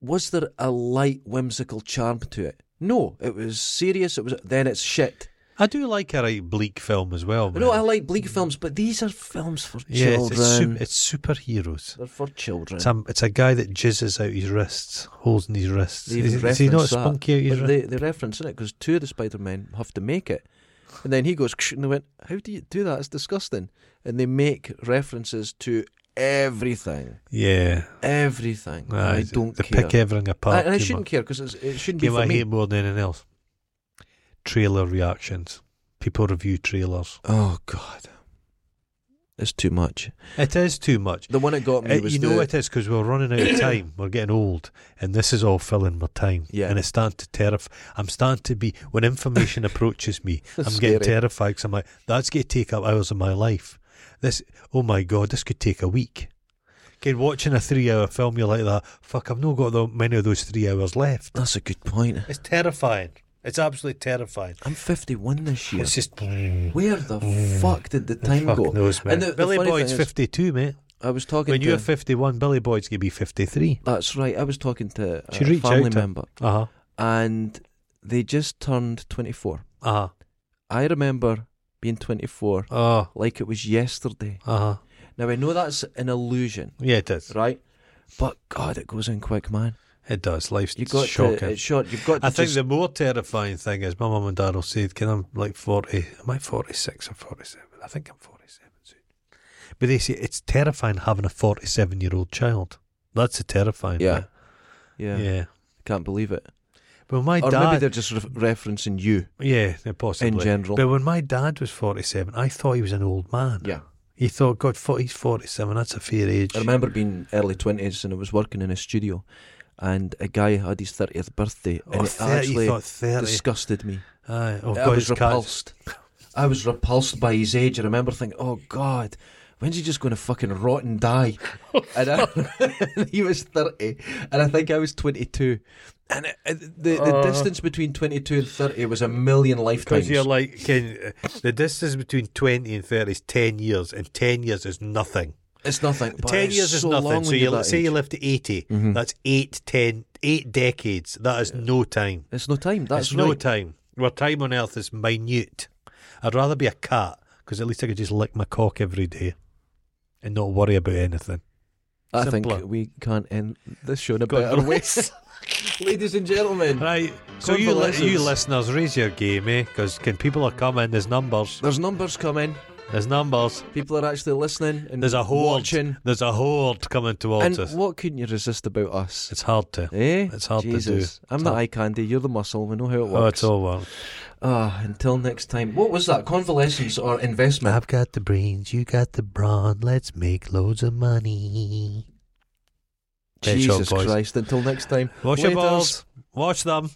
[SPEAKER 2] Was there a light, whimsical charm to it? No, it was serious. It was then it's shit.
[SPEAKER 1] I do like a right bleak film as well.
[SPEAKER 2] No, I
[SPEAKER 1] Oh, man.
[SPEAKER 2] like bleak films, but these are films for
[SPEAKER 1] yeah, it's,
[SPEAKER 2] children.
[SPEAKER 1] it's, su- it's superheroes.
[SPEAKER 2] They're for children.
[SPEAKER 1] It's a, it's a guy that jizzes out his wrists, holes in his wrists.
[SPEAKER 2] They
[SPEAKER 1] Is,
[SPEAKER 2] even
[SPEAKER 1] is he not
[SPEAKER 2] reference that,
[SPEAKER 1] spunky out his
[SPEAKER 2] but
[SPEAKER 1] wrists?
[SPEAKER 2] they, they reference in it because two of the Spider Men have to make it. And then he goes, "Ksh," and they went, How do you do that? It's disgusting. And they make references to everything.
[SPEAKER 1] Yeah,
[SPEAKER 2] Everything.
[SPEAKER 1] Aye,
[SPEAKER 2] I
[SPEAKER 1] it's-
[SPEAKER 2] don't
[SPEAKER 1] they
[SPEAKER 2] care.
[SPEAKER 1] pick everything apart.
[SPEAKER 2] I, and I
[SPEAKER 1] too
[SPEAKER 2] shouldn't
[SPEAKER 1] much.
[SPEAKER 2] care because it shouldn't be
[SPEAKER 1] You know what
[SPEAKER 2] for
[SPEAKER 1] I
[SPEAKER 2] me.
[SPEAKER 1] hate more than anything else. Trailer reactions. People review trailers.
[SPEAKER 2] Oh, God. It's too much.
[SPEAKER 1] It is too much.
[SPEAKER 2] The one that got me
[SPEAKER 1] It-
[SPEAKER 2] was
[SPEAKER 1] you know
[SPEAKER 2] the,
[SPEAKER 1] it is because we're running out of time. We're getting old, and this is all filling my time.
[SPEAKER 2] Yeah.
[SPEAKER 1] and it's starting to terrify. I'm starting to be when information approaches me. I'm
[SPEAKER 2] Scary.
[SPEAKER 1] getting terrified because I'm like, that's going to take up hours of my life. This, oh my god, this could take a week. Okay, watching a three-hour film, you're like that. Fuck, I've not got tho- many of those three hours left.
[SPEAKER 2] That's a good point.
[SPEAKER 1] It's terrifying. It's absolutely terrifying.
[SPEAKER 2] I'm 51 this year.
[SPEAKER 1] It's just
[SPEAKER 2] Where the fuck did the time
[SPEAKER 1] Mm. fuck
[SPEAKER 2] go?
[SPEAKER 1] knows, man.
[SPEAKER 2] And the, the
[SPEAKER 1] Billy
[SPEAKER 2] funny thing
[SPEAKER 1] Boyd's
[SPEAKER 2] is,
[SPEAKER 1] 52, mate.
[SPEAKER 2] I was talking
[SPEAKER 1] When
[SPEAKER 2] to
[SPEAKER 1] you're 51, Billy Boyd's gonna be 53.
[SPEAKER 2] That's right. I was talking to
[SPEAKER 1] She
[SPEAKER 2] a
[SPEAKER 1] reached
[SPEAKER 2] family
[SPEAKER 1] out to-
[SPEAKER 2] member,
[SPEAKER 1] Uh huh.
[SPEAKER 2] and they just turned 24.
[SPEAKER 1] Uh huh.
[SPEAKER 2] I remember being 24
[SPEAKER 1] Oh.
[SPEAKER 2] like it was yesterday.
[SPEAKER 1] Uh huh.
[SPEAKER 2] Now I know that's an illusion,
[SPEAKER 1] Yeah, it is.
[SPEAKER 2] right? But God, it goes in quick, man.
[SPEAKER 1] It does. Life's
[SPEAKER 2] You got
[SPEAKER 1] shocking.
[SPEAKER 2] to. It's short. You've got to.
[SPEAKER 1] I think
[SPEAKER 2] just-
[SPEAKER 1] the more terrifying thing is my mum and dad will say, "Can I'm like forty? Am I forty six or forty seven? I think I'm forty seven soon." But they say it's terrifying having a forty seven year old child. That's a terrifying.
[SPEAKER 2] yeah,
[SPEAKER 1] bit.
[SPEAKER 2] yeah,
[SPEAKER 1] yeah.
[SPEAKER 2] Can't believe it.
[SPEAKER 1] But when my
[SPEAKER 2] or maybe
[SPEAKER 1] dad,
[SPEAKER 2] they're just re- referencing you
[SPEAKER 1] yeah, yeah, possibly.
[SPEAKER 2] in general.
[SPEAKER 1] But when my dad was forty seven, I thought he was an old man.
[SPEAKER 2] Yeah,
[SPEAKER 1] He thought, God, 40, he's forty seven. That's a fair age.
[SPEAKER 2] I remember being early 20s and I was working in a studio, and a guy had his 30th birthday,
[SPEAKER 1] Or
[SPEAKER 2] and it
[SPEAKER 1] 30,
[SPEAKER 2] actually
[SPEAKER 1] Oh, thought thirty.
[SPEAKER 2] disgusted me.
[SPEAKER 1] Aye. Oh,
[SPEAKER 2] I
[SPEAKER 1] God,
[SPEAKER 2] was
[SPEAKER 1] his cat's-
[SPEAKER 2] repulsed. I was repulsed by his age. I remember thinking, "Oh God, when's he just going to fucking rot and die?" and I, he was thirty, and I think I was twenty-two. And it, it- the the
[SPEAKER 1] Uh.
[SPEAKER 2] distance between twenty-two and thirty was a million lifetimes.
[SPEAKER 1] Because you're like, Ken, the distance between 20 and 30 is 10 years, and 10 years is nothing.
[SPEAKER 2] it's nothing. But
[SPEAKER 1] 10
[SPEAKER 2] it's
[SPEAKER 1] years is
[SPEAKER 2] so
[SPEAKER 1] nothing.
[SPEAKER 2] Long
[SPEAKER 1] So
[SPEAKER 2] when
[SPEAKER 1] you
[SPEAKER 2] you're that
[SPEAKER 1] say you
[SPEAKER 2] age. Mm-hmm.
[SPEAKER 1] live to 80, that's 8, 10, 8 decades. That is no time.
[SPEAKER 2] It's no time. That's
[SPEAKER 1] it's
[SPEAKER 2] right.
[SPEAKER 1] no time. Where time on earth is minute. I'd rather be a cat because at least I could just lick my cock every day and not worry about anything.
[SPEAKER 2] I
[SPEAKER 1] Simpler.
[SPEAKER 2] think we can't end this show in a
[SPEAKER 1] God
[SPEAKER 2] better way, ladies and gentlemen.
[SPEAKER 1] right. So you, li- you
[SPEAKER 2] Convalescence.
[SPEAKER 1] listeners, raise your game, eh? Because people are coming. There's numbers.
[SPEAKER 2] There's numbers coming.
[SPEAKER 1] There's numbers.
[SPEAKER 2] People are actually listening and
[SPEAKER 1] There's a horde.
[SPEAKER 2] watching.
[SPEAKER 1] There's a horde coming towards
[SPEAKER 2] And
[SPEAKER 1] us.
[SPEAKER 2] what couldn't you resist about us?
[SPEAKER 1] It's hard to.
[SPEAKER 2] Eh?
[SPEAKER 1] It's hard to do.
[SPEAKER 2] Jesus. I'm
[SPEAKER 1] It's
[SPEAKER 2] the
[SPEAKER 1] hard.
[SPEAKER 2] eye candy, you're the muscle, we know how it
[SPEAKER 1] Oh,
[SPEAKER 2] works.
[SPEAKER 1] it's all well.
[SPEAKER 2] Ah, until next time. What was that? Convalescence or investment?
[SPEAKER 1] I've got the brains, you got the brawn. Let's make loads of money. Pet Shop
[SPEAKER 2] Jesus
[SPEAKER 1] Boys.
[SPEAKER 2] Christ, until next time.
[SPEAKER 1] Wash your
[SPEAKER 2] Laters.
[SPEAKER 1] balls. Wash them.